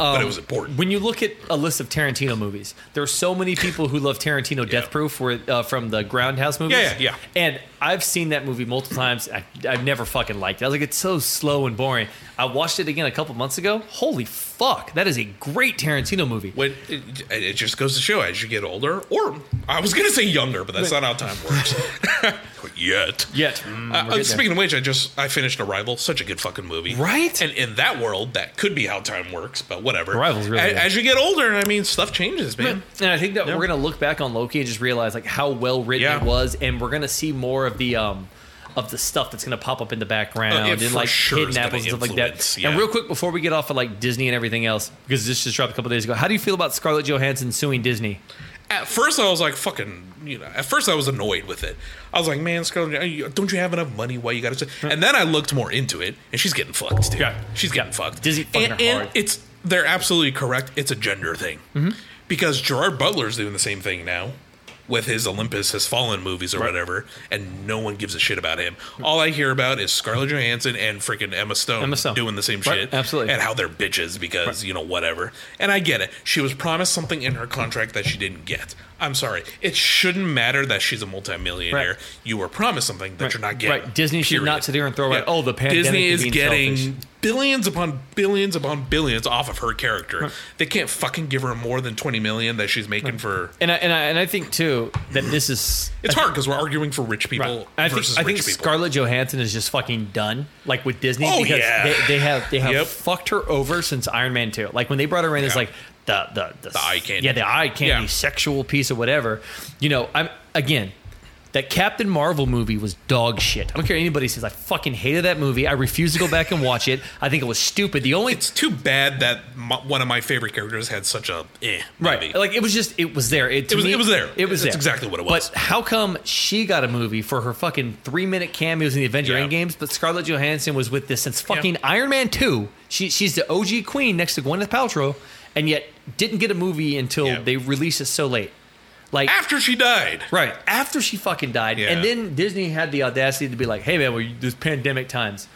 Um, it was important. When you look at a list of Tarantino movies, there are so many people who love Tarantino Death Proof where, uh, from the Groundhouse movies. Yeah, yeah, yeah. And I've seen that movie multiple times. I, I've never fucking liked it. I was like, it's so slow and boring. I watched it again a couple months ago. Holy fuck, that is a great Tarantino movie. When it, it just goes to show, as you get older, or I was gonna say younger, but that's not how time works yet. Yet, Uh, mm, we're uh, getting there. speaking of which, I just I finished Arrival. Such a good fucking movie, Right? And in that world, that could be how time works, but whatever. Arrival's really A- good. as you get older, I mean, stuff changes, man. And I think that we're gonna look back on Loki and just realize like how well written Yeah. it was, and we're gonna see more of the um of the stuff that's gonna pop up in the background Oh, it and for like sure hidden is gonna apples and stuff like that. influence, yeah. And real quick before we get off of like Disney and everything else, because this just dropped a couple days ago, how do you feel about Scarlett Johansson suing Disney? At first, I was like, fucking, you know. At first, I was annoyed with it. I was like, man, Scarlett, are you- don't you have enough money? Why you got to? And then I looked more into it, and she's getting fucked, dude. Yeah. she's getting fucked. Disney and, fucking her and hard. Mm-hmm. it's they're absolutely correct. It's a gender thing because Gerard Butler's doing the same thing now with his Olympus Has Fallen movies or whatever, and no one gives a shit about him. All I hear about is Scarlett Johansson and freaking Emma Stone, Emma Stone. doing the same Right, shit, absolutely. and how they're bitches because you know whatever. And I get it. She was promised something in her contract that she didn't get. I'm sorry. It shouldn't matter that she's a multimillionaire. Right. You were promised something that you're not getting. Right. Disney should period. not sit here and throw out, "Oh, the pandemic Disney and is being getting selfish." billions upon billions upon billions off of her character. They can't fucking give her more than 20 million that she's making for And I, and I and I think too that this is It's hard cuz we're arguing for rich people And I think versus I think rich people. Scarlett Johansson is just fucking done, like with Disney, Oh, because yeah. they, they have they have Yep. fucked her over since Iron Man two. Like when they brought her in as Yeah. like the the the, eye candy. yeah, the eye candy, Yeah. sexual piece or whatever. You know, I'm again. That Captain Marvel movie was dog shit. I don't care what anybody says. I fucking hated that movie. I refuse to go back and watch it. I think it was stupid. The only it's too bad that m one of my favorite characters had such a eh Right. movie. Like it was just it was there. It, to It was- me- it was there. It was That's there. exactly what it was. But how come she got a movie for her fucking three minute cameos in the Avenger Yeah. Endgames, but Scarlett Johansson was with this since fucking Iron Man two. She she's the OG queen next to Gwyneth Paltrow, and yet didn't get a movie until Yeah. they released it so late. Like after she died. Right. After she fucking died. Yeah. And then Disney had the audacity to be like, hey, man, we're this pandemic times.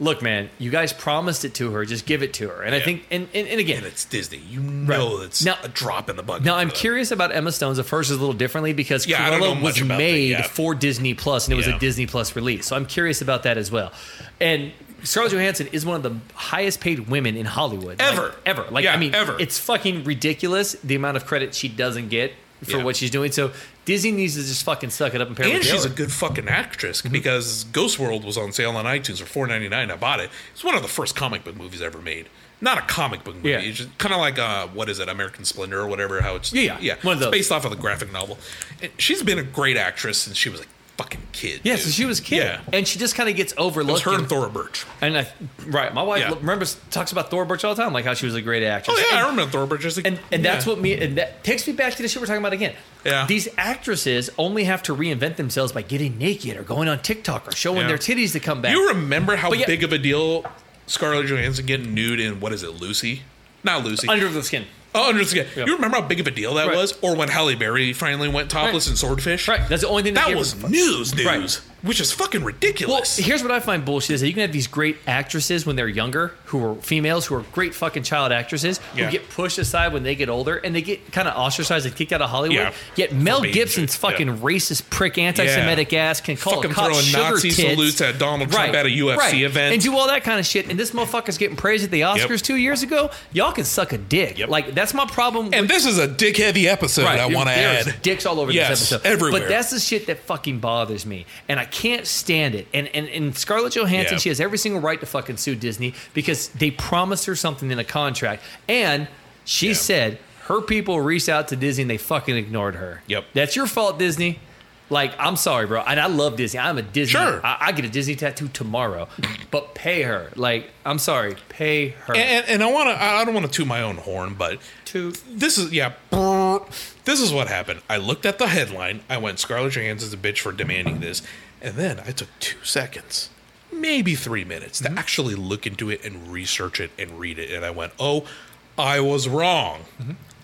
Look, man, you guys promised it to her. Just give it to her. And I Yeah. think, and, and, and again, And it's Disney. You know that's Now- a drop in the bucket. now for I'm them. curious about Emma Stone's. If hers is a little differently because Yeah, I don't know Cruella much was about that, made yeah. for Disney Plus and it was Yeah. a Disney Plus release. So I'm curious about that as well. And Scarlett Johansson is one of the highest paid women in Hollywood Like, Ever. ever. Like Yeah, I mean, ever. It's fucking ridiculous the amount of credit she doesn't get for Yeah. what she's doing. So Disney needs to just fucking suck it up and pair and with she's Taylor. a good fucking actress Mm-hmm. because Ghost World was on sale on iTunes for four ninety nine. I bought it. It's one of the first comic book movies ever made. Not a comic book movie. Yeah. It's just kind of like uh, what is it, American Splendor or whatever. How it's Yeah, yeah. yeah. One of It's those. based off of the graphic novel. And she's been a great actress since she was a fucking kid. yeah, dude. so she was a kid, Yeah, it and she just kind of gets overlooked. was her and and- Thora Birch. and I, right, my wife Yeah. remembers talks about Thor Birch all the time, like how she was a great actress. Oh yeah, And- I remember Thora Birch. Just like- and and that's yeah. what me and that takes me back to the shit we're talking about again. Yeah. These actresses only have to reinvent themselves by getting naked or going on TikTok or showing Yeah. their titties to come back. you remember how But yeah- big of a deal Scarlett Johansson getting nude in what is it, Lucy? Not Lucy. under the skin. Oh, understand. Yeah. You remember how big of a deal that Right. was? Or when Halle Berry finally went topless Right. in Swordfish? Right. That's the only thing that, That gave was her- news, news, Right. which is fucking Well, ridiculous. here's what I find bullshit is that you can have these great actresses when they're younger, who are females, who are great fucking child actresses, Yeah. who get pushed aside when they get older, and they get kind of ostracized and kicked out of Hollywood. Yeah. Yet Mel For being Gibson's good. fucking Yeah. racist prick, anti-Semitic ass can call Fucking a cop throwing sugar Nazi tits. salutes at Donald Trump at a UFC event. and do all that kind of shit. And this motherfucker's getting praised at the Oscars two years ago. Y'all can suck a dick. Yep. Like that's my problem. with and this is a dick heavy episode I want to there's add. dicks all over Yes, this episode. everywhere. But that's the shit that fucking bothers me, and I can't stand it. And and, and Scarlett Johansson, Yeah. she has every single right to fucking sue Disney because they promised her something in a contract, and she Yeah. said her people reached out to Disney and they fucking ignored her. Yep. that's your fault, Disney. Like I'm sorry, bro, and I love Disney. I'm a Disney. Sure. I, I get a Disney tattoo tomorrow, but pay her. Like I'm sorry, pay her. and, and I want to. I I don't want to toot my own horn, but Toot. this is yeah. brr. This is what happened. I looked at the headline. I went Scarlett Johansson's a bitch for demanding this, and then I took two seconds, maybe three minutes, Mm-hmm. to actually look into it and research it and read it, and I went, oh, I was wrong.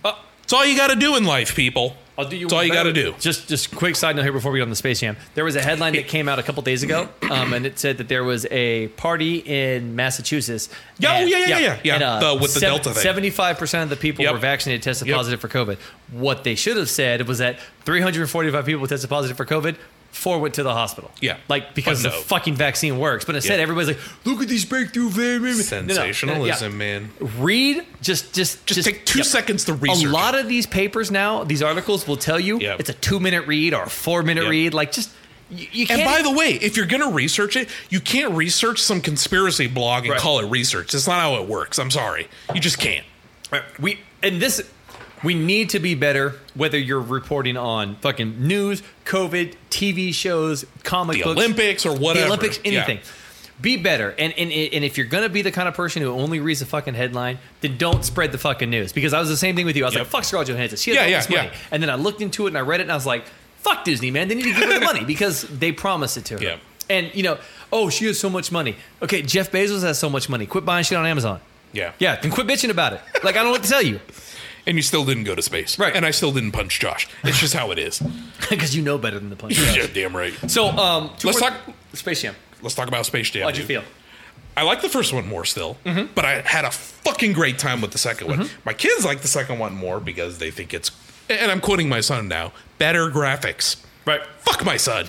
Uh, it's all you got to do in life, people. Mm-hmm. I'll do you. It's all one you got to better. do. Just, just quick side note here before we go on the Space Jam. There was a headline that came out a couple days ago, um, and it said that there was a party in Massachusetts. Yeah, oh, yeah, yeah, yeah, yeah. The- with the Delta thing. uh, Seventy-five percent of the people Yep. were vaccinated tested Yep. positive for COVID. What they should have said was that three hundred and forty-five people tested positive for COVID. Four went to the hospital. Yeah. like because But the no. fucking vaccine works. But instead, Yeah. everybody's like, "Look at these breakthrough." va- va- va-" No, no, no, yeah. Sensationalism, man. Read just, just, Just, take two yep. seconds to research. A it. lot of these papers now, these articles will tell you Yep. it's a two minute read or a four minute Yep. read. Like, just you, you can't. And by the way, if you're going to research it, you can't research some conspiracy blog and Right. call it research. That's not how it works. I'm sorry. You just can't. Uh, we and this, we need to be better. Whether you're reporting on fucking news, COVID, TV shows, comic The books, Olympics or whatever. The Olympics, Yeah. anything. Be better, and, and and if you're gonna be the kind of person who only reads the fucking headline, then don't spread the fucking news. Because I was the same thing with you. I was Yep. like, "Fuck Scarlett Johansson, she has Yeah, all yeah, this money." yeah. And then I looked into it and I read it and I was like, "Fuck Disney, man! They need to give her the money because they promised it to her." Yeah. And you know, oh, she has so much money. Okay, Jeff Bezos has so much money. Quit buying shit on Amazon. Yeah. Yeah, then quit bitching about it. Like I don't know what to tell you And you still didn't go to space. Right. And I still didn't punch Josh. It's just how it is. because you know better than the punch. yeah, damn right. So, um, two Let's more- talk- Space Jam. Let's talk about Space Jam. How'd you dude. feel? Mm-hmm. I like the first one more still, but I had a fucking great time with the 2nd one. My kids like the second one more because they think it's, and I'm quoting my son now, better graphics. Right. Fuck my son.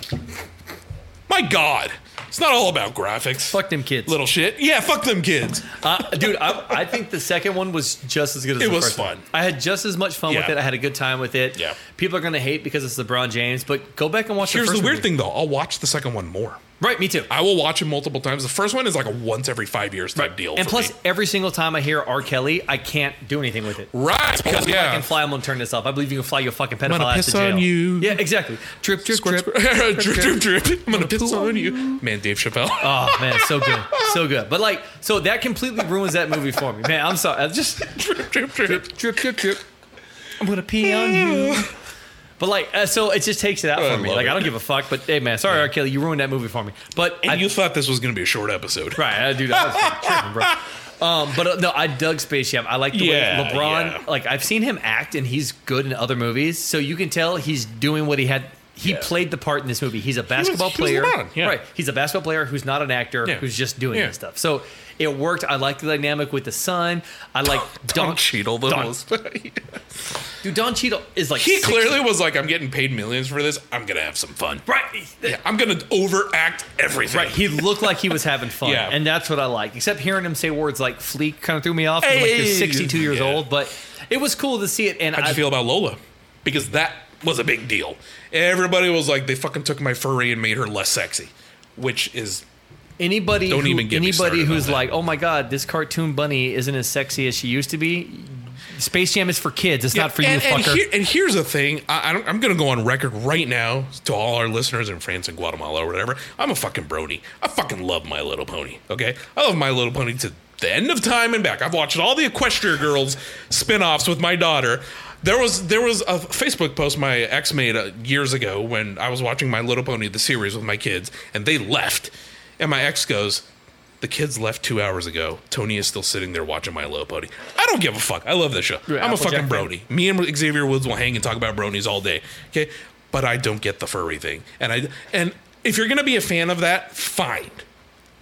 My God. It's not all about graphics. Fuck them kids. little shit. Yeah, fuck them kids. Uh, dude, I, I think the second one was just as good as It the was first one. fun. I had just as much fun with Yeah. it. I had a good time with it. Yeah. People are gonna hate because it's LeBron James, but go back and watch. Here's the, the first weird movie. thing though. I'll watch the second one more. Right, me too. I will watch it multiple times. The first one is like a once every five years type deal. and for plus, me. every single time I hear R. Kelly, I can't do anything with it. right? Because I yeah, can fly. I'm gonna turn this off. I believe you can fly your fucking pedophile gonna ass piss to jail. on you. Yeah, exactly. Trip, trip, trip. drip, drip, drip. I'm gonna piss on you, man. Dave Chappelle. Oh man, so good, so good. But like, so that completely ruins that movie for me, man. I'm sorry. I just drip, drip, drip. drip, drip, drip. I'm gonna pee on you. But like, uh, so it just takes it out I for me. love Like, I it. don't give a fuck. But hey, man, sorry, R. Kelly, you ruined that movie for me. But And I, you thought this was gonna be a short episode, right, I do that. bro. Um, but uh, no, I dug Space Jam. I like the Yeah, way LeBron. yeah. Like, I've seen him act, and he's good in other movies. So you can tell he's doing what he had. He Yeah. played the part in this movie. He's a basketball he was player, LeBron, yeah. right? He's a basketball player who's not an actor, Yeah. who's just doing Yeah. this stuff. So it worked. I like the dynamic with the son. I like Don Don. Cheadle, the Don- most. Dude, Don Cheadle is like he 60. clearly was like, "I'm getting paid millions for this. I'm gonna have some fun. right. Yeah, I'm gonna overact everything." Right, he looked like he was having fun, Yeah. and that's what I like. Except hearing him say words like "fleek" kind of threw me off. 'cause I'm like you're Hey. 62 years Yeah. old, but it was cool to see it. And How'd I you feel about Lola? Because that was a big deal. Everybody was like, "They fucking took my furry and made her less sexy," which is anybody, Don't who- even get me anybody started on who's that. like, "Oh my god, this cartoon bunny isn't as sexy as she used to be." Space Jam is for kids. It's not for you, and, and fucker. here- and here's the thing: I, I don't, I'm going to go on record right now to all our listeners in France and Guatemala or whatever. I'm a fucking brony. I fucking love My Little Pony. Okay, I love My Little Pony to the end of time and back. I've watched all the Equestria Girls spin-offs with my daughter. There was there was a Facebook post my ex made uh, years ago when I was watching My Little Pony the series with my kids, and they left, and my ex goes. The kids left two hours ago. Tony is still sitting there watching My Little Pony. I don't give a fuck. I love this show. You're an I'm a fucking Applejack fan. brony. Me and Xavier Woods will hang and talk about bronies all day. Okay, but I don't get the furry thing. And I and if you're gonna be a fan of that, fine.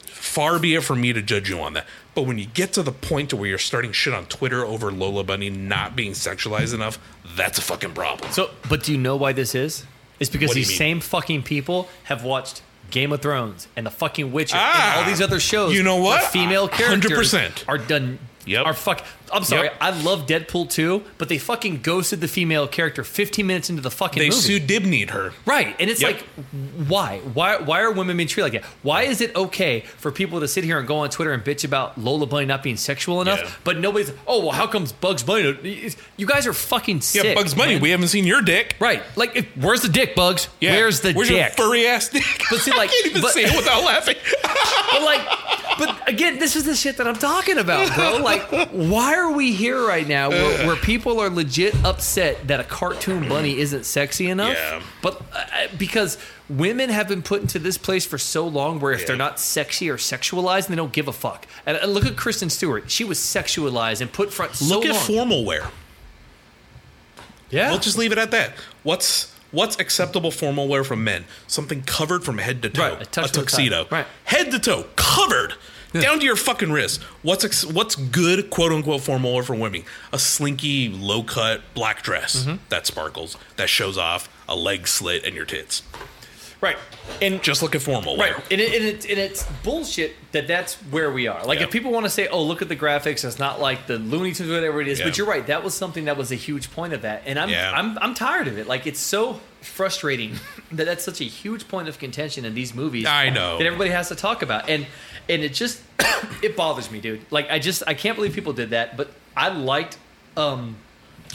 Far be it from me to judge you on that. But when you get to the point to where you're starting shit on Twitter over Lola Bunny not being sexualized enough, that's a fucking problem. So, but do you know why this is? It's because What do you these mean? same fucking people have watched Game of Thrones and The Fucking Witcher Ah, and all these other shows. you know where what? Female characters 100%. are done. Yep. Are fuck. I'm sorry. Yep. I love Deadpool too, but they fucking ghosted the female character 15 minutes into the fucking They movie. sued Dibneed her. Right, and it's Yep. like, why, why, why are women being treated like that? Why is it okay for people to sit here and go on Twitter and bitch about Lola Bunny not being sexual enough, Yeah. but nobody's? Oh well, how comes Bugs Bunny? You guys are fucking Yeah, sick. Bugs Bunny, man. we haven't seen your dick. Right. Like, if, where's the dick, Bugs? Yeah. Where's the Where's dick? your furry ass dick? But see, like- I can't even but- say it without laughing. but like, but again, this is the shit that I'm talking about, bro. Like, why are we here right now where, where people are legit upset that a cartoon bunny isn't sexy enough? Yeah. But uh, because women have been put into this place for so long where if they're Yeah. not sexy or sexualized, they don't give a fuck. And, and look at Kristen Stewart. She was sexualized and put front so Look at long. formal wear. yeah. We'll just leave it at that. What's what's acceptable formal wear from men? Something covered from head to toe. Right, a touch to the tuxedo. tie. Right. Head to toe, covered. Down to your fucking wrist. What's ex- what's good quote unquote formal wear for women? A slinky, low cut black dress Mm-hmm. that sparkles, that shows off a leg slit and your tits. right. And Just look at formal Right, wear. and, it, and, it's and it's bullshit that that's where we are. Like, Yeah. if people want to say, "Oh, look at the graphics," it's not like the Looney Tunes, or whatever it is. Yeah. But you're right; that was something that was a huge point of that, and I'm Yeah. I'm, I'm tired of it. Like, it's so frustrating that that's such a huge point of contention in these movies. I know. that everybody has to talk about, and and it just it bothers me, dude. Like, I just I can't believe people did that, but I liked. um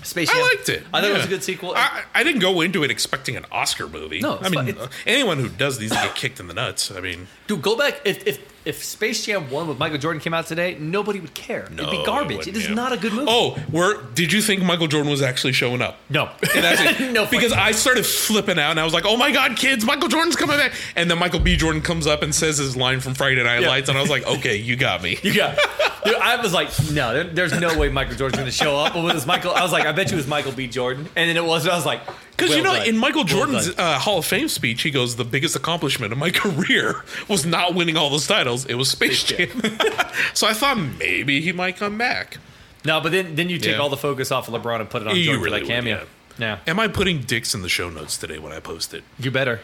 Space Jam. I liked it. I thought it was a Yeah. good sequel. I, I didn't go into it expecting an Oscar movie. No, I it's mean fu- it's- anyone who does these get kicked in the nuts. I mean, Dude, go back. If, if if Space Jam One with Michael Jordan came out today, nobody would care. no, It'd be it garbage. wouldn't, it is yeah. not a good movie. Oh, where did you think Michael Jordan was actually showing up? no, It actually- no, because I started flipping out and I was like, "Oh my god, kids! Michael Jordan's coming back!" And then Michael B. Jordan comes up and says his line from Friday Night Yeah. Lights, and I was like, "Okay, you got me." you got. Dude, I was like, no, there, there's no way Michael Jordan's going to show up. But when it was Michael, I was like, I bet you it was Michael B. Jordan, and then it was. And I was like, Because you well know, done. in Michael Well Jordan's done. uh, Hall of Fame speech, he goes, "The biggest accomplishment of my career was not winning all those titles; it was Space Space Jam." so I thought maybe he might come back. no, but then then you take Yeah. all the focus off of LeBron and put it on You Jordan really for would, that cameo. yeah. Am I putting dicks in the show notes today when I post it? you better.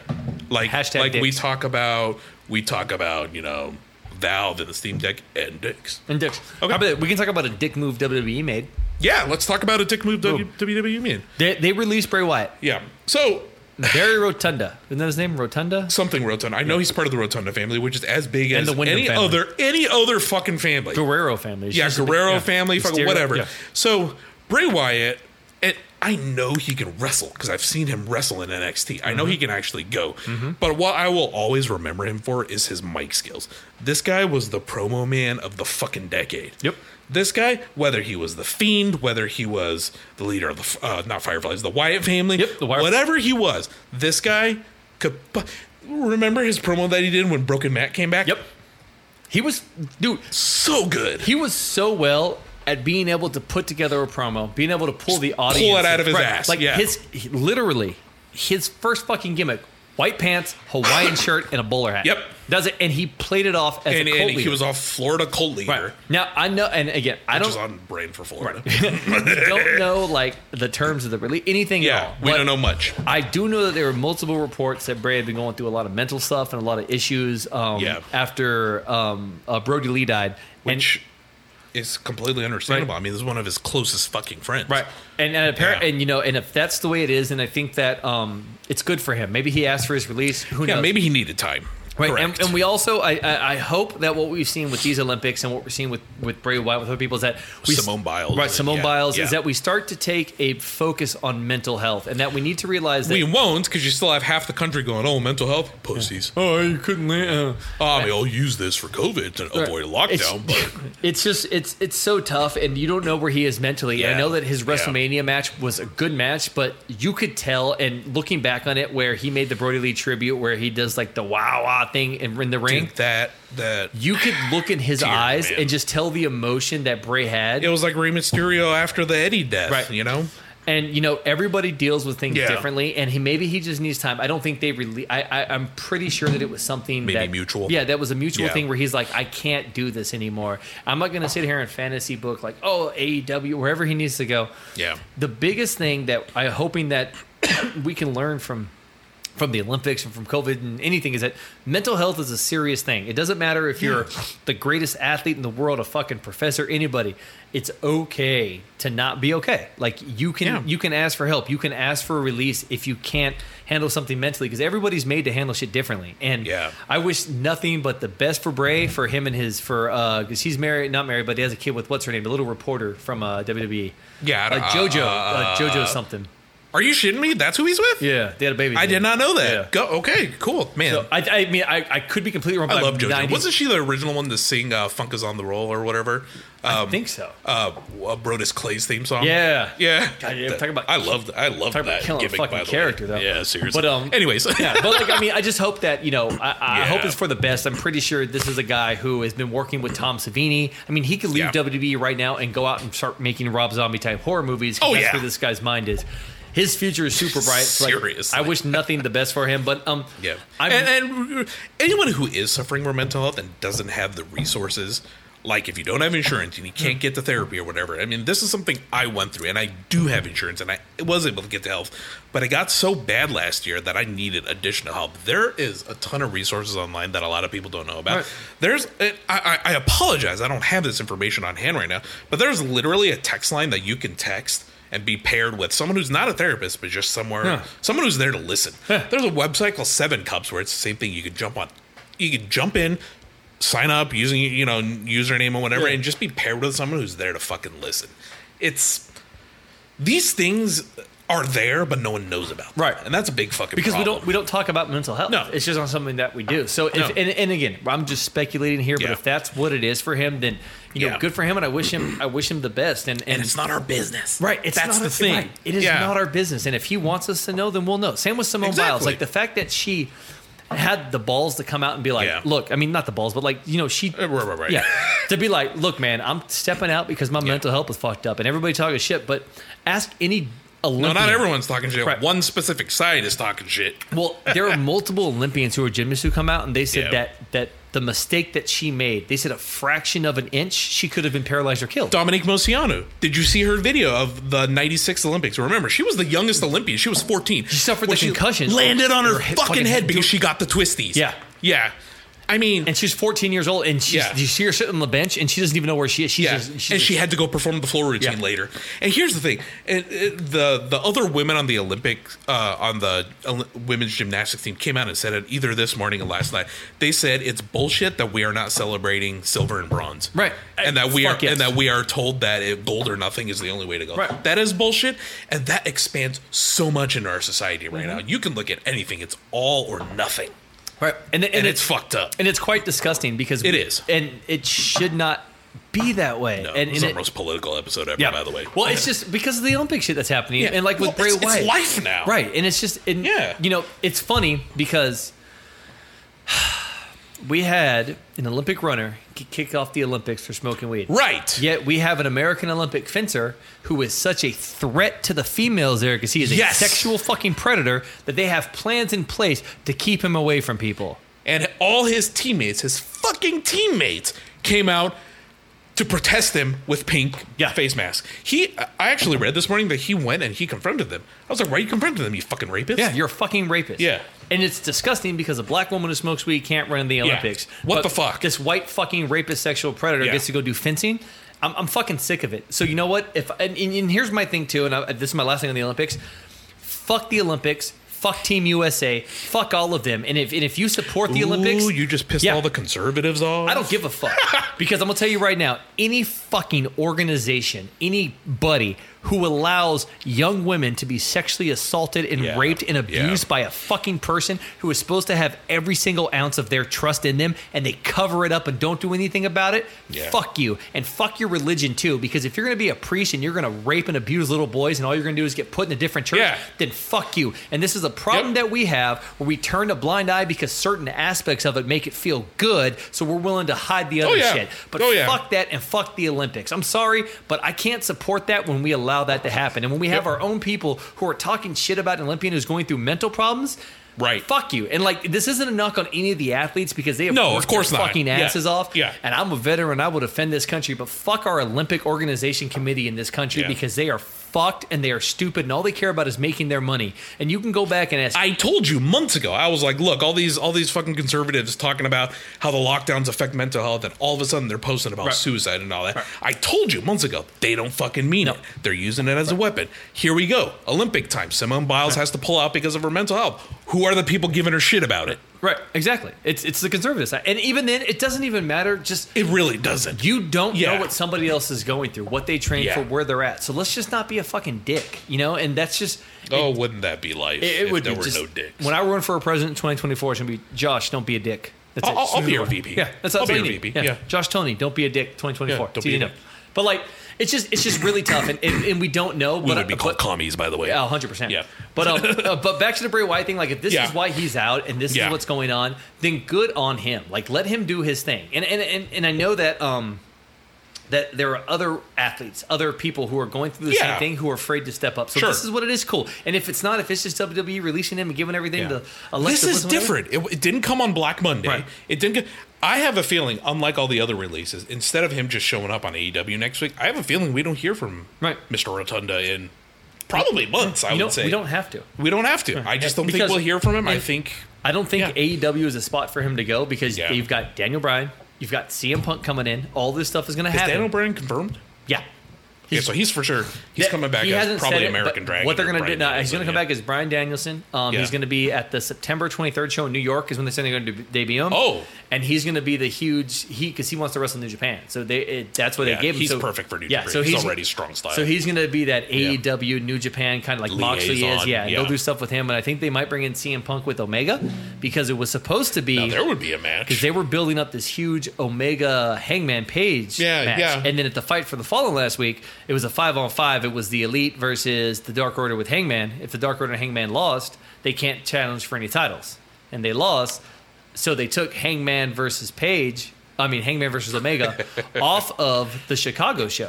Like, Hashtag like we dicks. talk about we talk about you know Valve and the Steam Deck and dicks. And dicks. Okay. How about- we can talk about a dick move WWE made. Yeah, let's talk about a dick move W- WWE mean. They, they released Bray Wyatt. Yeah, so Barry Rotunda. Isn't that his name? Rotunda? something Rotunda. I know he's part of the Rotunda family, which is as big as the Wyndham any family. other any other fucking family. Guerrero family. It's yeah, just a big- Guerrero yeah. family, fucking Mysterio- whatever. yeah. So Bray Wyatt, and I know he can wrestle because I've seen him wrestle in NXT. I Mm-hmm. know he can actually go. But what I will always remember him for is his mic skills. This guy was the promo man of the fucking decade. Yep. This guy, whether he was the fiend, whether he was the leader of the F- uh, not Fireflies, the Wyatt family, Yep, the Wyatt- whatever he was, this guy could. pu- Remember his promo that he did when Broken Matt came back? Yep. He was, dude, So good. he was so well at being able to put together a promo, being able to pull the audience, it out of his ass, Like yeah. his, he- literally, his first fucking gimmick: white pants, Hawaiian shirt, and a bowler hat. Yep. does it, and he played it off as and, a cult and leader. he was off Florida cult leader, right now. I know, and again, I which don't is on brand for Florida. don't know like the terms of the release, anything at all. yeah, we but don't know much. I do know that there were multiple reports that Bray had been going through a lot of mental stuff and a lot of issues um, Yeah. after um, uh, Brody Lee died. Which is completely understandable. I mean, this is one of his closest fucking friends. Right. And and, appar- Yeah. and you know, and if that's the way it is, and I think that um, it's good for him. Maybe he asked for his release. Who Yeah, knows? maybe he needed time. Right. And, Correct. and we also, I, I, I hope that what we've seen with these Olympics and what we're seeing with with Bray Wyatt with other people is that we, Simone Biles. right? Simone Yeah. Biles Yeah. is that we start to take a focus on mental health, and that we need to realize that we won't because you still have half the country going, oh, mental health pussies. oh, you couldn't. Uh, Oh, I mean, I'll use this for COVID to avoid lockdown, It's, but it's just it's it's so tough, and you don't know where he is mentally. I Yeah. know that his Yeah. WrestleMania match was a good match, but you could tell, and looking back on it, where he made the Brody Lee tribute, where he does like the wow wow thing in, in the ring. think that that you could look in his Dear eyes man. and just tell the emotion that Bray had. it was like Rey Mysterio after the Eddie death, Right. You know, and you know everybody deals with things Yeah. differently and he maybe he just needs time i don't think they really I, I i'm pretty sure that it was something Maybe that- mutual. yeah that was a mutual Yeah. thing where he's like i can't do this anymore i'm not gonna sit here and fantasy book like oh aew wherever he needs to go Yeah. the biggest thing that i'm hoping that we can learn from from the Olympics and from COVID and anything is that mental health is a serious thing. It doesn't matter if you're the greatest athlete in the world, a fucking professor, anybody. It's okay to not be okay. Like you can Yeah. you can ask for help. You can ask for a release if you can't handle something mentally because everybody's made to handle shit differently. And Yeah. I wish nothing but the best for Bray for him and his for uh because he's married not married but he has a kid with what's her name the little reporter from uh WWE Yeah, I uh, don't- JoJo uh, uh, JoJo something are you shitting me? That's who he's with. yeah they had a baby I did not know that. Yeah. Go okay, cool, man. So, I, I mean, I, I could be completely wrong. I but love JoJo. 90 Wasn't she the original one to sing uh, "Funk Is on the Roll" or whatever? Um, I think so. uh, uh, Brodus Clay's theme song. Yeah. yeah. God, yeah, That- talk about- I love. I love talk about that. killing a gimmick, fucking by the character, way. though. Yeah, seriously. But, um, anyways, yeah, but like, I mean, I just hope that you know, I, I Yeah. hope it's for the best. I'm pretty sure this is a guy who has been working with Tom Savini. I mean, he could leave Yeah. WWE right now and go out and start making Rob Zombie type horror movies. 'cause Oh, that's yeah. where this guy's mind is. His future is super bright. It's like, Seriously. I wish nothing the best for him. But um, yeah. I'm, and, and anyone who is suffering from mental health and doesn't have the resources, like if you don't have insurance and you can't get to therapy or whatever. I mean, this is something I went through, and I do have insurance, and I was able to get to health, but it got so bad last year that I needed additional help. There is a ton of resources online that a lot of people don't know about. Right. There's, I, I, I apologize, I don't have this information on hand right now, but there's literally a text line that you can text. And be paired with someone who's not a therapist, but just somewhere, someone who's there to listen. There's a website called Seven Cups where it's the same thing. You could jump on, you could jump in, sign up using you know username or whatever, and just be paired with someone who's there to fucking listen. It's these things are there, but no one knows about. them. Right. and that's a big fucking because we problem. don't we don't talk about mental health. No. it's just on something that we do. So if, No. and, and again, I'm just speculating here, but Yeah. if that's what it is for him, then you know, Yeah. good for him, and I wish him I wish him the best. And and, and it's not our business. right, it's that's not the our- thing. right, it is Yeah. not our business, and if he wants us to know, then we'll know. Same with Simone Biles. Exactly. Like the fact that she had the balls to come out and be like, Yeah. look, I mean, not the balls, but like you know, she Uh, right, right, right. yeah, to be like, look, man, I'm stepping out because my mental health is fucked up, and everybody talking shit. But ask any. No, Olympian. not everyone's talking shit. Right. One specific side is talking shit. Well, there are multiple Olympians who are gymnasts who come out and they said Yeah. that that the mistake that she made, they said a fraction of an inch, she could have been paralyzed or killed. Dominique Mociano. Did you see her video of the 96 Olympics? Remember, she was the youngest Olympian. She was 14. She suffered the concussion. Landed on her, Her head- fucking fucking head head. because she got the twisties. Yeah. Yeah. I mean, and she's 14 years old, and she's Yeah. you see her sitting on the bench, and she doesn't even know where she is. She's yeah, just, she's and just- she had to go perform the floor routine Yeah. later. And here's the thing: and, uh, the the other women on the Olympic uh, on the Oli- women's gymnastics team came out and said it either this morning or last night. They said it's bullshit that we are not celebrating silver and bronze, Right. Uh, And that we are Fuck yes. and that we are told that it, gold or nothing is the only way to go. Right. That is bullshit, and that expands so much in our society right Mm-hmm. now. You can look at anything; it's all or nothing, right, and, and, it's fucked up. and it's quite disgusting because It is. and it should not be that way. no, and, it's and our it- most political episode ever, by the way. Well, it's just because of the Olympic shit that's happening, Yeah. and like with Well, Bray it's- it's Wyatt, life now. right? And it's just, and, Yeah. you know, it's funny because we had an Olympic runner get kicked off the Olympics for smoking weed, right. Yet we have an American Olympic fencer who is such a threat to the females there because he is a Yes. sexual fucking predator that they have plans in place to keep him away from people. and all his teammates, his fucking teammates, came out to protest him with pink Yeah. face masks. He, I actually read this morning that he went and he confronted them. I was like, why you confronting them, you fucking rapist? You're a fucking rapist. Yeah. And it's disgusting because a black woman who smokes weed can't run in the Olympics. What But the fuck? This white fucking rapist sexual predator Yeah. gets to go do fencing. I'm, I'm fucking sick of it. So you know what? If and, and, and here's my thing too, and I, this is my last thing on the Olympics. Fuck the Olympics. Fuck Team USA. Fuck all of them. And if and if you support the Ooh, Olympics, you just pissed Yeah. all the conservatives off. I don't give a fuck because I'm gonna tell you right now, any fucking organization, anybody who allows young women to be sexually assaulted and Yeah. raped and Yeah. abused by a fucking person who is supposed to have every single ounce of their trust in them and they cover it up and don't do anything about it, Yeah. fuck you and fuck your religion too. Because if you're gonna be a priest and you're gonna rape and abuse little boys and all you're gonna do is get put in a different church, Yeah. then fuck you. And this is a problem Yep. that we have where we turn a blind eye because certain aspects of it make it feel good, so we're willing to hide the other Oh, yeah. shit. But Oh, yeah. fuck that and fuck the Olympics. I'm sorry, but I can't support that when we allow that to happen. And when we have Yep. our own people who are talking shit about an Olympian who's going through mental problems, Right. Fuck you. And like this isn't a knock on any of the athletes because they have No, of worked course their not. fucking Yeah. asses off. Yeah. And I'm a veteran, I will defend this country, but fuck our Olympic organization committee in this country Yeah. because they are fucked and they are stupid and all they care about is making their money. And you can go back and ask I told you months ago. I was like, look, all these all these fucking conservatives talking about how the lockdowns affect mental health, and all of a sudden they're posting about suicide and all that. I told you months ago. They don't fucking mean it. They're using it as a weapon. Here we go. Olympic time. Simone Biles has to pull out because of her mental health. Who are the people giving her shit about it? Right, exactly. It's it's the conservative side, and even then, it doesn't even matter. Just It really doesn't. you don't know Yeah. what somebody else is going through, what they train Yeah. for, where they're at. So let's just not be a fucking dick, you know. And that's just oh, wouldn't that be life? it, it if would there be were just, no dicks. When I run for a president in 2024, it's gonna be Josh. Don't be a dick. That's I'll- it. I'll- I'll be your Yeah, VP. Yeah, that's I'll that's be all your you need. VP. Yeah. Josh Tony, don't be a dick. 2024. Yeah, don't So be you a know. dick. But like, it's just it's just really tough, and, and, and we don't know. we but would be but- called commies, by the way. Yeah, hundred percent. Yeah. But um, uh, but back to the Bray Wyatt thing. Like, if this Yeah. is why he's out and this Yeah. is what's going on, then good on him. Like, let him do his thing. And and and, and I know that um that there are other athletes, other people who are going through the Yeah. same thing who are afraid to step up. So Sure. this is what it is. Cool. And if it's not, if it's just WWE releasing him and giving everything Yeah. to Alexa, this is Bliss, whatever, different. It, it didn't come on Black Monday. Right. It didn't. Go, I have a feeling, unlike all the other releases, instead of him just showing up on AEW next week, I have a feeling we don't hear from Right. Mr. Rotunda in probably months. I You would don't, say we don't have to. We don't have to. I just don't Because- think we'll hear from him. I and- think I don't think Yeah. AEW is a spot for him to go because Yeah. you've got Daniel Bryan, you've got CM Punk coming in. All this stuff is going to is happen. Daniel Bryan confirmed? yeah. Yeah, so he's for sure. He's Yeah, coming back he as hasn't probably said it, American but Dragon. What they're or going to Bryan do now, he's going to Danielson, come yeah. back as Brian Danielson. Um, He's Yeah. going to be at the September 23rd show in New York is when they said they're going to debut him. Oh. and he's going to be the huge he because he wants to wrestle in New Japan. So they it, that's what Yeah, they gave him. he's so, perfect for New yeah, Japan. So He's he's, already strong style. So he's going to be that AEW New Japan kind of like Moxley is. Liaison, Yeah, and yeah. they'll do stuff with him, and I think they might bring in CM Punk with Omega because it was supposed to be Now, there would be a match. because they were building up this huge Omega Hangman Page Yeah, match. yeah. And then at the fight for the Fallen last week, it was a five on five. It was the Elite versus the Dark Order with Hangman. If the Dark Order and Hangman lost, they can't challenge for any titles, and they lost. So they took Hangman versus Page. I mean Hangman versus Omega off of the Chicago show.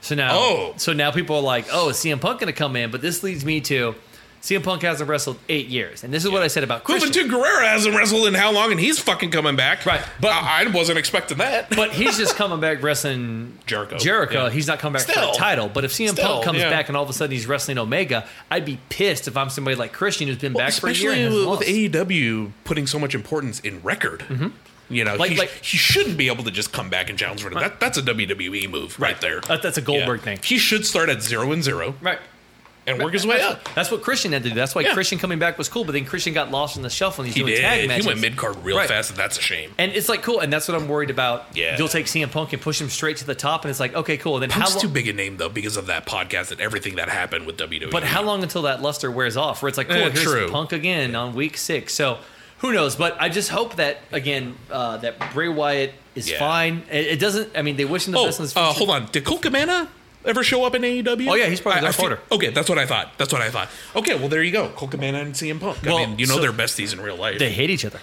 So now, Oh. so now people are like, "Oh, is CM Punk going to come in?" But this leads me to CM Punk hasn't wrestled eight years, and this is what I said about Christian. Moving to Guerrero hasn't wrestled in how long, and he's fucking coming back. Right. But I, I wasn't expecting that. But he's just coming back wrestling Jericho. Jericho. Yeah. He's not coming back Still. for a title. But if CM Still, Punk comes yeah. back and all of a sudden he's wrestling Omega, I'd be pissed if I'm somebody like Christian who's been back for a year and Especially hasn't with, lost. with AEW putting so much importance in record. You know, Mm-hmm. Like- he, like- he shouldn't be able to just come back and challenge for that. That's a WWE move right, there. That- that's a Goldberg thing. He should start at zero and zero Right. and work his way That's, up. that's what Christian had to do. That's why Yeah. Christian coming back was cool. But then Christian got lost on the shelf when he's He doing tag did. matches. He went mid card real Right. fast, and that's a shame. And it's like cool, and that's what I'm worried about. Yeah. you'll take CM Punk and push him straight to the top, and it's like okay, cool. And then Punk's how too long? big a name though because of that podcast and everything that happened with E? WWE. But how long until that luster wears off? Where it's like cool, Eh, here's true. Punk again on week six. So who knows? But I just hope that again uh, that Bray Wyatt is Yeah. fine. It, it doesn't. I mean, they wish him the Oh, best. In this uh, future. hold on. Did Colt Cabana ever show up in AEW? Oh, yeah, he's probably I- Darth I fe- Vader. Okay, that's what I thought. That's what I thought. Okay, well there you go. Colt Cabana and CM Punk. I Well, mean, you know so- they're besties in real life. They hate each other.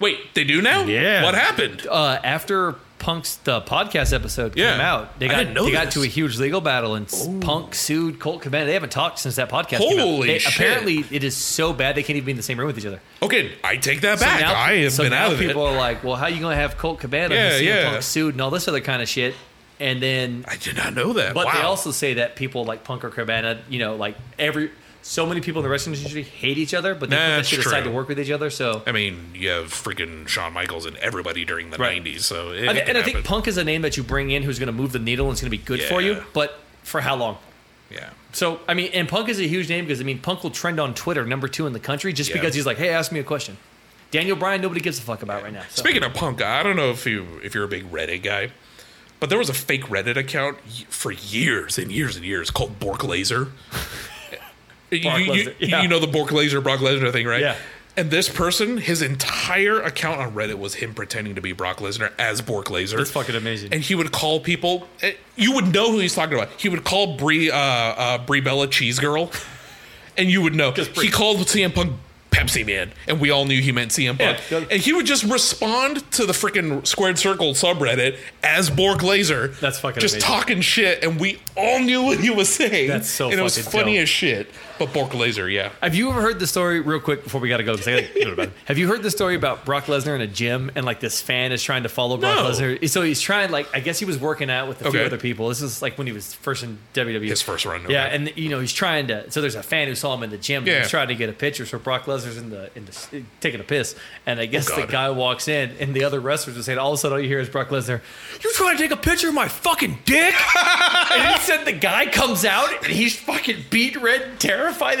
Wait, they do now? Yeah. What happened? Uh, after Punk's the podcast episode Yeah. came out, they I got didn't know they got this. to a huge legal battle, and s- Punk sued Colt Cabana. They haven't talked since that podcast. came out. Holy They- shit. Apparently, it is so bad they can't even be in the same room with each other. Okay, I take that back. now- I have so been now out of it. people are like, well, how you going to have Colt Cabana Yeah, and CM yeah. Punk sued and all this other kind of shit? And then, I did not know that. but wow. they also say that people like Punk or Cabana, you know, like every, so many people in the wrestling industry hate each other, but they put that That's shit aside true. to work with each other. So, I mean, you have freaking Shawn Michaels and everybody during the Right. 90s, so it, I thi- it can and I think happen. Punk is a name that you bring in who's going to move the needle and it's going to be good for Yeah. you, but for how long? Yeah. So, I mean, and Punk is a huge name because, I mean, Punk will trend on Twitter, number two in the country, just Yeah. because he's like, hey, ask me a question. Daniel Bryan, nobody gives a fuck about right now. So. Speaking of punk, I don't know if you if you're a big Reddit guy, but there was a fake Reddit account y- for years and years and years called Bork Laser. you, Bork you- Laser, you- yeah. you know the Bork Laser, Brock Lesnar thing, right? Yeah. And this person, his entire account on Reddit was him pretending to be Brock Lesnar as Bork Laser. That's fucking amazing. And he would call people. eh, You would know who he's talking about. He would call Brie uh, uh, Brie Bella Cheese Girl, and you would know. He called CM Punk Pepsi Man, and we all knew he meant CM Punk. Yeah. And he would just respond to the freaking squared circle subreddit as Borg Laser. That's fucking just amazing. talking shit, and we all knew what he was saying. That's so and it was fucking funny dope. as shit. But Borg Laser, yeah. Have you ever heard the story, real quick, before we got to go? 'cause I gotta- have you heard the story about Brock Lesnar in a gym and like this fan is trying to follow Brock No. Lesnar? So he's trying, like, I guess he was working out with a Okay. few other people. This is like when he was first in WWE. His first run, Yeah, okay. and you know he's trying to. So there's a fan who saw him in the gym. Yeah. and He's trying to get a picture. So Brock Lesnar's in the in the taking a piss, and I guess the Oh, God. guy walks in, and the other wrestlers are saying, all of a sudden all you hear is Brock Lesnar, "You trying to take a picture of my fucking dick?" and he said the guy comes out and he's fucking beat red, and terrified,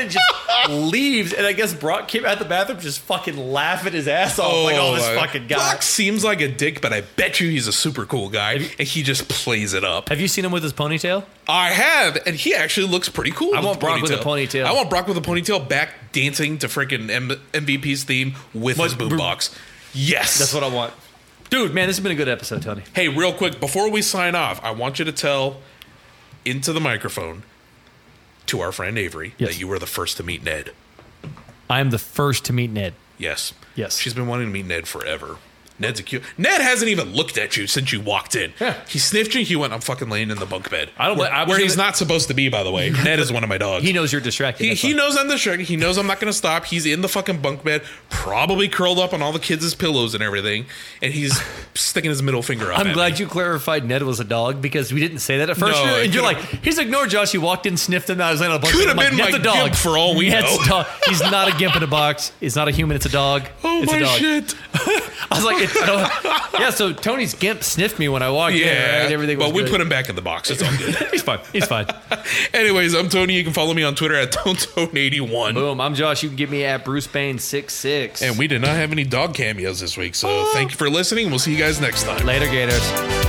and just leaves. And I guess Brock came out the bathroom just fucking laughing his ass off, like, "Oh, this my- fucking guy." Brock uh, seems like a dick, but I bet you he's a super cool guy, and he just plays it up. Have you seen him with his ponytail? I have, and he actually looks pretty cool. I want Brock with a ponytail. I want Brock with a ponytail back dancing to freaking M- MVP's theme with his Boom. boombox. Yes. That's what I want. Dude, man, this has been a good episode, Tony. hey, real quick, before we sign off, I want you to tell into the microphone to our friend Avery Yes. that you were the first to meet Ned. I am the first to meet Ned. Yes. Yes. She's been wanting to meet Ned forever. Ned's a cute. Ned hasn't even looked at you since you walked in. Yeah. He sniffed you. He went, "I'm fucking laying in the bunk bed." I don't- Where, I was where he's gonna- not supposed to be, by the way. Ned is one of my dogs. He knows you're distracted. He, that's he why. knows I'm the shrink. He knows I'm not going to stop. He's in the fucking bunk bed, probably curled up on all the kids' pillows and everything, and he's sticking his middle finger up. I'm at glad me. you clarified Ned was a dog because we didn't say that at first. No, You're- it and you're like, could've- he's ignored Josh. He walked in, sniffed him, and I was laying on a bunch Could've I'm like, been Ned's my a dog. gimp for all we Ned's know. a dog. He's not a gimp in a box. He's not a human. It's a dog. Oh it's a my dog. shit! I was like, it's a dog. yeah. So Tony's gimp sniffed me when I walked in. Yeah, Right? Everything. but was we good. put him back in the box. It's all good. He's fine. He's fine. Anyways, I'm Tony. You can follow me on Twitter at tonetone81. Boom. I'm Josh. You can get me at Bruce Bain six six. And we did not have any dog cameos this week, so thank you for listening. We'll see you guys next time. later, Gators.